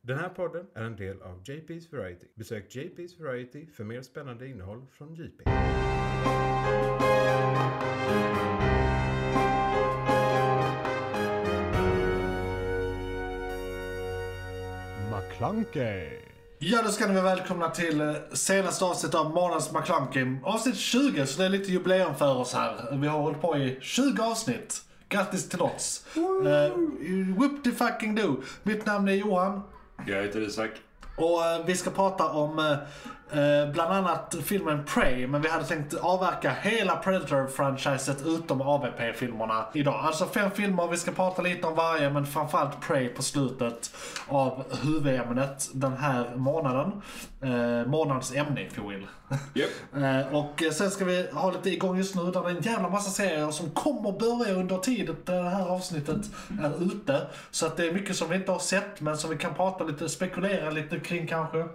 Den här podden är en del av JP's Variety. Besök JP's Variety för mer spännande innehåll från JP. McClunkey. Ja, då ska ni vara välkomna till eh, senaste avsnittet av Månadens McClunkey. Avsnitt 20, så det är lite jubileum för oss här. Vi har hållit på i 20 avsnitt. Grattis till oss! Uh, whoop the fucking do! Mitt namn är Johan. Jag heter Isak. Och eh, vi ska prata om eh, eh, bland annat filmen Prey, men vi hade tänkt avverka hela Predator-franchiset utom ABP-filmerna idag. Alltså fem filmer, vi ska prata lite om varje, men framförallt Prey på slutet av huvudämnet den här månaden. Eh, månadens ämne, if you will. Japp. Eh, Och eh, sen ska vi ha lite igång just nu där det är en jävla massa serier som kommer börja under tiden det här avsnittet är ute. Så att det är mycket som vi inte har sett men som vi kan prata lite, spekulera lite kring kanske. Eh,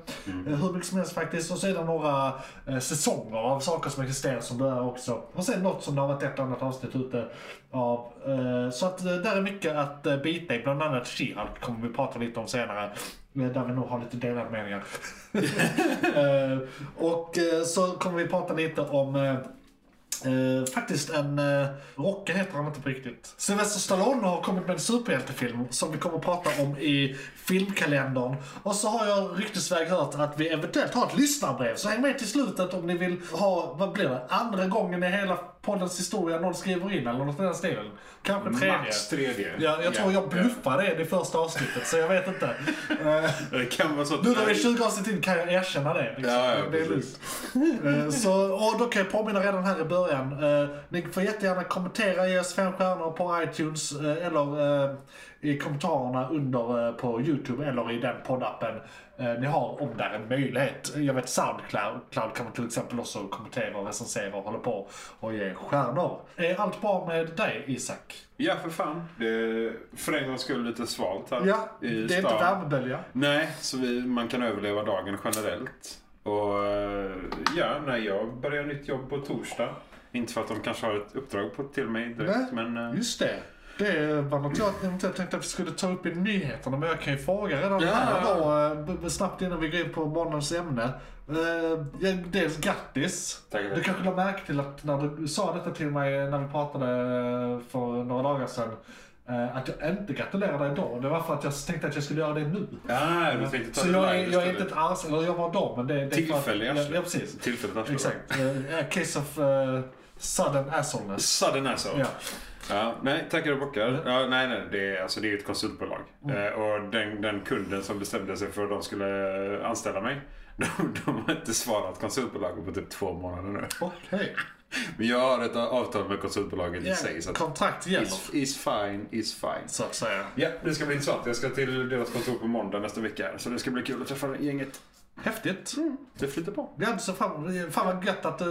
Hur mycket som helst faktiskt. Och sedan några eh, säsonger av saker som existerar som börjar också. Och sen något som det har varit ett annat avsnitt ute av. Eh, Så att eh, där är mycket att eh, bita i. Bland annat She-Hulk kommer vi prata lite om senare. eh, Där vi nog har lite delade meningar. Eh, och eh, så kommer vi prata lite om eh, eh, faktiskt en eh, Rocke heter han inte på riktigt. Sylvester Stallone har kommit med en superhjältefilm som vi kommer att prata om i filmkalendern. Och så har jag ryktesväg hört att vi eventuellt har ett lyssnarbrev. Så häng med till slutet om ni vill ha, vad blir det, andra gången i hela poddens historia någon skriver in eller något i den stilen. Kanske tredje. Max tredje. typ. Ja, jag tror jag bluffade det i första avsnittet så jag vet inte. Eh, Ja. Det kan vara så att... nu när vi är 20 avsnitt in kan jag erkänna det. Liksom. Ja, ja, det är precis. lugnt. Eh, Så, och då kan jag påminna redan här i början. eh, Ni får jättegärna kommentera, ge oss fem stjärnor på iTunes eh, eller eh, i kommentarerna under eh, på YouTube eller i den poddappen eh, ni har om där en möjlighet. Jag vet Soundcloud Cloud kan man till exempel också kommentera och recensera och hålla på och ge stjärnor. Är allt bra med dig Isak? Ja, för fan. Det är för en gångs skull lite svalt här Ja, det i är stan. inte värmebölja. Nej, så vi, man kan överleva dagen generellt. Och eh, ja, nej, jag börjar nytt jobb på torsdag. Inte för att de kanske har ett uppdrag på, till mig direkt, Nej. men... eh, Just det. Det var något jag eventuellt tänkte att vi skulle ta upp i nyheterna, men jag kan ju fråga redan Ja. här då, eh, b- b- snabbt innan vi går in på morgonens ämne. Eh, ja, Dels grattis. Tackar. Du kanske lade märke till att när du sa detta till mig när vi pratade eh, för några dagar sedan, eh, att jag inte gratulerade dig då. Det var för att jag tänkte att jag skulle göra det nu. Ah, du tänkte ta Så det jag live är, jag är istället. inte ett ars, eller jag var då, men det, det är för att- Tillfällig ja, arsle. ja, precis. Tillfälligt arsle. Exakt. Eh, a case of eh, sudden assholeness. Sudden asshole. Ja. Ja, nej, tackar och bockar. Ja, nej, nej, det är, alltså, det är ju ett konsultbolag. Eh, och den, den kunden som bestämde sig för att de skulle eh, anställa mig, de, de har inte svarat konsultbolaget på typ två månader nu. Okej. Men jag har ett avtal med konsultbolaget i sig. Så Ja, att, kontrakt gäller, is, is fine, is fine. så att säga. Ja, det ska bli intressant. Jag ska till deras kontor på måndag nästa vecka. Så det ska bli kul att träffa gänget. Häftigt. Mm. Det flyter på. Ja, så fan, fan vad gött att du...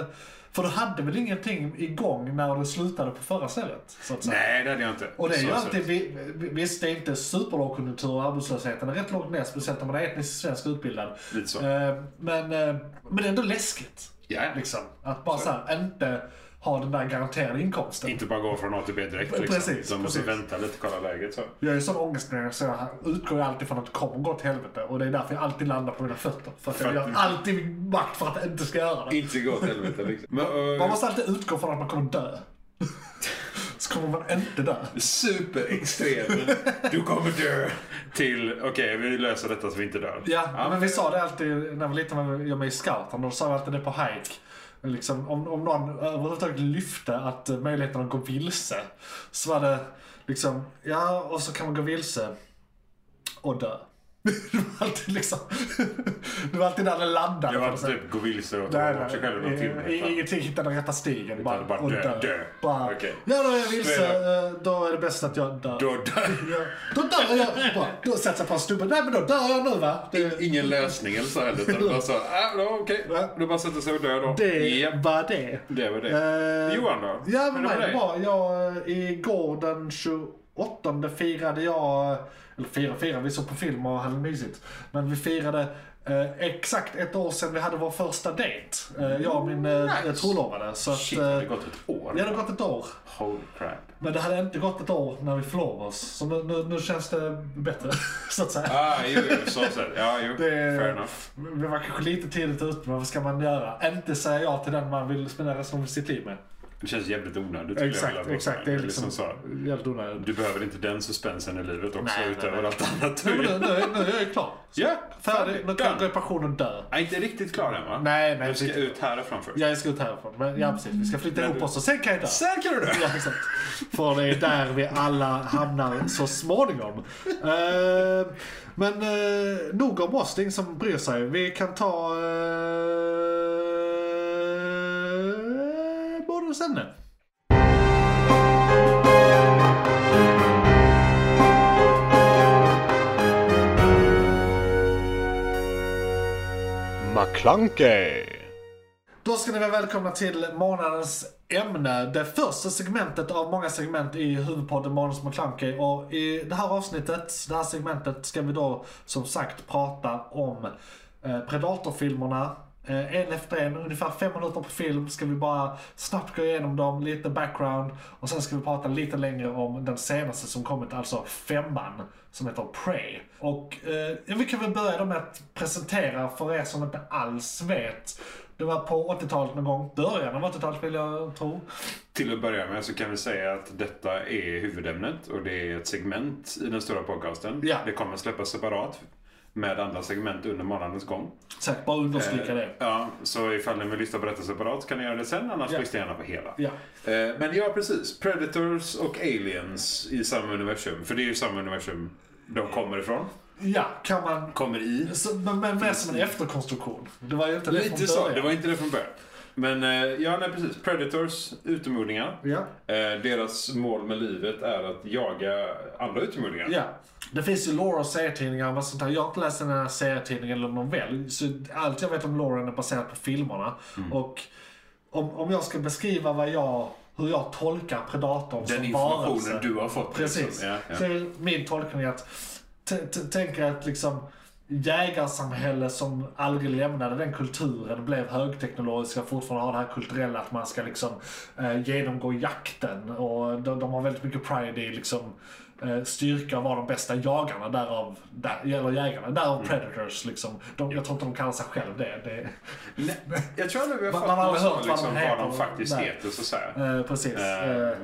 eh, För du hade väl ingenting igång när du slutade på förra stället? Så att säga. Nej, det hade jag inte. Och det är ju Så- så- alltid, vi- vi- visst det är inte superlågkonjunktur och arbetslösheten är rätt lågt ner, speciellt om man är etnisk svensk utbildad. Lite så. Eh, Men, eh, men det är ändå läskigt. Ja, Liksom. Att bara Så. så här, inte ha den där garanterade inkomsten. Inte bara gå från A till B direkt. Liksom. Precis, de måste precis. vänta lite, kolla läget. Så. Jag är ju sån ångestmänniska så jag utgår ju alltid från att det kommer gå till helvete. Och det är därför jag alltid landar på mina fötter. För att jag För att gör du- alltid min makt för att jag inte ska göra det. Inte gå åt helvete liksom. Men, Man uh, måste alltid utgå från att man kommer dö. Så kommer man inte dö. superextrem. Du kommer dö. Till, okej vi löser detta så vi inte dör. Ja, men vi sa det alltid när vi var liten, när vi- jag var i scouten, då sa vi alltid det på hike. Liksom, om, om någon överhuvudtaget lyfte att eh, möjligheten att gå vilse, så var det liksom, ja, och så kan man gå vilse och dö. det var alltid liksom, det var alltid där det landade. Det på var något inte sätt. typ gå vilse och ta Nej, bort sig nej, själv någon timme. i- i- Ingenting hittar den rätta stigen. Bara, bara och dö, dö. dö. Bara, Okej. Ja, då är jag vilse. Då eh, Då är det bäst att jag dör. Då dör Ja, Då dör jag. Bara, Då sätter jag på en stubbe. Nej, men då dör jag nu va. Det, Ingen lösning eller så heller. Utan det bara så, ah, då, okej. Va? Du bara sätter sig och dör då. Det Japp, var det. det var det. Eh, Johan då? Ja, Hur men är det nej, med dig? det var jag eh, igår den 28 åttonde firade jag, eh, eller firade, firade, vi såg på film och hade mysigt. Men vi firade eh, exakt ett år sedan vi hade vår första dejt. Eh, jag och min eh, Nice. trolovade. Så att, Shit, eh, det har gått ett år. det hade gått ett år. Holy crap. Men det hade inte gått ett år när vi förlovade oss. Så nu, nu, nu känns det bättre, så att säga. Ah, jo, jo, så sett. Ja, jo. Det, Fair enough. Vi var kanske lite tidigt ute, men vad ska man göra? Inte säga ja till den man vill spendera resten av sitt liv med. Det känns jävligt onödigt. skulle jag Exakt, vilja påstå. exakt. Det är liksom, så. jävligt onödigt. Du behöver inte den suspensen i livet också Nej, nej, utöver nej. allt annat Nu, du nu, nu, nu är jag klar. Ja, Färdig, nu kan jag gå i done. pension och dö. Jag är inte riktigt klar än va? Nej, nej, Du ska riktigt. ut härifrån först. Jag ska ut härifrån. Men, ja, precis. Vi ska flytta Men ihop du- oss och sen kan jag dö. Sen kan du dö! Ja, exakt. För det är där vi alla hamnar så småningom. Eh, men eh, nog om oss, det är ingen som bryr sig. Vi kan ta eh, bonus ämne. McClunkey. Då ska ni vara välkomna till månadens ämne. Det första segmentet av många segment i huvudpodden Månadens McKlunky. Och i det här avsnittet, det här segmentet, ska vi då som sagt prata om eh, Predator-filmerna. Eh, en efter en, ungefär fem minuter på film, ska vi bara snabbt gå igenom dem, lite background. Och sen ska vi prata lite längre om den senaste som kommit, alltså femman, som heter Prey. Och eh, ja, vi kan väl börja då med att presentera för er som inte alls vet. Det var på 80-talet någon gång, början av 80-talet vill jag tro. Till att börja med så kan vi säga att detta är huvudämnet och det är ett segment i den stora podcasten. Ja. Det kommer släppas separat med andra segment under månadens gång. Säkert bara Eh, understryka det. Ja, så ifall ni vill lyssna på detta separat kan ni göra det sen, annars Ja. lyssna gärna på hela. Ja. Eh, Men ja, precis. Predators och Aliens i samma universum. För det är ju samma universum de kommer ifrån. ja, kan man. Kommer i. Så, men, men mer som en efterkonstruktion. Det var ju inte det Lite så. Det var inte det från början. Men eh, ja, nej precis. Predators, utomjordingar. Ja. Eh, Deras mål med livet är att jaga andra utomjordingar. Ja. Det finns ju lore och serietidningar och sånt där. Jag har inte läst den här serietidningen eller novell. Så allt jag vet om loren är baserat på filmerna. Mm. Och om, om jag ska beskriva vad jag, hur jag tolkar Predatorn Den som informationen varelse. du har fått. Precis. Liksom. Ja, ja. Så är min tolkning att, t- t- tänk er att liksom jägarsamhälle som aldrig lämnade den kulturen, blev högteknologiska, fortfarande har det här kulturella att man ska liksom eh, genomgå jakten och de, de har väldigt mycket pride i liksom eh, styrka och vara de bästa jagarna, därav, där, eller jägarna, därav Mm. predators liksom. De, jag tror inte de kallar sig själv det. det Nej, jag tror aldrig vi har Man- fått man har någon aldrig hört vad sån, liksom, de vad heter de och- faktiskt nej. heter. Så, så här. Eh, precis. Eh. Eh,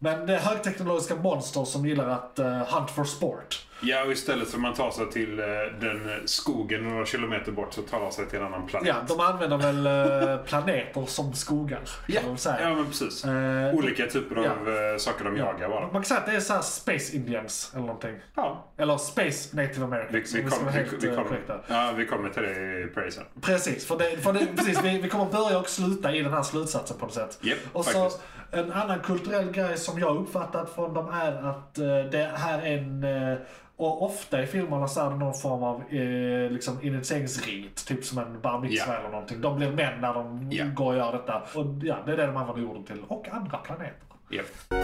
men det är högteknologiska monster som gillar att eh, hunt for sport. Ja, och istället för att man tar sig till eh, den skogen några kilometer bort så tar man sig till en annan planet. Ja, de använder väl eh, planeter som skogar. Kan Ja, man väl säga. ja, men precis. Eh, Olika typer av eh, saker de jagar bara. Man kan säga att det är så här Space Indians eller någonting. Ja, Eller Space Native Americans. vi, om vi, vi ska kom, vara vi, helt, vi, eh, kom, korrekta. ja, vi kommer till det i Prey sen. Precis, för, det, för det, precis, vi, vi kommer börja och sluta i den här slutsatsen på något sätt. Japp, och så, faktiskt. en annan kulturell grej som jag uppfattat från dem är att eh, det här är en eh, och ofta i filmerna så är det någon form av eh, liksom initieringsrit, typ som en bar mitzvah Ja. eller någonting. De blir män när de Ja. går och gör detta. Och ja, det är det de använder jorden till. Och andra planeter. Japp.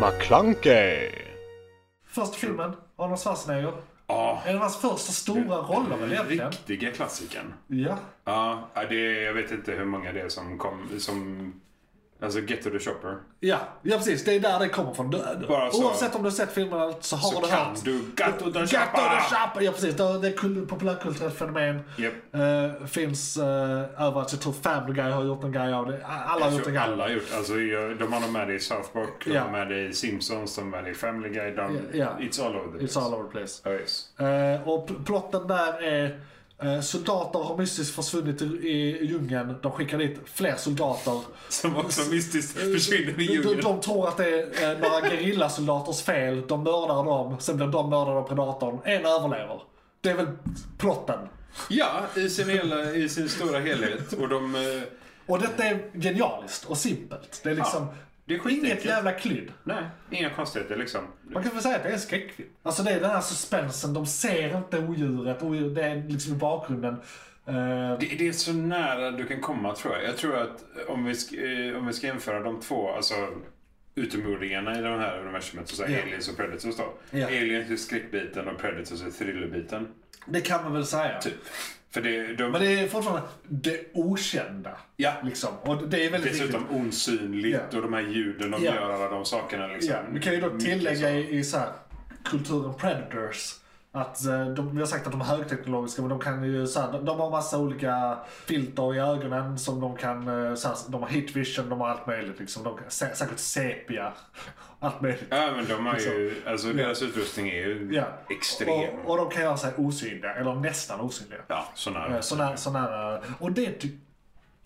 McClunkey. Första filmen, Arnold Schwarzenegger. Ja, En av hans första stora roller väl egentligen? Ah, riktiga klassikern. Ja. Ja, ja, det, jag vet inte hur många det är som kom... Som, alltså Get to the Shopper. ja. Ja, precis. Det är där det kommer från. Du, du- Bara så. Oavsett om du har sett filmen eller inte så har Så du kan hört. du Gato da Gato Chapa! da Chapa! Ja, precis. Det det är kul- populärkulturellt fenomen. Japp. Eh, finns eh, överallt. Jag tror Family Guy har gjort en grej av det. Alla har Jag gjort en tror grej. alla har gjort. Alltså, jag- de har nog med det i South Park, de Ja. har med det i Simpsons, de har med det i Family Guy. De, Ja, ja. It's all over the It's all over the place. Ja, yes. Eh, och pl- plotten där är eh, soldater har mystiskt försvunnit i, i djungeln. De skickar dit fler soldater. Som också mystiskt försvinner i De, djungeln. de tror att det är eh, några gerillasoldaters fel. De mördar dem, sen blir de mördade av predatorn. En överlever. Det är väl plotten. Ja, i sin, hela, i sin stora helhet. Och de... eh, Och detta är genialiskt och simpelt. Det är liksom Ja, det är skitenkelt. inget jävla klydd. Nej, inga konstigheter liksom. Man kan väl säga att det är en skräckfilm. Alltså det är den här suspensen, de ser inte odjuret, odjur, det är liksom i bakgrunden. Eh, Det, det är så nära du kan komma tror jag. Jag tror att om vi, sk- eh, om vi ska jämföra de två, alltså utomjordingarna i de här universumet. Så Ja. yeah. aliens och predators då. Ja. Aliens är skräckbiten och predators är thrillerbiten. Det kan man väl säga. Typ. För det, de, Men det är fortfarande det okända. Ja. Liksom. Och det är väldigt viktigt. dessutom osynligt Ja. och de här ljuden de Ja. gör alla de sakerna. Liksom. Ja, vi kan ju då Mycket tillägga så. i, i så här, kulturen Predators. Att eh, de, vi har sagt att de är högteknologiska men de kan ju så här, de, de har massa olika filter i ögonen som de kan, eh, så här, de har hit vision, de har allt möjligt liksom. De kan, sä, säkert sepia, allt möjligt. Ja, men de har ju, alltså deras utrustning är ju Liksom. Ja. extrem. Och, och de kan göra sig osynliga, eller nästan osynliga. ja, sådana. Eh, Sån här, sån här, eh, och det tycker,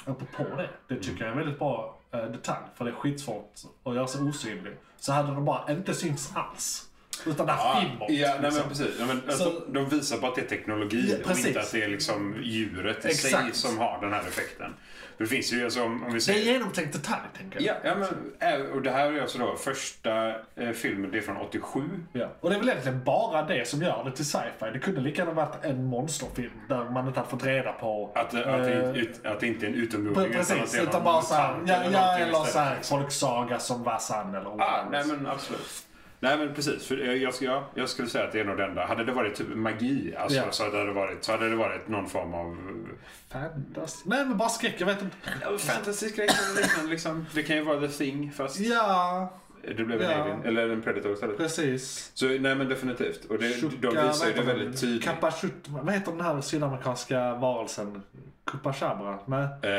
apropå det, det Mm. tycker jag är en väldigt bra eh, detalj. För det är skitsvårt att göra sig osynlig. Så hade de bara inte synts alls. Utan där Ja, finner de, Ah, ja nej, liksom. men precis. Ja, men, alltså, Så- de visar på att det är teknologi Ja, och precis. inte att det är liksom djuret i sig Exakt. som har den här effekten. För det finns ju, alltså, om, om vi Det är en säger... genomtänkt detalj, tänker jag. Ja, ja, men, äh, och det här är alltså då första eh, filmen, det är från 87. Ja. Och det är väl egentligen bara det som gör det till sci-fi. Det kunde lika gärna varit en monsterfilm där man inte hade fått reda på... Att, eh, att, det, ut, att det inte är en utomjording Pre- Precis, det är utan någon bara såhär, mutant ja, ja, någonting eller istället, såhär liksom. folksaga som var sann eller Ah, osann. nej men absolut. Nej men precis, för jag, jag, jag, jag skulle säga att det är nog det enda. Hade det varit typ magi alltså, Ja. så, hade det varit, så hade det varit någon form av... Fantasy. Nej men bara skräck, jag vet inte. Fantasy-skräck eller liknande liksom. Det kan ju vara The Thing fast Ja, det blev en Ja. alien. Eller en Predator istället. precis. Så nej men definitivt. Och det, de visar ju det väldigt tydligt. Kapashut, vad heter den här sydamerikanska varelsen? Kupachabra? Nej. Eh,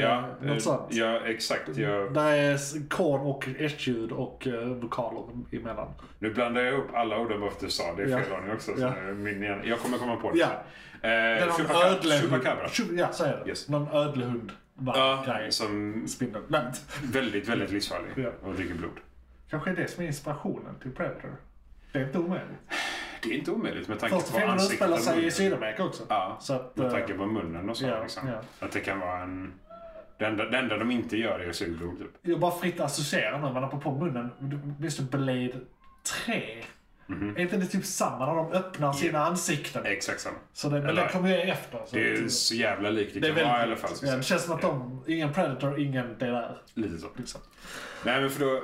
ja, något eh, sånt. Mm. ja, exakt. Jag, Där är s- korn och S-ljud och eh, vokaler emellan. nu blandar jag ihop alla orden bara för att du sa det i Ja. fel ordning också. Så Ja. nu- min, hjärna- jag kommer komma på det. Ja. Eh, Det är någon Chupacabra- ödlehund. Chupacabra. Chup- Ja, så är det. Yes. Någon ödlehund. Ja, grej. som Spindel. Nej, Väldigt, väldigt livsfarlig. Ja. Och dricker blod. kanske är det som är inspirationen till Predator. Det är inte omöjligt. Det är inte omöjligt med tanke Första på filmen ansiktet utspelar och sig i munnen. Sydamerika också. Ja, Så att, med eh, tanke på munnen och så. ja, liksom. ja. Att det kan vara en... Det enda, det enda de inte gör är att suga blod. Typ. Jag bara fritt associerar nu, men apropå munnen. du- Visst du Blade 3? Mhm. Är inte det typ samma när de öppnar sina ansikten? Exakt samma. Så det, men Eller- det kommer ju efter. Så Det är så jävla likt det, Mm. det är kan vara i alla väldigt, fall. som ja, det sagt. känns som att de, ingen Predator, ingen det där. Lite så. Liksom. Nej men för då,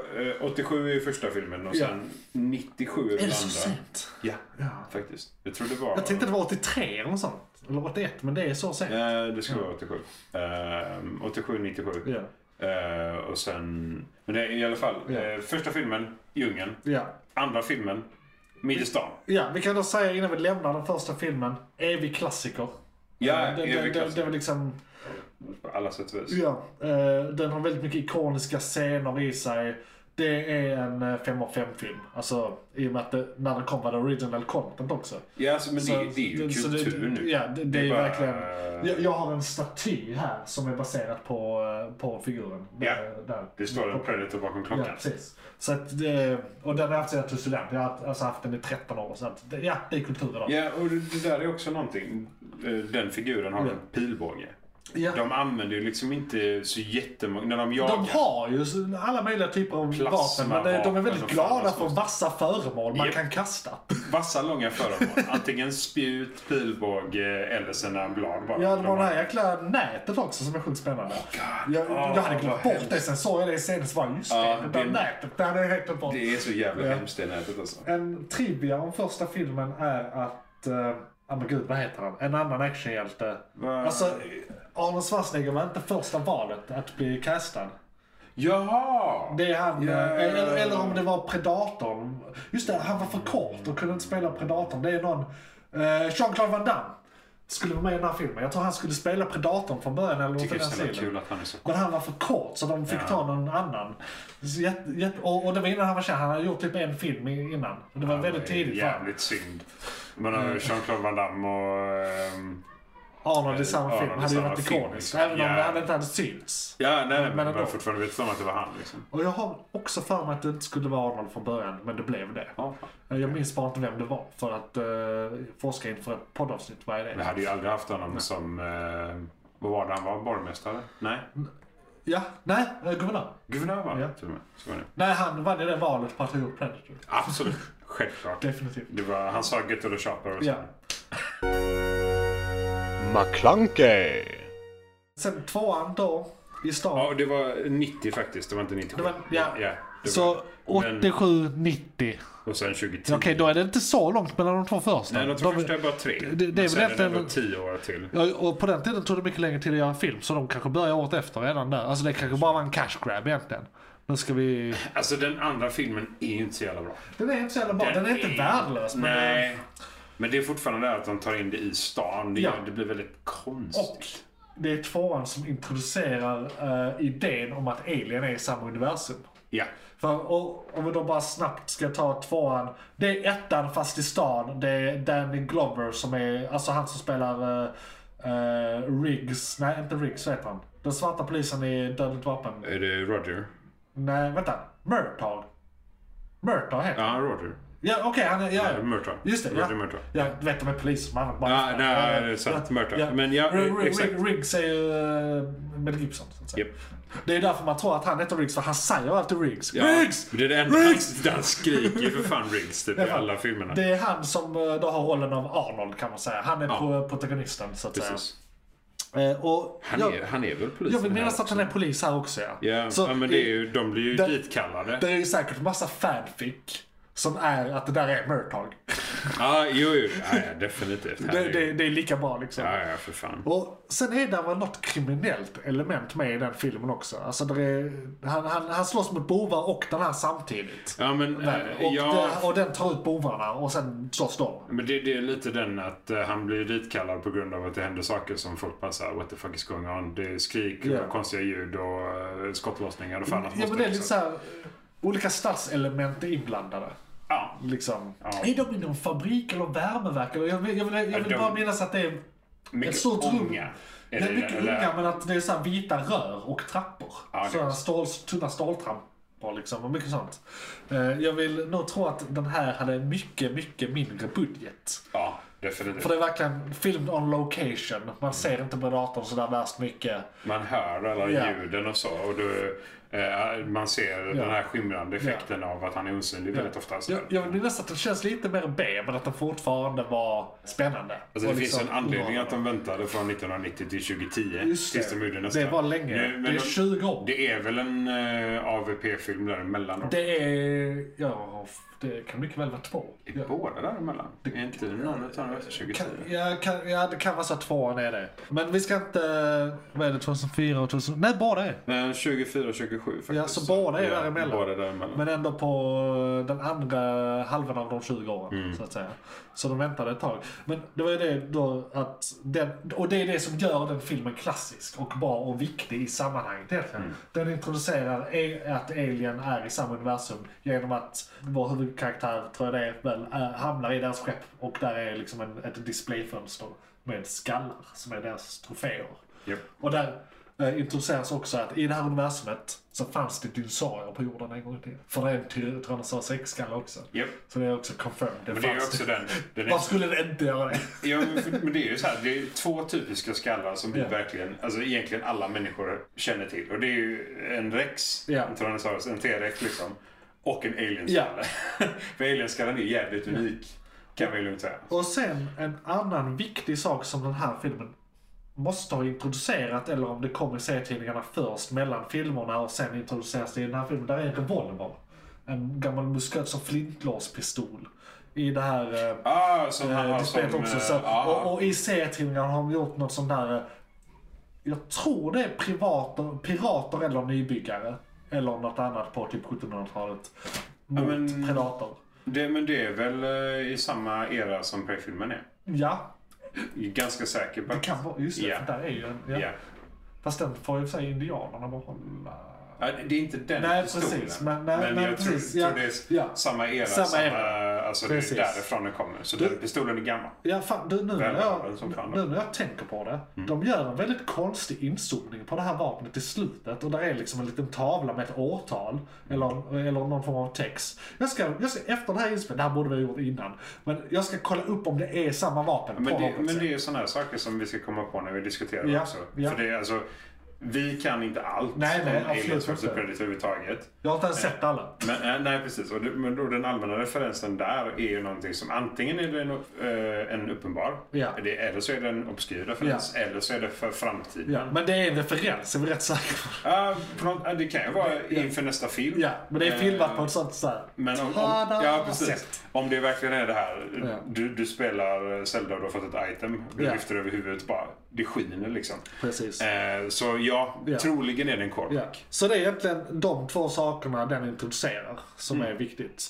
eh, 87 är ju första filmen och Ja. sen 97 är den Är det andra. så sent? Ja, Ja. faktiskt. Jag tror det var... Jag tänkte det var 83 eller något sånt. Eller 81, men det är så sent. Eh, det skulle vara 87. Eh, 87, 97. Ja. Eh, och sen... Men det är i alla fall. Ja. Eh, första filmen, Djungeln. Ja. Andra filmen, Midjestan. ja, vi kan då säga innan vi lämnar den första filmen, evig klassiker. Ja, Eh, det, evig det, det, klassiker. det var liksom, På alla sätt och vis. ja, eh, den har väldigt mycket ikoniska scener i sig. Det är en eh, fem av fem film. Alltså i och med att det, när den kom var det original content också. Ja, alltså, men Så- det, det är ju så kultur det, nu. Ja, det, det är är ju bara- verkligen. Jag, jag har en staty här som är baserad på, eh, på figuren. Ja. Där- där. Det står en predator bakom Ja, klockan. precis. Så att det, och den har jag haft sedan jag tog student. Jag har haft- alltså haft den i 13 år. Så att, det- ja, det är kultur idag. Ja, och det det där är också någonting. Eh, Den figuren har Ja. en pilbåge. Ja. De använder ju liksom inte så jättemånga... När de jagar... De har ju så- alla möjliga typer av vapen, men det- de är Plasmavapen väldigt och glada fan för vad som- vassa föremål man Japp. kan kasta. Vassa långa föremål. Antingen spjut, pilbåge eller sina blad bara. Ja, det var De det har- Oh, här jäkla nätet också som är sjukt spännande. God. jag, jag hade Oh, glömt vad bort hemskt. det, sen såg jag det i scenen så bara just det, Ja, det där det- nätet, det hade jag helt glömt bort. Det är så jävla Ja. hemskt det nätet alltså. En trivia om första filmen är att... eh, Ja men gud, vad heter han? En annan actionhjälte. Va? Alltså, Arnold Schwarzenegger var inte första valet att bli castad. Jaha! Det är han, Ja. eh, eller, eller om det var Predatorn. Just det, han var för kort och kunde inte spela Predatorn. Det är någon... eh, Jean-Claude Van Damme skulle vara med i den här filmen. Jag tror han skulle spela Predatorn från början eller något i Tycker den det är så jävla stilen. kul att han är så Men han var för kort så de fick ta någon annan. Så jätte, jätte, och, och det var innan han var känd. Han hade gjort typ en film i- innan. Och det var väldigt tidigt för honom. Jävligt synd. Men mm. Jean-Claude Van Damme och... ehm, Arnold i samma Arnold film i hade ju samma varit film, ikonisk. liksom. Även om Ja. han inte hade synts. ja, nej, men, men men ändå. fortfarande vet om att det var han liksom. Och jag har också för mig att det inte skulle vara Arnold från början, men det blev det. Ja, fan. Jag minns bara inte vem det var för att uh, forska inför ett poddavsnitt. Vad är Vi det? hade ju aldrig haft honom som... Eh, vad var det han var? Borgmästare? Nej? Ja, nej, eh, guvernör. Guvernör var Ja. han till och med. Så var det. Nej, han vann ju det valet på att ha gjort Predator. Absolut. Självklart. Definitivt. Det var, han sa Get to the shopper och så. Ja. McClunkey, Sen tvåan då, i stan. Ja, och det var 90 faktiskt. Det var inte 97. Det var- ja. ja. Så 87-90. Och sen 2010. Okej, då är det inte så långt mellan de två första. Nej, de två första är bara tre. det- det är Men väl sen egentligen- är det ändå tio år till. Ja, och på den tiden tog det mycket längre tid att göra en film, så de kanske börjar året efter redan där. Alltså det kanske bara var en cash grab egentligen. Nu ska vi... Alltså den andra filmen är ju inte så jävla bra. Den är inte så jävla bra, den, är inte värdelös. Men Nej. Men det är fortfarande det här att de tar in det i stan. Det, Ja. det blir väldigt konstigt. Och det är tvåan som introducerar eh, idén om att Alien är i samma universum. Ja. För, och, om vi då bara snabbt ska ta tvåan. Det är ettan fast i stan. Det är Danny Glover som är, alltså han som spelar eh, eh, Riggs, nej inte Riggs, vad heter han? Den svarta polisen i Dödligt Vapen. Är det Roger? Nej, vänta. Murtag. Murtag heter han. Ja, Roger. Ja, okej. han är... Ja, Nej, Murtag. Just det, ja. Roger Murtag. Ja, du vet de är poliser. Man bara... Ja, nej, det är sant. Murtag. Men ja, R- R- exakt. Riggs är ju eh, Mel Gibson, så att säga. Japp. Det är därför man tror att han heter Riggs, för han säger alltid Riggs. Ja, Riggs! Det är det enda Riggs! han, han skriker ju för fan Riggs typ, i alla filmerna. Det är han som eh, då har rollen av Arnold, kan man säga. Han är Ja. pro- protagonisten, så att Precis. säga. Eh, Och Han, jag, är, han är väl polis? jag vill minnas att han är polis här också, ja. Ja, Så ja men det är ju, de blir ju det- ditkallade. Det är ju säkert massa fanfic som är att det där är Murtag. Ja, jo, jo. Ja, ja, definitivt. Det, Herregud. det, det är lika bra liksom. Ja, ja, för fan. Och sen är det väl något kriminellt element med i den filmen också. Alltså det är, han, han, han slåss mot bovar och den här samtidigt. Ja, men, eh, och, ja, det, och den tar ut bovarna och sen slåss de. men det, det är lite den att eh, han blir ditkallad på grund av att det händer saker som folk bara såhär, what the fuck is going on? Det är skrik Ja. och konstiga ljud och eh, skottlossningar och fan att Ja men det är lite såhär, olika stadselement är inblandade. Ja. Liksom. Ja. Är de i någon fabrik eller värmeverk? Eller Jag vill, jag vill, jag vill de- bara minnas att det är Mycket ett stort rum. ånga. Det Är är mycket eller- unga men att det är så här vita rör och trappor. Ja, det är Sådana stål, så. tunna ståltrappor liksom och mycket sånt. Eh, Jag vill nog tro att den här hade mycket, mycket mindre budget. Ja, definitivt. För det är verkligen film on location. Man ser inte på datorn sådär värst mycket. Man hör alla Ja. ljuden och så. Och du, eh, man ser den här skimrande effekten av att han är osynlig väldigt ofta. Så. Jag, jag vill minnas att den känns lite mer B men att den fortfarande var spännande. Alltså det Och finns liksom en anledning att underhållande. de väntade från 1990 till 2010. Just tills det. de gjorde nästa. Det var länge. Nu, men det är 20 år. det är väl en eh, AVP-film däremellan? Det... Det är... Ja, det kan mycket väl vara två. Ja. Är båda däremellan? Det... Är inte någon utan den efter 2010? Kan, ja, kan, ja, det kan vara så att tvåan är det. Men vi ska inte... Vad är det? 2004 och 2000... Nej, båda är. Nej, 24 och 27 faktiskt. Ja, så båda är däremellan. Båda är däremellan. Men ändå på den andra halvan av de 20 åren, Mm. så att säga. Så de väntade ett tag. Men det var ju det då att... Den, och det är det som gör den filmen klassisk och bra och viktig i sammanhanget egentligen. Mm. Den introducerar e- att Alien är i samma universum genom att vår huvudkaraktär, tror jag det är, väl, äh, hamnar i deras skepp och där är liksom en, ett displayfönster med skallar som är deras troféer. Japp. Och där eh, introduceras också att i det här universumet så fanns det dinosaurier på jorden en gång i tiden. För det är en ty- Tyrannosaurus rex-skalle också. Japp. Så det är också confirmed. Det Men det är ju fanns också det. den. den är Varför skulle det inte göra det? Ja, men, för, men det är ju så här, det är två typiska skallar som vi Ja. verkligen, alltså egentligen alla människor känner till. Och det är ju en rex, Ja. en tyrannosaurus, en T-rex liksom. Och en alienskalle. för alienskallen är ju jävligt unik. Kan vi lugnt säga. Och sen en annan viktig sak som den här filmen måste ha introducerat, eller om det kom i serietidningarna först mellan filmerna och sen introduceras det i den här filmen, där är en revolver. En gammal musköt som flintlåspistol. I det här... eh, Ah, som han Eh, har det som... spelet också. eh, Så, ah, och, och i serietidningarna har de gjort något sånt där... eh, Jag tror det är privater, pirater eller nybyggare. Eller något annat på typ 1700-talet. Mot men- predator. det, men det är väl eh, i samma era som Prey-filmen är. Ja, Jag är Ganska säker på. det kan vara... Just det, Ja. för där är ju en... Ja. Ja. Fast den får ju för sig indianerna behålla. Ja, det är inte den Nej, pistolen. precis. Men- nej, men nej, jag tror, precis. tror Ja. det är Ja. samma era. Samma Samma, era. Alltså det Precis. är därifrån den kommer. Så den pistolen är gammal. Ja, fan, du, nu, när jag, Välbehållen som fan Mm. då. nu när jag tänker på det. De gör en väldigt konstig inzoomning på det här vapnet i slutet. Och där är liksom en liten tavla med ett årtal. Eller, eller någon form av text. Jag ska, jag ska efter det här inspelningen, det här borde vi ha gjort innan. Men jag ska kolla upp om det är samma vapen Men på det, något men sätt. det är ju sådana här saker som vi ska komma på när vi diskuterar Ja, också. ja. För det är alltså, Vi kan inte allt Nej, nej, om absolut Aliens vs inte. Predator överhuvudtaget. Jag har inte ens sett alla. Men, eh, nej, precis. Och det, men då den allmänna referensen där är ju någonting som antingen är det en, eh, en uppenbar, Ja. det, eller så är det en obskyr referens, eller så är det för framtiden. Ja, men det är en referens, är vi rätt säkra på. Ja, på något, ja, det kan ju vara inför nästa film. Ja, men det är Eh, filmat på ett sånt såhär... Men om, om, Ta-da! ja, precis. Sätt. om det verkligen är det här, Ja. du, du spelar eh, Zelda och du har fått ett item, du Ja. lyfter över huvudet bara, det skiner liksom. Precis. Eh, så ja, Ja. troligen är det en korv. Ja. Så det är egentligen de två sakerna den introducerar som Mm. är viktigt.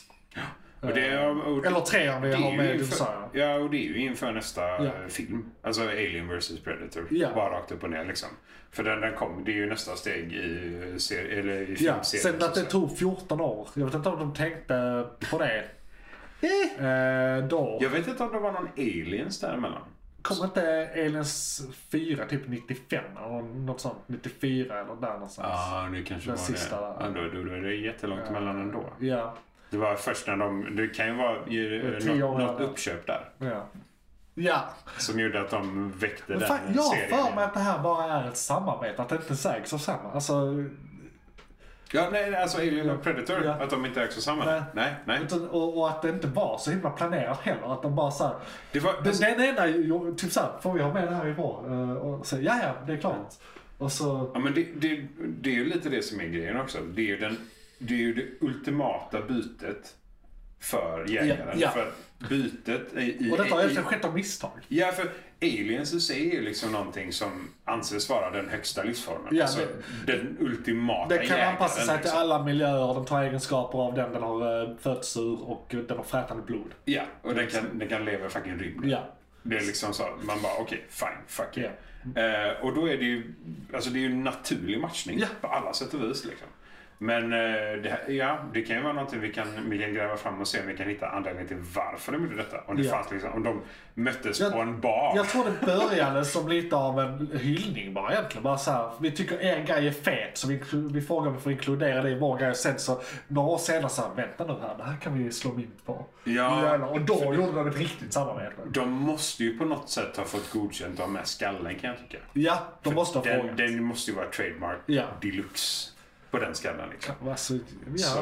Och det, är- och, Eller tre om vi det är har ju med inför, dinosaurier. ja, och det är ju inför nästa Ja. eh, film. Alltså Alien vs Predator. Ja. Bara rakt upp och ner liksom. För den, den kom, det är ju nästa steg i, eh, seri- eller i Ja, filmserien. sen så att det säga. tog 14 år. Jag vet inte om de tänkte på det. eh, då. Jag vet inte om det var någon aliens däremellan. Kom inte Aliens 4 typ 95 eller något sånt? 94 eller där någonstans. Ja, det kanske Den var sista det. där. Ja, då, då, då är det jättelångt mellan ändå. Ja, Det var först när de... Det kan ju vara ju, Det är tio år något, något mellan. uppköp där ja. Ja, som gjorde att de väckte men den fan, jag har serien. för mig att det här bara är ett samarbete. Att det inte sägs av samma. Alltså, Ja, nej, alltså Alien och Predator. Ja. Att de inte ägs av samma. Nej. Nej, nej. utan, och, och att det inte var så himla planerat heller. Att de bara såhär. Det var... Den, den ena gjorde typ såhär, får vi ha med det här i vår? Eh, Och så, ja, ja, det är klart. Och så, Ja, men det, det, det är ju lite det som är grejen också. Det är ju, den, det, är ju det ultimata bytet för jägaren. Ja, ja. För att bytet i... i och detta har i- egentligen skett av misstag. Ja, för aliens i sig är ju liksom någonting som anses vara den högsta livsformen. Ja, alltså, den ultimata Den kan jägaren, anpassa sig till liksom. alla miljöer, den tar egenskaper av den den har eh, fötts ur och den har frätande blod. Ja, och den kan, den kan leva i fucking rymden. Ja. Det är liksom så, man bara okej, fine, fuck yeah. Eh, och då är det ju, alltså det är ju en naturlig matchning Ja. på alla sätt och vis. Liksom. Men eh, det, här, ja, det kan ju vara någonting vi kan, vi kan gräva fram och se om vi kan hitta anledningen till varför de gjorde detta. Om, det Ja. fanns liksom, om de möttes Jag- på en bar. Jag tror det började som lite av en hyllning bara egentligen. Bara så här, vi tycker en grej är fet så vi, vi frågar om vi får inkludera det i vår grej. Och sen så några år senare så här, vänta nu här, det här kan vi slå mynt på. Ja. Jävlar, Och då gjorde de ett riktigt samarbete. De måste ju på något sätt ha fått godkänt av med skallen kan jag tycka. Ja, de måste ha Den, frågat. den måste ju vara trademark Ja. deluxe på den skallen. Liksom. Alltså, ja. Så,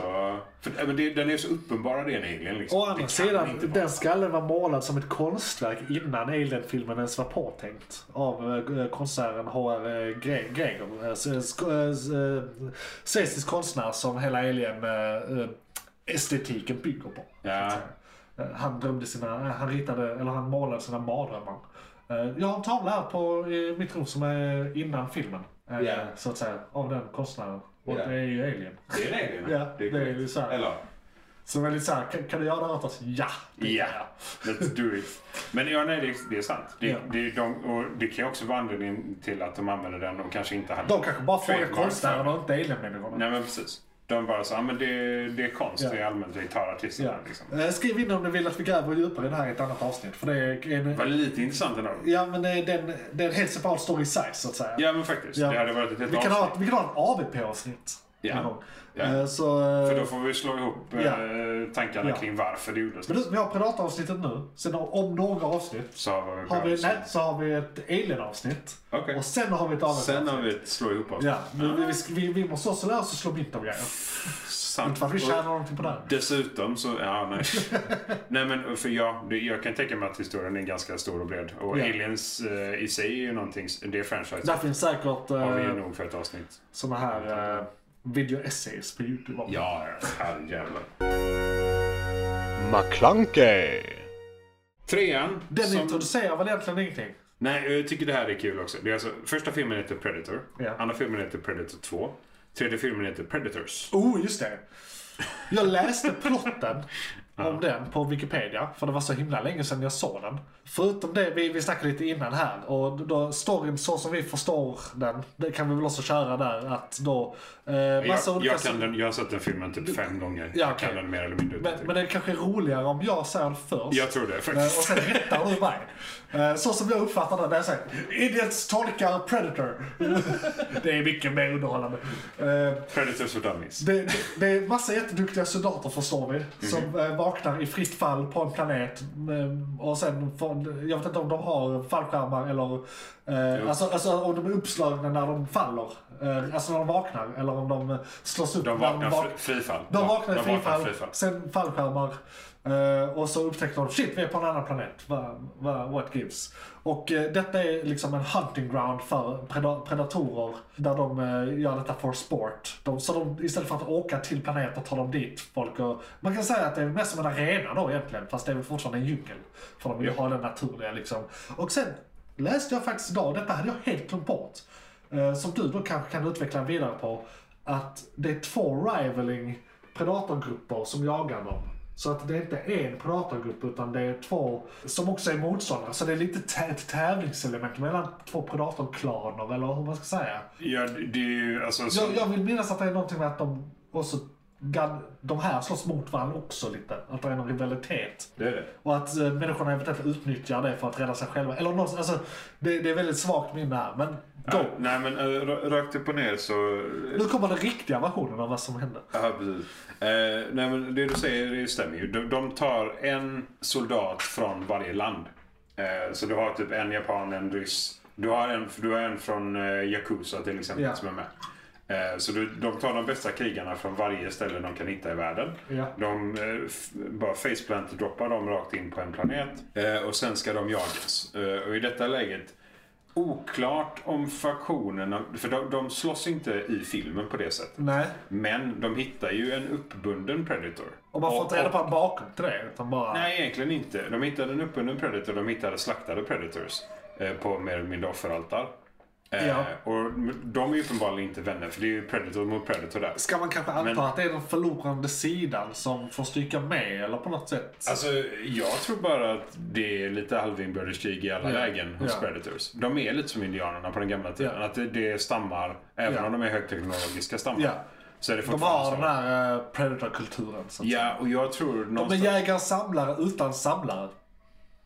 för, ja, men det, den är ju så uppenbara den alien. Liksom. Å Det andra kan inte sidan, vara- den skallen var målad som ett konstverk innan Alien-filmen ens var påtänkt. Av eh, konstnären H.R. Gre- Gregor. eh, s- sk- eh, s- eh, Schweizisk konstnär som hela Alien-estetiken bygger på. så att Ja. säga. Eh, Han drömde sina, eh, han ritade, eller han målade sina mardrömmar. Eh, Jag har en tavla här på eh, mitt rum som är innan filmen. eh, Ja. Så att säga, av den konstnären. Och Ja. det är ju Alien. Det är en Ja, alien. det är liksom- korrekt. ju så här. Eller, Så väldigt såhär, kan, kan du göra det här åt oss? Ja! det kan ja. jag." Let's do it. Men ja, nej, det, är- det är sant. Det, Ja. det, de, och det kan ju också vara anledningen till att de använder den. De kanske inte hade... De kanske bara frågar trademark konstnären för- och inte alien-människorna. Nej, men precis. De bara så, ja men det, det är konst Ja. i allmänt. Vi tar artisterna Ja. liksom. Eh, Skriv in om ni vill att vi gräver djupare i det här i ett annat avsnitt. För det är Det en, var lite intressant ändå. ja, men det är, den, det är en helt separat story i sig, så att säga. Ja, men faktiskt. Ja. Det hade varit ett helt vi, kan ha, avsnitt. vi kan ha ett AVP-avsnitt. Ja. någon gång. Ja. Eh, Så, För eh, då får vi slå ihop eh, Ja. tankarna Ja. kring varför det gjordes. men nu, vi har Predator-avsnittet nu. Sen om- om några avsnitt Så har vi, har vi, nej, så har vi ett Alien-avsnitt. Okej. Och sen har vi ett AVP-avsnitt. Sen har vi ett slå ihop oss. Ja, men vi, vi, vi, vi måste också lära oss att slå mitt om grejer. Sant. Inte för att vi Och tjänar någonting på det. här. Dessutom så, ja nej. nej men för jag, det- jag kan tänka mig att historien är ganska stor och bred. Och Ja. aliens eh, i sig är ju någonting, s- det är franchise. Där finns säkert har vi ju eh, nog för ett avsnitt. såna här eh, video-essays på YouTube. om. Ja, herrejävlar. McClunkey. Trean. Den som- introducerar väl egentligen ingenting? Nej, jag tycker det här är kul också. Det är alltså, första filmen heter Predator. Ja. Andra filmen heter Predator 2. Tredje filmen heter Predators. Oh, just det. Jag läste plotten om den på Wikipedia, för det var så himla länge sedan jag såg den. Förutom det, vi, vi snackade lite innan här, och då storyn så som vi förstår den, det kan vi väl också köra där att då... Eh, massa Jag, olika jag, kan den, jag har sett den filmen typ fem gånger. Ja, Jag okej. kan den mer eller mindre men, utantill. men det kanske är roligare om jag säger det först. Jag tror det Eh, faktiskt. Och sen rättar du mig. Eh, Så som jag uppfattar det när jag säger idiots tolkar predator. Det är mycket mer underhållande. Eh, Predators och Dummies. Mhm. Det, det, det är massa jätteduktiga soldater förstår vi. Som eh, vaknar vaknar i fritt fall på en planet. mm, Och sen, får- jag vet inte om de har fallskärmar eller... Eh, alltså, alltså om de är uppslagna när de faller. Eh, alltså när de vaknar. Eller om de eh, slås upp De när vaknar vak- fri, frifall. de vaknar i de frifall, frifall. sen fallskärmar. eh, och så upptäcker de, shit vi är på en annan planet. Va, va, what gives? Och eh, detta är liksom en hunting ground för preda- predatorer. Där de eh, gör detta for sport. De, så de, istället för att åka till planeter tar de dit folk och... Man kan säga att det är mest som en arena då egentligen. Fast det är väl fortfarande en djungel. För de vill ha den naturliga liksom. Och sen läste jag faktiskt idag, detta hade jag helt glömt bort. eh, som du då kanske kan utveckla vidare på. Att det är två rivaling predatorgrupper som jagar dem. Så att det är inte en predatorgrupp utan det är två som också är motståndare. Så det är lite tä- ett tävlingselement mellan två predatorklaner eller hur man ska säga. Ja, det det är ju alltså... Jag, Som, jag vill minnas att det är någonting med att de också gan- de här slåss mot varandra också lite. Att det är någon rivalitet. Det är det. Och att eh, människorna eventuellt utnyttjar det för att rädda sig själva. Eller någon, alltså, det, det är väldigt svagt minne här. Men go! Ja, nej men eh, rö- rakt upp och ner så... Nu kommer den riktiga versionen av vad som hände. Ja, precis. Eh, nej, men det du säger det stämmer ju. De, de tar en soldat från varje land. Eh, så du har typ en japan, en ryss. Du har en, du har en från eh, Yakuza till exempel Ja. som är med. Eh, så du, de tar de bästa krigarna från varje ställe de kan hitta i världen. Ja. De eh, f- bara faceplant-droppar dem rakt in på en planet. Eh, och sen ska de jagas. Eh, och i detta läget Oklart om faktionerna, för de, de slåss inte i filmen på det sättet. Nej. Men de hittar ju en uppbunden Predator. Och man får inte reda på en bakgrund till det. Utan bara... Nej, egentligen inte. De hittade en uppbunden Predator, de hittade slaktade Predators. Eh, på mer eller mindre offeraltar. Eh, Ja. Och de är ju uppenbarligen inte vänner, för det är ju Predator mot Predator där. Ska man kanske anta Men- att det är den förlorande sidan som får stryka med eller på något sätt? Alltså, jag tror bara att det är lite halvinbördeskrig i alla Ja. lägen hos Ja. Predators. De är lite som indianerna på den gamla tiden. Ja. Att det, det är stammar, även Ja. om de är högteknologiska stammar. Ja. Så är det de fortfarande har den så. här eh, predator-kulturen. Så att säga. Ja, och jag tror De är någonstans... jägare-samlare utan samlare.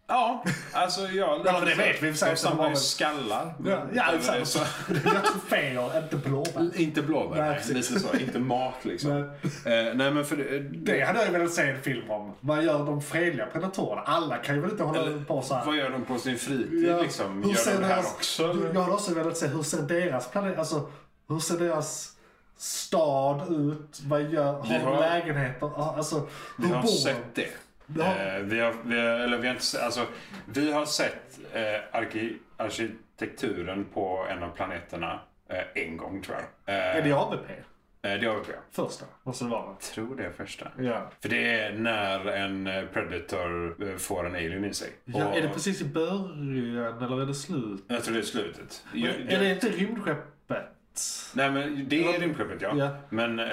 Ja, alltså ja. Ja, men det vet vi i och för sig De inte, samlar men- ju skallar. Ja, ja Eller exakt. Mm. så- Det är troféer, inte blåbär. Inte blåbär, Nej, nej, precis. lite så. Inte mat liksom. Nej, nej men för det, eh, Det hade jag velat se en film om. Vad gör de fredliga predatorerna? Alla kan ju väl inte hålla på så här. Vad gör de på sin fritid Ja, liksom? Gör de det här också? eller? Jag hade också velat se hur ser deras planet, alltså hur ser deras stad ut? Vad gör, har de har- lägenheter? Ja, Alltså hur Vi har bor sett de? det. Ja. Eh, vi, har, vi, har, eller vi, har inte, se- alltså, vi har sett eh, arki, arkitekturen på en av planeterna eh, en gång tror jag. Eh, Är det ABP? eh, det har vi på. Jag Första måste det vara. tror det är första. Ja. För det är när en eh, predator eh, får en alien i sig. ja. Och- Är det precis i början eller är det slut? Jag tror det är slutet. Jag- Är det inte rymdskeppet? Nej men det är Ja. rymdskeppet ja. Ja. Men eh,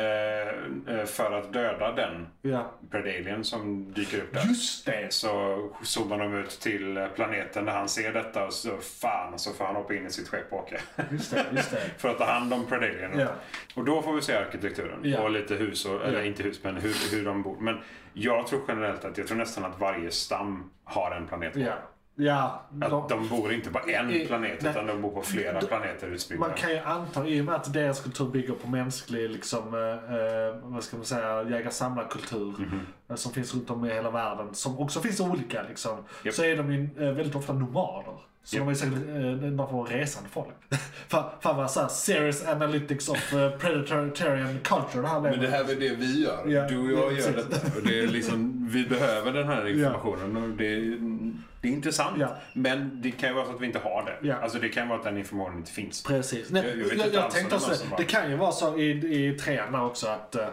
eh, för att döda den Ja. predalien som dyker upp där. Just det! Så zoomar de ut till eh, planeten där han ser detta och så fan så får han hoppa in i sitt skepp och åka. Just det, just det. för att ta hand om predalien. Ja. Och då får vi se arkitekturen Ja. och lite hus, och, eller Ja. inte hus men hur, hur de bor. Men jag tror generellt att jag tror nästan att varje stam har en planet. Ja. Ja. Att de bor inte på en I- planet nej. utan de bor på flera Då- planeter utspridda. Man kan ju anta, i och med att deras kultur bygger på mänsklig, liksom, eh, eh, vad ska man säga, jägar-samlarkultur Mhm. eh, som finns runt om i hela världen, som också finns olika, liksom, Japp. så är de ju eh, väldigt ofta nomader. Så Japp. de är säkert eh, någon form av resande folk. Fan fan vad såhär, serious analytics of eh, predatorian culture det här blev. Men det här är det vi gör. Ja, du och jag det- gör precis. detta. Och det är liksom, vi behöver den här informationen. Och det, är, det är intressant. Ja. Men det kan ju vara så att vi inte har det. Ja. Alltså det kan vara att den informationen inte finns. Precis. Nej, Jag- jag jag, vet jag, inte alls om det tänkte är någon också, som var- det kan ju vara så i, i treorna också att eh,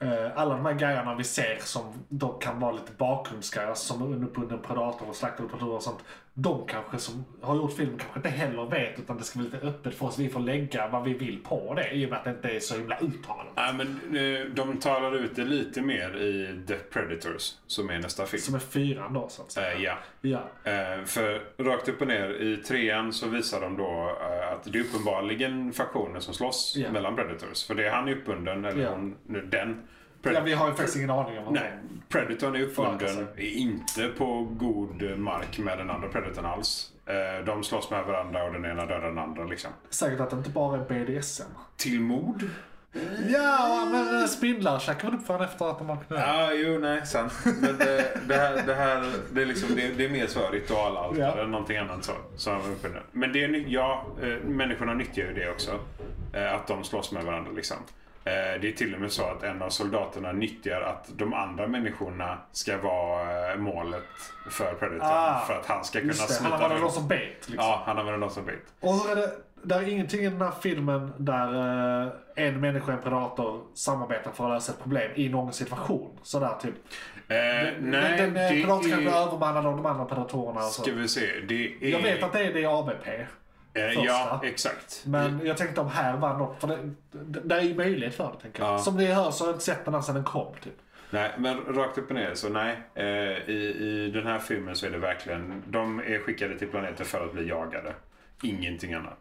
eh, alla de här grejerna vi ser som då kan vara lite bakgrundsgrejer som underbunden predator och slaktade predatorer och sånt. De kanske som har gjort filmen kanske inte heller vet utan det ska bli lite öppet för oss. Vi får lägga vad vi vill på det i och med att det inte är så himla uttalat. Nej, men eh, de talar ut det lite mer i The Predators, som är nästa film. Som är fyran då så att säga. Eh, ja. Ja. Eh, För rakt upp och ner i trean så visar de då eh, att det är uppenbarligen faktioner som slåss Ja. mellan Predators. För det är han är uppbunden, eller Ja. hon, den. ja, vi har ju faktiskt ingen aning om vad det Nej, är. Predatorn är Alltså. uppfunden inte på god mark med den andra Predatorn alls. Eh, De slåss med varandra och den ena dödar den andra. Liksom. Säkert att det inte bara är BDSM. Till mord Ja, men eh, spindlar käkar väl upp varandra efter att de har knullat? Ja, jo, nej, sant. Men det, det, här, det här, det är liksom, det, det är mer så här ritualaltare Ja. än någonting annat så. så har vi uppfunnit. men det är, ny- ja, eh, människorna nyttjar ju det också. Eh, Att de slåss med varandra liksom. Eh, Det är till och med så att en av soldaterna nyttjar att de andra människorna ska vara eh, målet för Predator. Ah, för att han ska kunna Just det, han smita har varit någon runt. som bet. Liksom. Ja, han använder dem som bit. Eh, Och hur är det, det är ingenting i den här filmen där eh, en människa och en predator samarbetar för att lösa ett problem i någon situation. Sådär typ. Eh, nej, den, den, det predatorn kan bli är... övermannad av de andra predatorerna. och så. Ska vi se. Det är... Jag vet att det är det i ABP. eh, Ja, första. exakt. Men jag tänkte om här vann något. För det, det, det är ju möjligt för det tänker jag. Ja. Som ni hör så har jag inte sett den här sedan den kom. Typ. Nej, men rakt upp och ner. Så nej, eh, i, i den här filmen så är det verkligen... De är skickade till planeten för att bli jagade. Ingenting annat.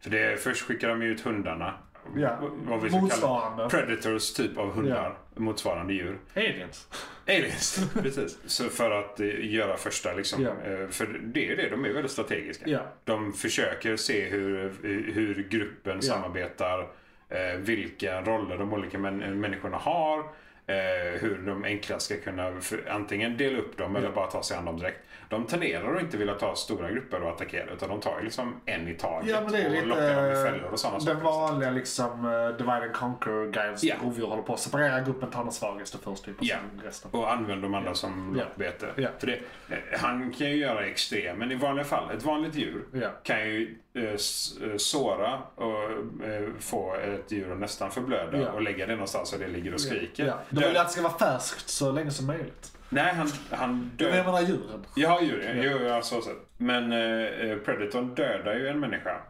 För det är, först skickar de ut hundarna. Ja. Vad vi ska kalla Motsvarande. Predators typ av hundar. Motsvarande djur. Aliens. Aliens, precis. Så för att eh, göra första liksom. Ja. Eh, För det är det, de är väldigt strategiska. Ja. De försöker se hur, eh, hur gruppen samarbetar, eh, vilka roller de olika män, människorna har, eh, hur de enklast ska kunna för, antingen dela upp dem eller bara ta sig an dem direkt. De tenderar att inte vilja ta stora grupper och attackera utan de tar ju liksom en i taget Ja men det är och lockar dem i lite fällor och sådana den saker. vanliga liksom eh, divide and conquer guides. Ja. Rovdjur håller på att separera gruppen, ta den svagaste först typ. Och Ja. sen resten. Och använder de andra som Ja. lockbete. Ja. För det, eh, han kan ju göra extrem, men i vanliga fall, ett vanligt djur Ja. kan ju eh, s- eh, såra och eh, få ett djur att nästan förblöda Ja. och lägga det någonstans där det ligger och skriker. Ja. De vill ju Dö- att det ska vara färskt så länge som möjligt. Nej, han, han Men dödar... jag menar djuren. Ja, djur. Jo, ja, så sett. Men eh, Predatorn dödar ju en människa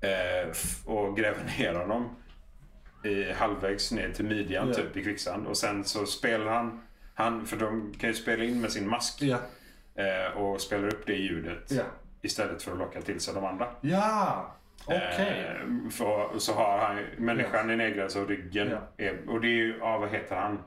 eh, f- och gräver ner honom i, halvvägs ner till midjan Ja. typ i kvicksand. Och sen så spelar han, han, för de kan ju spela in med sin mask Ja. eh, och spelar upp det ljudet Ja. istället för att locka till sig de andra. Ja. Okej. Eh, för, så har han ju- människan är nedgrävd så ryggen Ja. är, och det är ju, ja, vad heter han?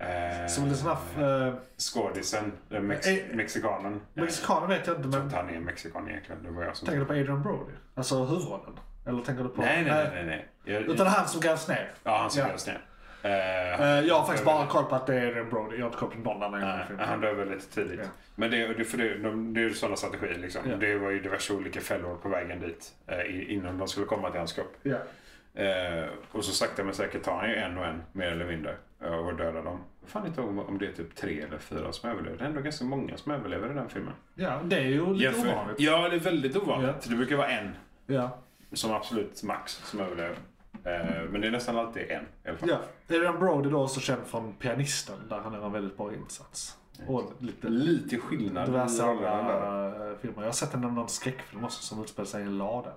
Eh, Som en sån här... eh, Skådisen, den mex, Eh, mexikanen. Mexikaner vet jag inte Jag tror men inte han är mexikan egentligen. Det var jag som... tänker du på Adrian Brody? Alltså huvudrollen? Eller tänker du på... Nej, nej, nej. nej, nej. Jag, Utan han som grävs ner? ja, han som Ja. grävs ner. Eh, Eh, Jag har faktiskt bara koll på att det är Adrian Brody. Jag har inte koll på någon annan i den här Nej, han filmen. dör väldigt tidigt. Ja. Men det, det, för det, de, det är ju sådana strategier. Liksom. Ja. Det var ju diverse olika fällor på vägen dit eh, i- innan de skulle komma till hans kropp. Ja. Eh, och så sakta men säkert tar han ju en och en, mer eller mindre, eh, och dödar dem. Jag fan inte om, om det är typ tre eller fyra som överlever. Det är ändå ganska många som överlever i den filmen. ja, det är ju lite Jämför- ovanligt. Ja, det är väldigt ovanligt. Det brukar vara en Ja. som absolut max som överlever. Eh, men det är nästan alltid en i alla fall. ja. Adrian Brody då också känd från Pianisten där han gör en väldigt bra insats. Och lite Lite skillnad i diverse rollerna andra där. eh, filmer. Jag har sett en någon skräckfilm också som utspelar sig i en lada.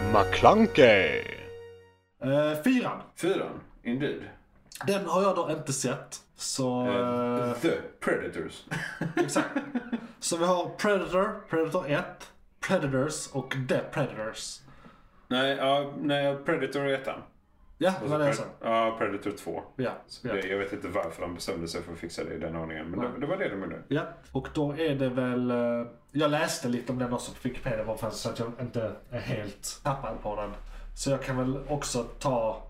McClunkey. Eh, Fyran. Fyran, indeed. Den har jag då inte sett. Så... eh, Eh, The Predators. Exakt. Så vi har Predator, Predator 1, Predators och The Predators. nej, ja, nej, Predator är ettan. Ja, det var det jag sa. Pred- Ja, Predator 2. Ja, ja. Det, jag vet inte varför de bestämde sig för att fixa det i den ordningen, men det, det var det de gjorde. ja. Och då är det väl... eh, Jag läste lite om den också på Wikipedia varför så att jag inte är helt tappad på den. Så jag kan väl också ta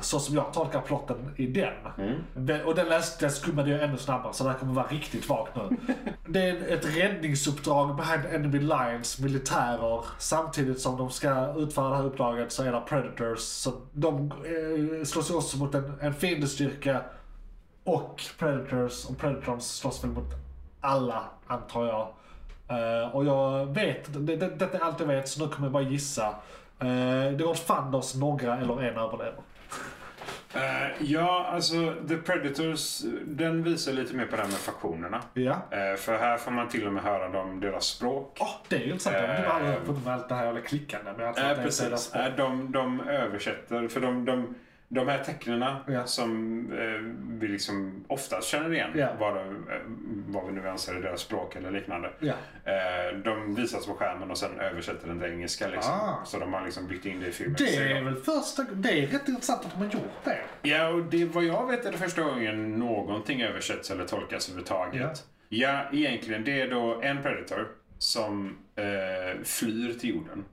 så som jag tolkar plotten i den. Den- Och den läste jag skummade jag ännu snabbare så det här kommer vara riktigt vagt nu. det är ett räddningsuppdrag behind enemy lines, militärer. Samtidigt som de ska utföra det här uppdraget så är det predators. Så de eh, slåss ju också mot en, en fiendestyrka och predators. Och predators slåss väl mot alla antar jag. Eh, och jag vet, det, det, detta är allt jag vet så nu kommer jag bara gissa. Eh, det går åt fanders några eller en överlever. Eh, ja, alltså The Predators, den visar lite mer på det här med faktionerna. Ja. Eh, för här får man till och med höra dem, deras språk. Åh, det är ju intressant. Jag har inte aldrig fått med allt det här jävla klickande. Men jag tror Nej, att det är ett jävla precis. språk. Nej, de, de översätter. För de, de, de här tecknena Ja. som eh, vi liksom oftast känner igen, Ja. vad, de, eh, vad vi nu anser är deras språk eller liknande, Ja. eh, de visas på skärmen och sen översätter den till engelska. Liksom. Ah. Så de har liksom byggt in det i filmen. Det är väl första Det är rätt intressant att de har gjort det. Ja, och det, vad jag vet är det första gången någonting översätts eller tolkas överhuvudtaget. Ja, egentligen. Det är då en predator som eh, flyr till jorden.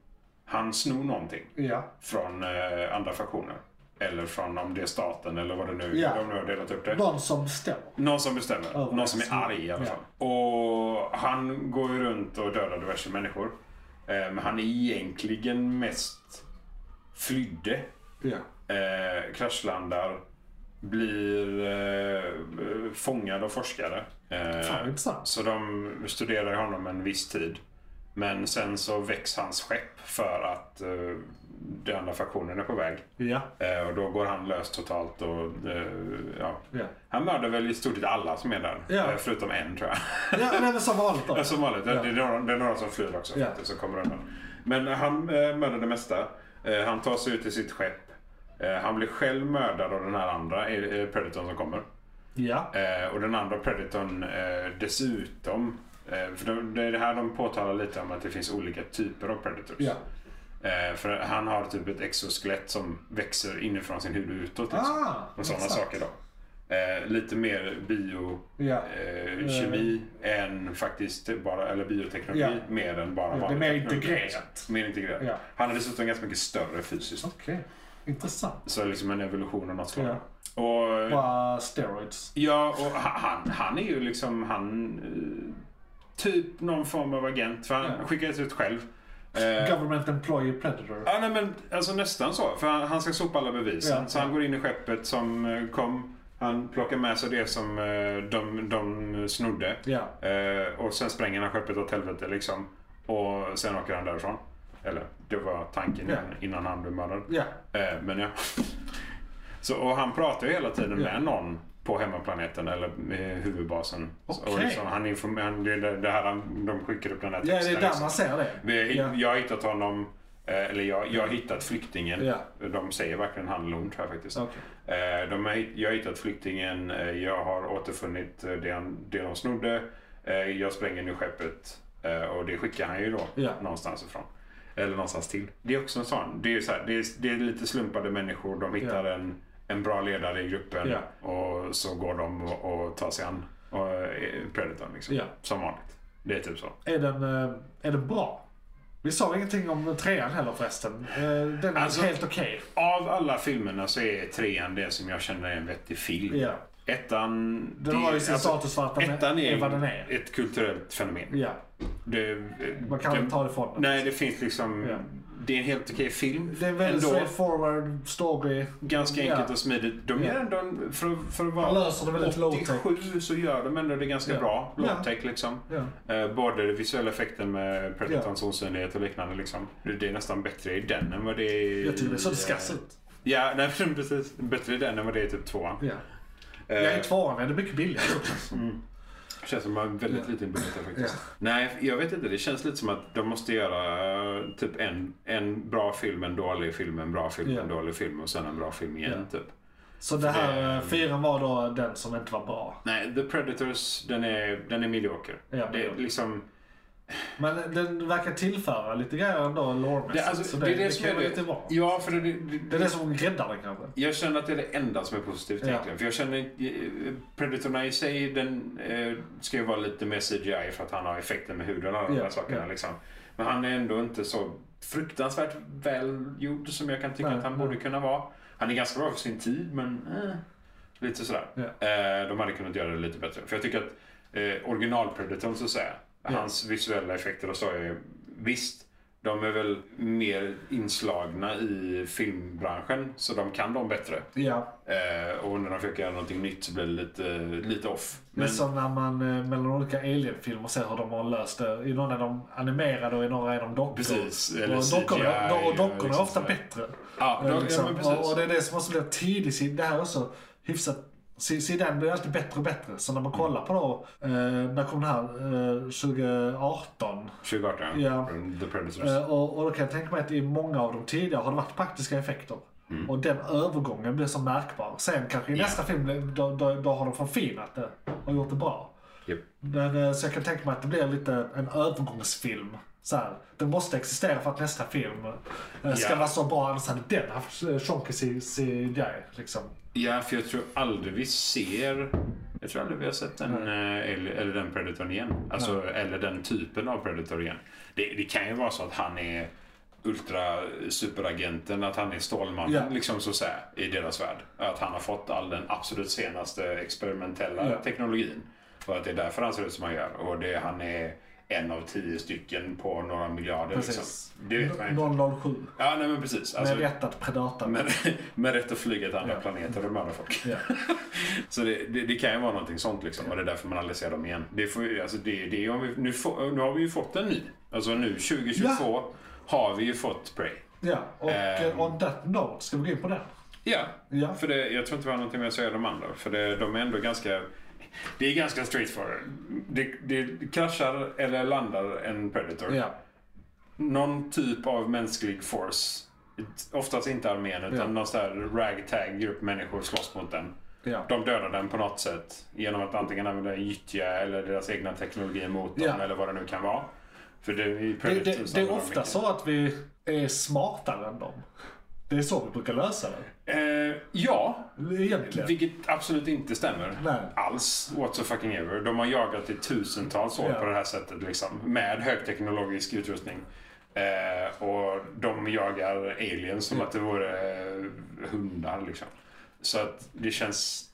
Han snor någonting Ja. från eh, andra fraktioner. Eller från om det är staten eller vad det nu Ja. de nu har delat upp det. Någon som står. Någon som bestämmer. Överraskning. Någon som är arg i alla Ja. fall. Och han går ju runt och dödar diverse människor. Eh, Men han är egentligen mest flydde. Ja. Eh, kraschlandar. Blir eh, fångad av forskare. Eh, Fan, intressant. så de studerar ju honom en viss tid. Men sen så väcks hans skepp för att eh, den andra fraktionen är på väg. Ja. Eh, och då går han lös totalt och eh, ja. Ja. Han mördar väl i stort sett alla som är där. Ja. Eh, Förutom en tror jag. Ja, men det är väl som vanligt då. Ja, Som vanligt. Det, är några, det är några som flyr också Ja. faktiskt och kommer undan. Men han eh, mördar det mesta. Eh, han tar sig ut till sitt skepp. Eh, han blir själv mördad av den här andra eh, predatorn som kommer. Ja. Eh, och den andra Predatorn eh, dessutom. Eh, för de, det är det här de påtalar lite om att det finns olika typer av Predators. Ja. Eh, för han har typ ett exoskelett som växer inifrån sin hud utåt. Liksom. Ah, och sådana intressant. saker då. Eh, lite mer bio Ja. eh, kemi än faktiskt bara, eller bioteknologi Ja. mer än bara det är vanlig mer teknologi. integrerat. Mer integrerat. Ja. Han är dessutom ganska mycket större fysiskt. Okej. Intressant. Så liksom en evolution av något slag. Och, Bara eh, steroids. Ja, och ha- han, han är ju liksom han eh, typ någon form av agent. För han Ja. skickades ut själv. Eh, Government employee predator. ja, nej, men, alltså nästan så. För han, han ska sopa alla bevisen. Ja. Så han går in i skeppet som eh, kom. Han plockar med sig det som eh, de, de snodde. Ja. Eh, och sen spränger han skeppet åt helvete liksom. Och sen åker han därifrån. Eller det var tanken Ja. innan- innan han blev mördad. Ja. Eh, men ja. Så, och han pratar ju hela tiden Ja. med någon på hemmaplaneten eller eh, huvudbasen. Okej. Och liksom, han informerar, han, det är det- det här han, de skickar upp den här Ja, det är där liksom. man ser det. Vi, Ja. Jag har hittat honom, eh, eller jag, jag har hittat flyktingen. Ja. De säger verkligen han eller hon tror jag faktiskt. Okej. Eh, de har, hit- jag har hittat flyktingen, eh, jag har återfunnit eh, det, han, det de snodde. Eh, jag spränger nu skeppet. Eh, och det skickar han ju då Ja. någonstans ifrån. Eller någonstans till. Det är också en sån. Det är, ju så här, det är, det är lite slumpade människor. De hittar en, en bra ledare i gruppen Ja. och så går de och, och tar sig an och, eh, Predatorn. Liksom. Ja. Som vanligt. Det är typ så. Är den, eh, är den bra? Vi sa ingenting om trean heller förresten. Eh, Den är Alltså- helt okej. Av alla filmerna så är trean det som jag känner är en vettig film. Ja. Ettan... Den har ju sin status för att den är- alltså ettan är, är vad den är. ett kulturellt fenomen. Ja. Det, Man kan det- inte ta det ifrån den. Nej, det finns liksom... Ja. Det är en helt okej film. Det är en väldigt ändå. straightforward story. Ganska enkelt Ja. och smidigt. De gör Ja. ändå, en, för, för att Man vara löser det väldigt low-tech. 87 så gör de ändå det ganska Ja. bra. Ja. Low-tech liksom. Ja. Eh, Både den visuella effekten med Predatorns Ja. osynlighet och liknande. Liksom. Det det är nästan bättre i den än vad det är i... Jag tycker det så det ska eh, se ut. Ja, nej, men precis. Bättre i den än vad det är i typ tvåan. Ja. Eh, Mm. Jag är tvåan, är det mycket billigare också. känns som att man har väldigt liten budget där faktiskt. Nej, jag vet inte. Det känns lite som att de måste göra eh, typ en, en bra film, en dålig film, en bra film, Ja. en dålig film och sen en bra film igen. Typ. Så det här eh, fyran var då den som inte var bra. Nej, The Predators, den är, den är medioker. Ja, det är medioker. liksom... Men den verkar tillföra lite grejer ändå loremässigt. Det, alltså, så det, det, är det, som kan är ju det. inte vara. Ja, för det, det, det, Det är det som räddar den kanske. Jag känner att det är det enda som är positivt Ja. egentligen. För jag känner eh, Predatorna i sig den eh, ska ju vara lite mer CGI för att han har effekter med huden och alla de Ja, där sakerna. ja. Liksom. Men han är ändå inte så fruktansvärt välgjord som jag kan tycka Nej, att han nej. borde kunna vara. Han är ganska bra för sin tid men eh, lite sådär. Ja. Eh, de hade kunnat göra det lite bättre. För jag tycker att eh, original-Predatorn så att säga, hans visuella effekter och så är visst de är väl mer inslagna i filmbranschen så de kan dem bättre. Ja. Eh, och när de försöker göra någonting nytt så blir det lite, lite off. Det är Men som när man eh, mellan olika alien-filmer ser hur de har löst det. I någon är de animerade och i några är de dockor. Precis, eller och dockorna, CGI, och dockorna liksom är ofta sådär. bättre. Ja, Eh, de- ja, liksom. men precis. och, och det är det som också blir tidigt. i- Det här är också hyfsat... Se- Zidane blir alltid bättre och bättre. Så när man kollar på då, eh, när kom den här? Eh, 2018. 2018, Ja. The Predators. Eh, och, och då kan jag tänka mig att i många av de tidigare har det varit praktiska effekter. Mm. Och den övergången blir så märkbar. Sen kanske i nästa film, då, då, då har de förfinat det och gjort det bra. Japp. Men, eh, så jag kan tänka mig att det blir lite en övergångsfilm. Så här, den måste existera för att nästa film eh, ska Ja. vara så bra, annars hade den haft eh, Shonky C- CGI. Liksom. Ja, för jag tror aldrig vi ser... Jag tror aldrig vi har sett den, eh, eller, eller den Predatorn igen. Alltså, eller den typen av Predator igen. Det, det kan ju vara så att han är ultra-superagenten, att han är Stålmannen Ja. liksom så så här, i deras värld. Att han har fått all den absolut senaste experimentella Ja. teknologin. Och att det är därför han ser ut som han gör. Och det, han är en av tio stycken på några miljarder. Precis. Liksom. Det vet man ju inte. 007. Ja, nej men precis. Alltså, Med rätt att predata. med, med rätt att flyga till andra planeter och mörda folk. Ja. Så det, det, det kan ju vara någonting sånt liksom. Och det är därför man aldrig ser dem igen. Det får, ju- alltså det, det, om vi, nu, får, nu har vi ju fått en ny. Alltså nu 2022 har vi ju fått Prey. ja. Och Ehm. um... on that note, ska vi gå in på den? Ja. Ja. För det, jag tror inte vi har någonting mer att säga om de andra. För det, de är ändå ganska... Det är ganska straightforward. Det, det kraschar eller landar en Predator. Ja. Någon typ av mänsklig force. Oftast inte armén utan Ja. någon sån här ragtag grupp människor slåss mot den. Ja. De dödar den på något sätt genom att antingen använda gyttja eller deras egna teknologi mot dem Ja. eller vad det nu kan vara. För det, i Det, Predators det, det är använder de ofta mycket. så att vi är smartare än dem. Det är så vi brukar lösa det. Eh, ja, Egentligen. vilket absolut inte stämmer Nej. alls. What the fucking ever. De har jagat i tusentals år Ja. på det här sättet liksom. Med högteknologisk utrustning. Eh, och de jagar aliens Mm. som att det vore eh, hundar liksom. Så att det känns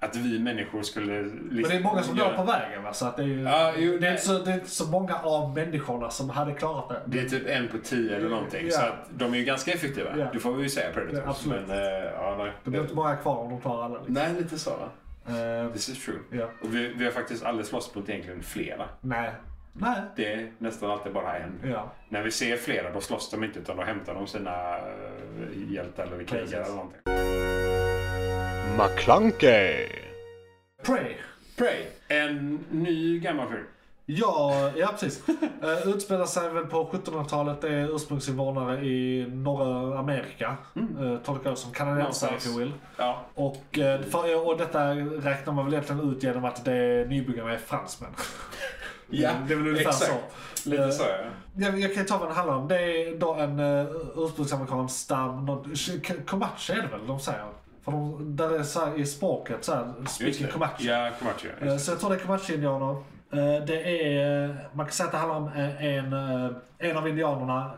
att vi människor skulle... Men det är många som dör på vägen va? Så att det, är ju, Ja, jo, det, är nej. inte så, det är inte så många av människorna som hade klarat det. Det är typ en på tio eller någonting. Ja. Så att de är ju ganska effektiva. Ja. Det får vi ju säga Predators. Ja, absolut. Men, eh, ja, nej. Det blir inte många kvar om de klarar alla. Liksom. nej, lite så. va? Ehm, This is true. ja. Och vi, vi har faktiskt aldrig slåss mot egentligen flera. Nej. Nej. Det är nästan alltid bara en. Ja. När vi ser flera då slåss de inte utan då hämtar de sina eh, hjältar eller krigare Precis. eller någonting. McClunkey. Prey. Prey. En ny gammal film. Ja, ja precis. Eh, utspelar sig väl på 1700-talet, är ursprungsinvånare i norra Amerika. Eh, tolkar jag som kanadensare if Mm. Någonstans. you will. Ja. Och, eh, för, och detta räknar man väl egentligen ut genom att det nybyggarna är fransmän. det är väl ungefär så. Lite Eh, så ja. Jag, jag kan ju ta vad den handlar om. Det är då en uh, ursprungsamerikansk stam, någon- sh- k- Comanche är det väl de säger? För de, där är så här, i språket så här, Just speaking det. Comanche. Ja, Comanche. ja, Eh, just Så jag tror det är Comanche-indianer. Eh, Det är, eh, man kan säga att det handlar om eh, en, eh, en av indianerna,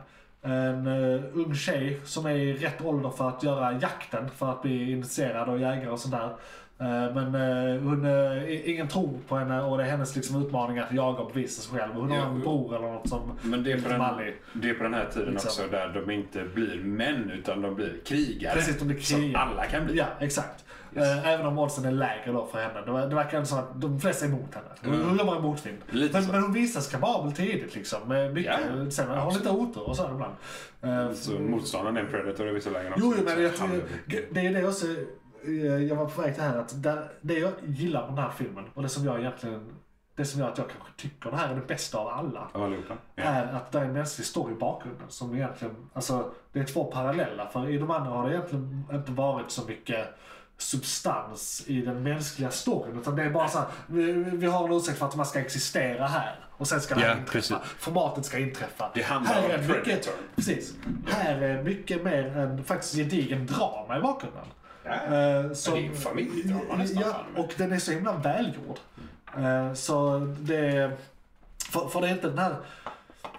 en eh, ung tjej som är i rätt ålder för att göra jakten, för att bli initierad och jägare och sånt där. Eh, Men eh, hon, eh, i- ingen tror på henne och det är hennes liksom utmaning att jaga och bevisa sig själv. Hon har Ja, en och- bror eller något som Men det är, på lite den, mallig. det är på den här tiden Liksom. också där de inte blir män utan de blir krigare. Precis, de blir Som krigare. alla kan bli. Ja, exakt. Eh, Även om oddsen är lägre då för henne. Det, ver- det verkar som att de flesta är emot henne. Hon hon jobbar i motvind. Mm. Lite Men, så. men hon visas kapabel tidigt liksom. Med mycket, Ja, Mm. sen, hon har lite otur och så här ibland. Eh, Så motståndaren är en predator visserligen också. Jo, jo, men jag, Han- det är det också eh, jag var på väg till här. Att där, det jag gillar med den här filmen och det som jag egentligen det som gör att jag kanske tycker det här är det bästa av alla Av allihopa. Ja. är att det är en mänsklig story i bakgrunden som egentligen, alltså det är två parallella för i de andra har det egentligen inte varit så mycket substans i den mänskliga storyn utan det är bara så här, vi, vi har en ursäkt för att man ska existera här och sen ska det Ja, här inträffa. precis. Formatet ska inträffa. Det handlar här om är mycket- Predator. Precis. Här är mycket mer en faktiskt gedigen drama i bakgrunden. Eh, så- det är ju en familjedrama nästan, Ja, fan, men- och den är så himla välgjord. Eh, så det är... För, för det är inte den här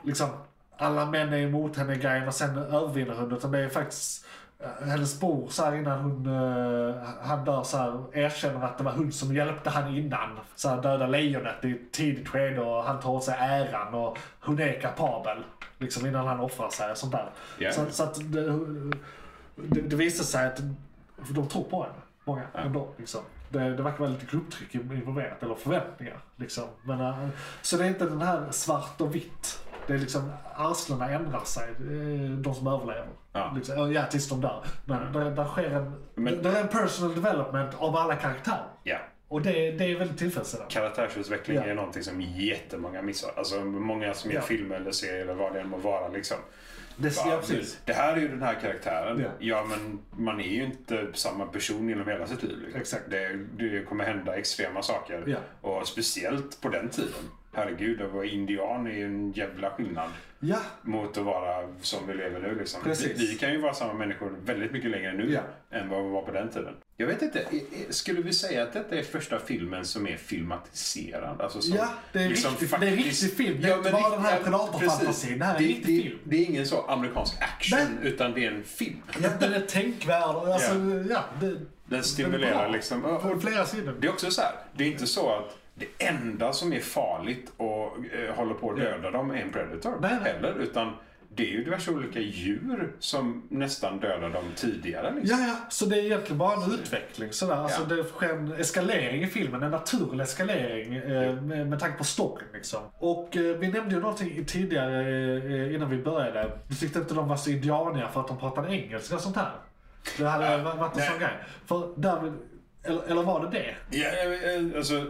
liksom, alla män är emot henne grejen och sen övervinner hon. Utan det är faktiskt eh, hennes bror så här innan hon, eh, han dör så här, erkänner att det var hon som hjälpte han innan. Så här, döda lejonet i ett tidigt skede och han tar åt sig äran och hon är kapabel. Liksom innan han offrar sig och sånt där. Ja. Så, så att det, det, det visar sig att de tror på henne. Många ändå. Liksom. Det, det verkar vara lite grupptryck involverat, eller förväntningar. Liksom. Men, eh, så det är inte den här svart och vitt. Det är liksom arslena ändrar sig, eh, de som överlever. Ja. Mm. Liksom, eh, ja, tills de dör. Men där, där sker en, Men- där är en personal development av alla karaktärer. ja. Och det, det är väldigt tillfredsställande. Karaktärsutveckling Ja. är någonting som jättemånga missar. Alltså många som gör Ja. filmer eller serier eller vad det än må vara liksom. Det, Bara, ja, precis. Det här är ju den här karaktären. Ja. Ja. men man är ju inte samma person genom hela sitt liv. Liksom. Exakt. Det, det kommer hända extrema saker. Ja. Och speciellt på den tiden. herregud, att vara indian är ju en jävla skillnad Ja, mot att vara som vi lever nu. Liksom. Precis. Vi, vi kan ju vara samma människor väldigt mycket längre nu Ja. än vad vi var på den tiden. Jag vet inte, i- i- skulle vi säga att detta är första filmen som är filmatiserad? Alltså som, Ja, det är riktigt- det är riktig film. Det är inte bara den här rikt- ja, predatorfantasin. precis. Det här är det, riktig det, film. Det är ingen så amerikansk action, Nej. utan det är en film. ja den är tänkvärd. och Alltså, ja, det, Den stimulerar bra. liksom. och- på och- flera sidor. Det är också så här, det är inte så att det enda som är farligt och eh, håller på att döda dem är en predator Nej, nej. heller. Utan det är ju diverse olika djur som nästan dödar dem tidigare. Liksom. Ja, ja, så det är egentligen bara en utveckling. Sådär. Alltså, Ja. Det sker en eskalering i filmen, en naturlig eskalering eh, med, med tanke på storyn. Liksom. Och eh, vi nämnde ju någonting tidigare eh, innan vi började. Du tyckte inte de var så indianiga för att de pratade engelska och sånt här. Det hade Äh, varit en nej. sån grej. För därmed, eller, eller var det det? Ja, eh, eh, alltså, eh,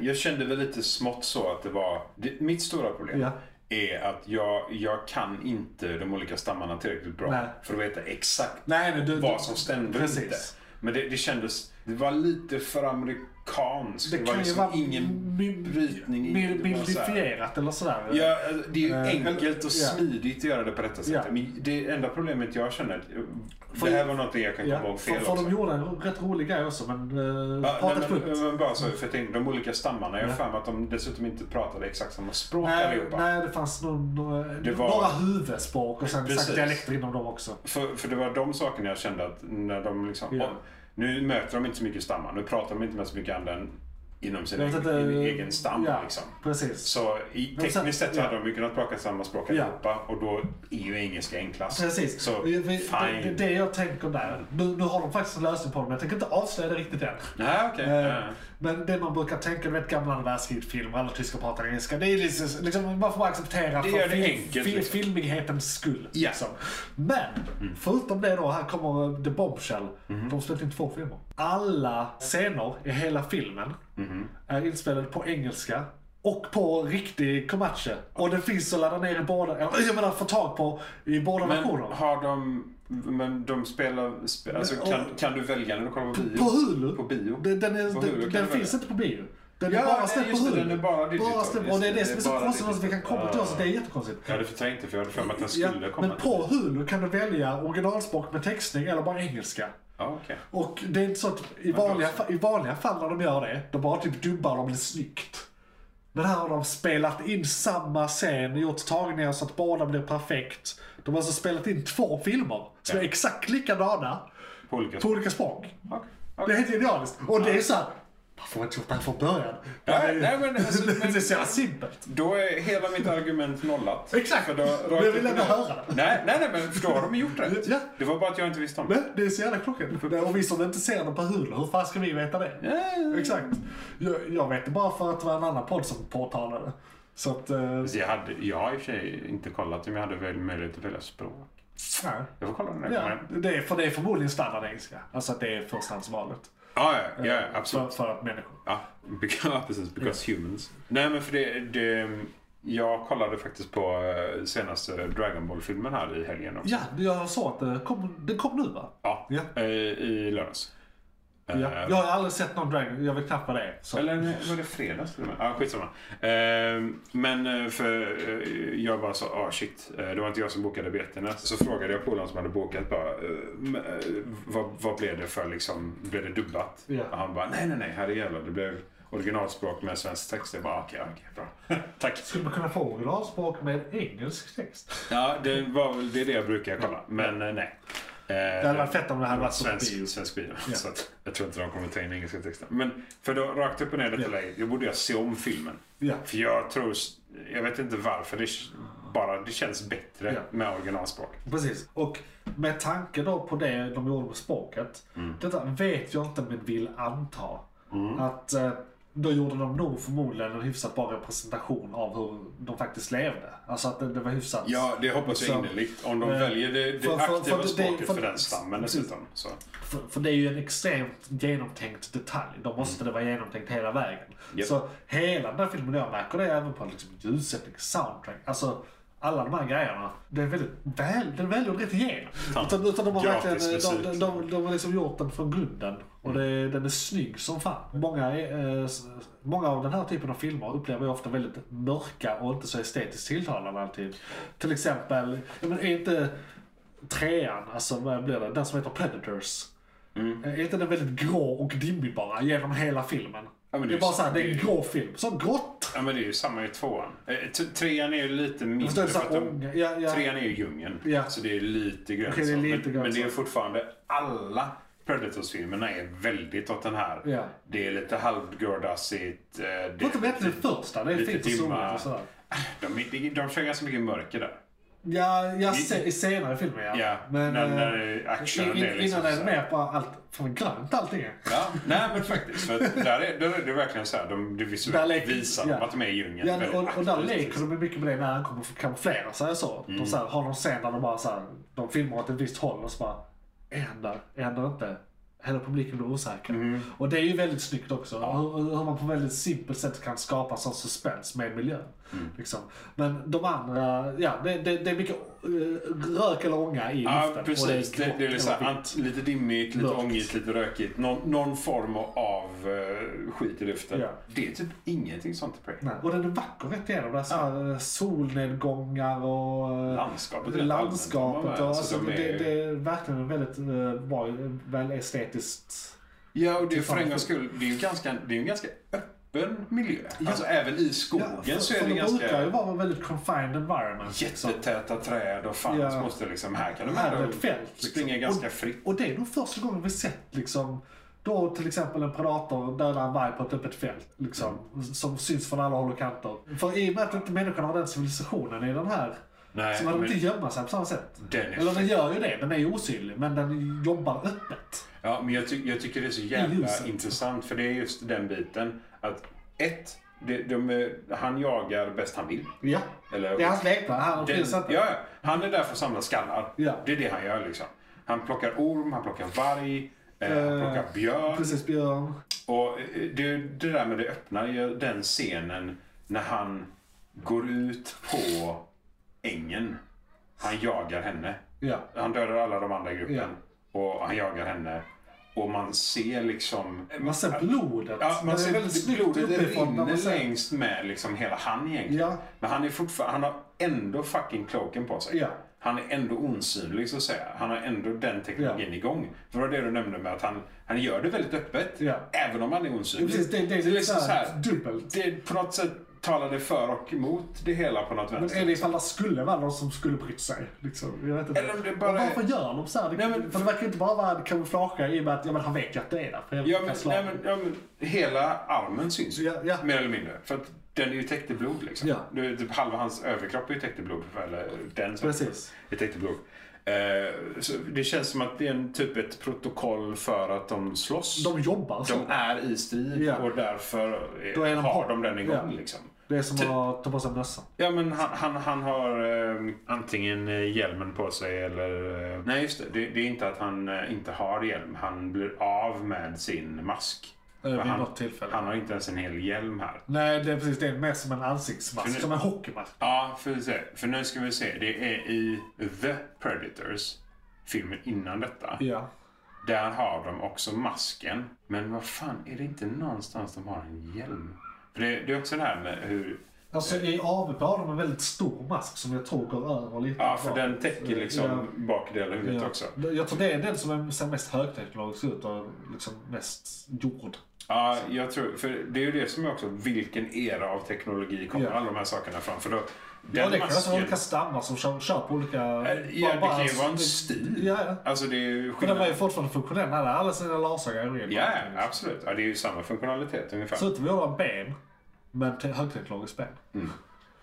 jag kände väl lite smått så att det var... Det, mitt stora problem Ja. är att jag, jag kan inte de olika stammarna tillräckligt bra Nej. för att veta exakt Nej, nej, du- vad som stämde och Precis. inte. Men det, det kändes... Det var lite för amerikanskt. Det Det, var kan ju liksom vara ingen mi- brytning. i- Mer det var så här- bildifierat eller sådär. Ja, alltså, det är ju Eh, enkelt ja. och smidigt att göra det på detta sättet. Ja. Men det enda problemet jag känner, För- det här var något jag kan komma Ja, ihåg för, fel för också. de gjorde en rätt rolig grej också, men eh, Ja, pratet nej, sjukt. men, men bara så, för jag tänkte, de olika stammarna, jag har Ja. för mig att de dessutom inte pratade exakt samma språk Nej, allihopa. nej, det fanns nog några, Det var- några huvudspråk och sen Precis. sagt dialekter inom dem också. För, för det var de sakerna jag kände att när de liksom, Ja. om- nu möter de inte så mycket stammar, nu pratar de inte med så mycket andra än inom sin Jag vet egen, inte, egen stam. ja, Liksom. Precis. Så i, Men sen- tekniskt sett så ja. hade de ju kunnat prata samma språk Ja. allihopa och då är ju engelska enklast. Precis. Så Vi- vi- fine. det, det jag tänker där, nu, nu har de faktiskt en lösning på det, men jag tänker inte avslöja det riktigt än. Nej, okej. Eh, Ja. Men det man brukar tänka, du vet gamla andra världskrigsfilmer, alla tyskar pratar engelska. Det är liksom, liksom, man får bara acceptera Det för gör det fil- enkelt, fil- liksom. filmighetens skull. Ja. Mm. Liksom. Men, förutom det då, här kommer eh, The Bombshell. Mm-hmm. De släppte in två filmer. Alla scener i hela filmen Mm-hmm. är inspelade på engelska. Och på riktig Comanche. Och den finns att ladda ner i båda, eller jag menar få tag på i båda Men versionerna. har de... Men de spelar... Spel, alltså, Men, och- kan, kan du välja när du kollar på bio? På Hulu. På bio? Den, den, är, På den, Hulu den, kan du finns välja. inte på bio. Den är Ja, bara nej, släppt på just det, Hulu. den är bara digital, släppt- och just det är det, det det som är är så bara konstigt att vi kan digital. komma till oss. Det är jättekonstigt. Ja, det förträngt det för jag hade för mig att den Ja, skulle komma men till på bio. Hulu kan du välja originalspråk med textning eller bara engelska. Ja, okej. Och det är inte så att i då vanliga, så. fa- i vanliga fall när de gör det, de bara typ dubbar dem lite snyggt. Men här har de spelat in samma scen, gjort tagningar så att båda blir perfekt. De har alltså spelat in två filmer som är Ja. exakt likadana På olika på språk. olika språk. Okej, Det är okej. helt idealiskt. Och det är så här, varför har jag inte gjort det här från början? Ja, Det är- nej, men alltså, det är men- så jävla simpelt. Då är hela mitt argument nollat. Exakt. För då, rakt Men jag vill upp och ändå ner. höra. Nej, nej, nej, men för då har de gjort rätt. Ja. Det var bara att jag inte visste om Nej, det. det är så jävla klockrent. Nej, Och vi som inte ser det på Hulu, hur fan ska vi veta det? Ja. Exakt. Jag, jag vet det bara för att det var en annan podd som påtalade det. Så att... Eh, Så Jag, hade, jag har i och för sig inte kollat om jag hade väl möjlighet att välja språk. nej. Jag får kolla när jag Ja, kommer hem. det, är, för det är förmodligen standard engelska. Alltså att det är förstahandsvalet. Ja, ja, ja, absolut. För, för att människor. Ja, because, ja, precis. Because humans. Nej, men för det, det... Jag kollade faktiskt på eh, senaste Dragon Ball-filmen här i helgen också. Ja, jag sa att det kom, det kom nu va? Ja, Ja. eh, I lördags. Ja. Jag har aldrig sett någon Dragon, jag vet knappt vad det är. Så. Eller nej, var det fredags till och med? Ja, skitsamma. Eh, Men eh, för eh, jag bara sa, ah shit, eh, det var inte jag som bokade biljetterna. Så frågade jag polaren som hade bokat bara, eh, men, eh, vad, vad blev det för liksom, blev det dubblat? Ja. Och han bara, nej nej nej, herrejävlar, det blev originalspråk med svensk text. Jag bara, okej, okej, bra. Tack. Skulle man kunna få originalspråk med engelsk text? Ja, det, var, väl- det är det jag brukar kolla. Men eh, nej. Det hade varit fett om det hade varit så på bio. svensk, svensk bio. Ja. Så att, jag tror inte de kommer ta in engelska texten. Men för då, rakt upp och ner detta Ja. läge. Då borde jag se om filmen. Ja. För jag tror... Jag vet inte varför. Det, bara, det känns bättre Ja. med originalspråk. Precis. Och med tanke då på det de gjorde med språket. Mm. Detta vet jag inte men vill anta. Att eh, då gjorde de nog förmodligen en hyfsat bra representation av hur de faktiskt levde. Alltså att det, det var hyfsat. Ja, det hoppas jag Så- innerligt. Om de Eh, väljer det, det för- för- för aktiva det- det- språket för- för, den stammen dessutom. Så. För, för det är ju en extremt genomtänkt detalj. Då måste det vara genomtänkt hela vägen. Mm. Japp. Så hela den här filmen, jag märker det även på liksom ljussättning, soundtrack. Alltså alla de här grejerna. Det är väldigt väl, det är välgjord rätt igenom. Utan, utan de har Gratis verkligen eh, de, de, musik. Mm. de, de har liksom gjort den från grunden. Och det, den är snygg som fan. Många, eh, s- många av den här typen av filmer upplever jag ofta väldigt mörka och inte så estetiskt tilltalande alltid. Till exempel, jag men är inte trean, alltså vad blir det, den som heter Predators. Mm. Eh, Är inte den väldigt grå och dimmig bara genom hela filmen? Ja, det men det är är bara ju- såhär, det är en det är- grå film. Så grått! Ja men det är ju samma i tvåan. Eh, t- trean är ju lite Förstår mindre. du, så Mm, För här att de, ånga- ja, ja. Trean är ju djungeln. Ja. Så det är lite grann Okej, det är så. lite men, grann men det är så. fortfarande alla Predators-filmerna är väldigt åt den här. Ja. Det är lite halvgårdassigt. eh, Det Det låter bättre än första, det är lite fint och soligt dimma. och sådär. De, är- de, de kör ganska mycket mörker där. Ja, jag se, i senare filmer ja. Ja, när- när det är eh, action, in, det är liksom innan är det så mer bara allt från grönt allting. är. Ja, nej men faktiskt. För att där är, där är det verkligen så här. De, det Där visuellt leker- visar ja. att de är i djungeln. Ja, väldigt och, och där aktivt. leker de mycket med det när han kommer för att kamouflera sig och så. Mm. De så här, har någon scen där de bara så här, de filmar åt ett visst håll och så bara, är han där? Är han där inte? Hela publiken blir osäker. Mm. Och det är ju väldigt snyggt också. Hur, hur man på väldigt simpelt sätt kan skapa sån suspens med miljön. Mm. Liksom. Men de andra, ja det, det, det är mycket eh, rök eller ånga i Ja, luften. och precis. Det, det, grått är lite så här, hela ant- lite dimmigt, lite Mörkt. ångigt, lite rökigt. Någon, någon form av eh, skit i luften. Ja. Det är typ ingenting sånt i Prey. Nej, Och den är vacker rätt igenom. Det är så här, eh, Solnedgångar och eh, Landskapet rent allmänt, de landskapet. var Och, med. alltså, Så de det, är- det är verkligen en väldigt eh, bra, väl estetiskt. Ja, och det är Till för en fan. gångs skull, det är ju ganska, det är en ganska öppen miljö. Alltså även i skogen för, så är för det de brukar ju ganska vara en väldigt confined environment. liksom. jättetäta träd och fan Ja. så måste liksom, här kan de Här är här ett fält. liksom. springa ganska fritt. Och, och det är nog första gången vi sett liksom då till exempel en predator dödar en varg på ett öppet fält. Liksom, Som syns från alla håll och kanter. För i och med att inte människan har den civilisationen i den här Nej, så man men- inte gömma sig på samma sätt. Den är Eller den gör ju det, den är ju osynlig. Men den jobbar öppet. Ja, men jag, ty- jag tycker det är så jävla ljuset. intressant för det är just den biten att ett, det, de, eh, han jagar bäst han vill. Ja. Eller- det är hans lekplan, han Den, finns inte. ja, ja. han är där för att samla skallar. Ja. Det är det han gör liksom. Han plockar orm, han plockar varg, eh, han Eh, plockar björn. Precis, Björn. Och eh, det, det där med det öppna, ju den scenen när han går ut på ängen. Han jagar henne. Ja. Han dödar alla de andra i gruppen. Och han jagar henne. Och man ser liksom... Man ser blodet. Ja, man Det är ser väldigt väldigt snyggt blodet det uppifrån när man rinner ser- längst med liksom hela han egentligen. Ja. Men han är fortfarande, han har ändå fucking kloken på sig. Ja. Han är ändå osynlig så att säga. Han har ändå den teknologin igång. För det var det du nämnde med att han, han gör det väldigt öppet. Ja. Även om han är Ja, osynlig. precis, det, det, är liksom så här, dubbelt. det, på något sätt talar det för och emot det hela på något Men vänster. är det ifall det skulle vara någon som skulle brytt sig? Liksom? Jag vet inte. Eller om det bara Och varför är- gör de så här? Det, Nej, men- för det verkar ju inte bara vara en kamouflage i och med att ja, men han vet ju att det är där. För jag Ja kan men, slå- nej, men, ja, men hela armen syns ju. Ja, ja. Mer eller mindre. För att den är ju täckt i blod liksom. Ja. Det är typ halva hans överkropp är ju täckt i blod. Eller den som Precis. är täckt i blod. Eh, så det känns som att det är en, typ ett protokoll för att de slåss. De jobbar så. De är i strid Ja. och därför eh, Då är de har på. de den igång Ja. liksom. Det är som Ty- att ta på sig mössan. Ja men han, han, han har eh, antingen eh, hjälmen på sig eller... Eh, nej just det. det, det är inte att han eh, inte har hjälm. Han blir av med sin mask. Eh, vid För han, något tillfälle. han har inte ens en hel hjälm här. Nej, det är precis. Det är mer som en ansiktsmask. För nu- Som en hockeymask. Ja, för, se, för nu ska vi se. Det är i The Predators, filmen innan detta. Ja. Där har de också masken. Men vad fan, är det inte någonstans de har en hjälm? För det, det är också det här med hur... Alltså i AVP har de en väldigt stor mask som jag tror går över lite. Ja, för den täcker liksom Ja. bakdelen av huvudet också. Jag tror det är den som ser mest högteknologisk ut och liksom mest jord. Ja, jag tror, för det är ju det som är också, vilken era av teknologi kommer Ja. alla de här sakerna fram? För då, ja, den det kan vara masken, olika stammar som kör, kör på olika... ja, det kan ju vara en stil. Ja, ja. Alltså det är ju Men den var ju skillnad. fortfarande funktionell. Den hade alla sina lasergrejer i den. Ja, absolut. Ja, det är ju samma funktionalitet ungefär. Ser ut att vara en ben, men till högteknologiskt ben.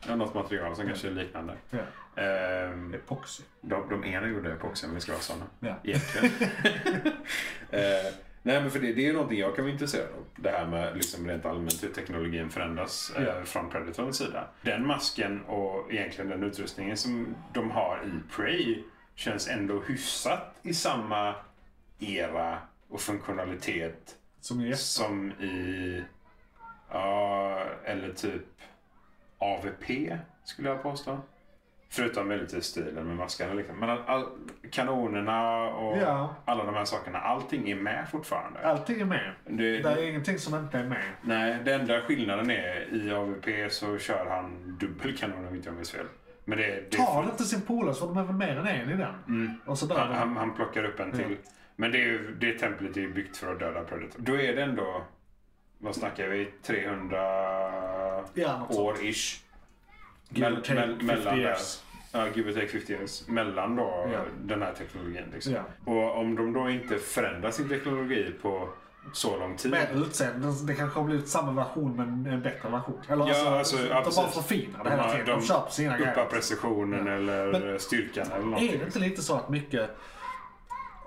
Ja, något material som kanske är liknande. Ja. Ehm, Epoxy. de, de ena gjorde epoxi om vi ska vara sådana. Ja. Egentligen. Ehm, nej men för det, det är någonting jag kan vara intresserad av. Det här med liksom rent allmänt hur teknologin förändras eh, Ja. från Predatorns sida. Den masken och egentligen den utrustningen som de har i Prey känns ändå hyfsat i samma era och funktionalitet Som är som i... Ja, eller typ AVP skulle jag påstå. Förutom möjligtvis stilen med maskarna. Liksom. Men all, all, kanonerna och Ja. alla de här sakerna. Allting är med fortfarande. Allting är med. Det- Det är ingenting som inte är med. Nej, den enda skillnaden är i AVP så kör han dubbelkanon om inte jag minns fel. Men det, Mm. det Tar han inte sin polare så får de är väl mer än en i den. Och så dör han, de. han, han plockar upp en till. Men det, är, ju- det templet är ju byggt för att döda Predator. Då är det ändå, vad snackar vi, 300 Ja, något sånt. år-ish. Give or take 50 där. years. Ja, give or take 50 years. Mellan då Ja. den här teknologin. Liksom. Ja. Och om de då inte förändrar sin teknologi på så lång tid. Mer utseende. Det kanske har blivit samma version men en bättre version. Eller Ja, alltså, ja, de precis. bara förfinar det hela har- tiden. De, kör på sina Uppar grejer. precisionen eller Men- styrkan eller någonting. Är det inte lite så att mycket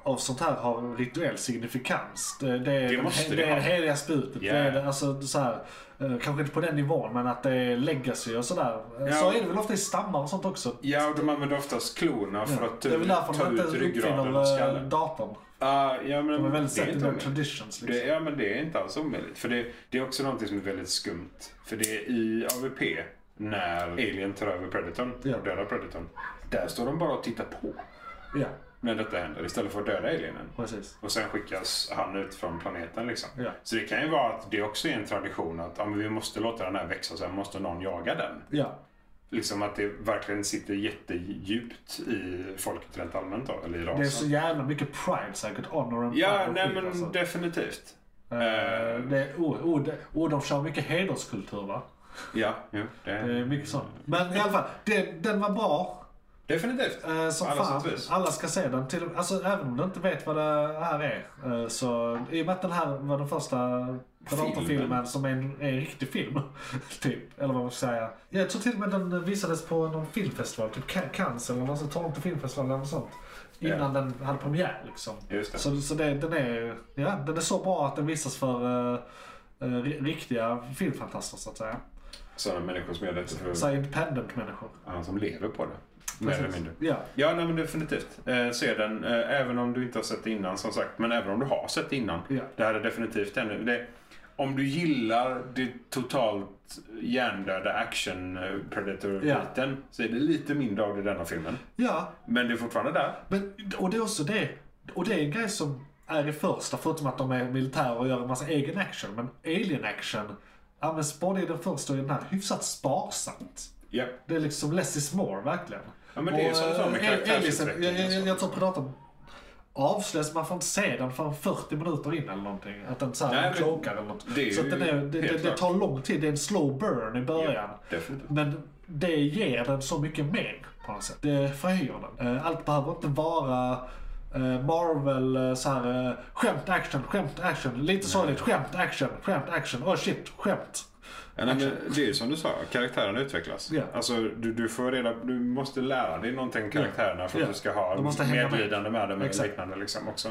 av sånt här har rituell signifikans? Det, det är, Det måste det, det är ha. det heliga spjutet. Ja. Det är, det- alltså, så här, eh, kanske inte på den nivån, men att det är legacy och sådär. Eh, Ja. Så är det väl ofta i stammar och sånt också. Ja, och de använder oftast klorna för att det är väl ta, därför ta de inte ut ryggraden och uppfinner eh, skallen. datorn. Ah, ja, men De är väldigt det är set in inte their omöjligt. traditions. Liksom. Det, ja, men det är inte alls omöjligt. För det, det är också någonting som är väldigt skumt. För det är i AVP, när Alien tar över Predatorn Ja. och dödar Predatorn. Där står de bara och tittar på Ja, när detta händer istället för att döda alienen. precis. Och sen skickas han ut från planeten. Liksom. Ja. Så det kan ju vara att det också är en tradition att ja, men vi måste låta den här växa, sen måste någon jaga den. Ja, Liksom att det verkligen sitter jättedjupt i folket rent allmänt då, eller i rasen. det är så jävla mycket pride säkert. Honor and Alltså. Ja, pride och nej skit, men alltså. definitivt. Eh, det är, oh, oh, det, oh, de kör mycket hederskultur va? Eh, Ja, jo, Det det. är mycket sånt. Men i alla fall, det, den var bra. Definitivt. Eh, som Alla fan, sätt och vis. alla ska se den. Till, alltså, även om du inte vet vad det här är. eh, Så, I och med att den här var den första predatorfilmen som är en, är en riktig film. Typ, eller vad man ska säga. Jag tror till och med den visades på någon filmfestival, typ Can- Cannes eller någon sån Toronto filmfestival eller något sånt. Innan den hade premiär liksom. Just det. Så, så det, den, är, ja, den är så bra att den visas för eh, eh, ri- riktiga filmfantaster så att säga. Mm. Sådana människor som gör detta för Så här independent människor. han som lever på det. Mer eller mindre. Ja. Ja, nej, men definitivt. Eh, se den, eh, även om du inte har sett det innan som sagt. Men även om du har sett det innan. Ja. Det här är definitivt en... Det, om du gillar det totalt hjärndöda action eh, predator-biten så är det lite mindre av det i denna filmen. ja, Men det är fortfarande där. Men, och det är också det. Och det är en grej som är i första, förutom att de är militärer och gör en massa egen action. Men alien action används både i den första och i den här hyfsat sparsamt. Ja. Det är liksom less is more, verkligen. Ja, men det är ju som du sa med eh, Alien- karaktärsutveckling jag, och jag, sånt. jag tror Predatorn avslöjas, man får inte se den förrän 40 minuter in eller någonting. Att den Nej, såhär men klokar eller något. det är Så att ju den är, det, helt det, det klart. tar lång tid, det är en slow burn i början. definitivt. Men det ger den så mycket mer på något sätt. Det förhöjer den. Eh, Allt behöver inte vara eh, Marvel eh, så här eh, skämt action, skämt action, lite sorgligt, skämt action, skämt action, oh shit, skämt. Ja, nej, men det är ju som du sa, karaktären utvecklas. Ja. Alltså, du, du, får reda, du måste lära dig någonting om karaktärerna för att Ja. du ska ha De måste hänga med. medlidande med dem eller Exakt. liknande. Liksom också.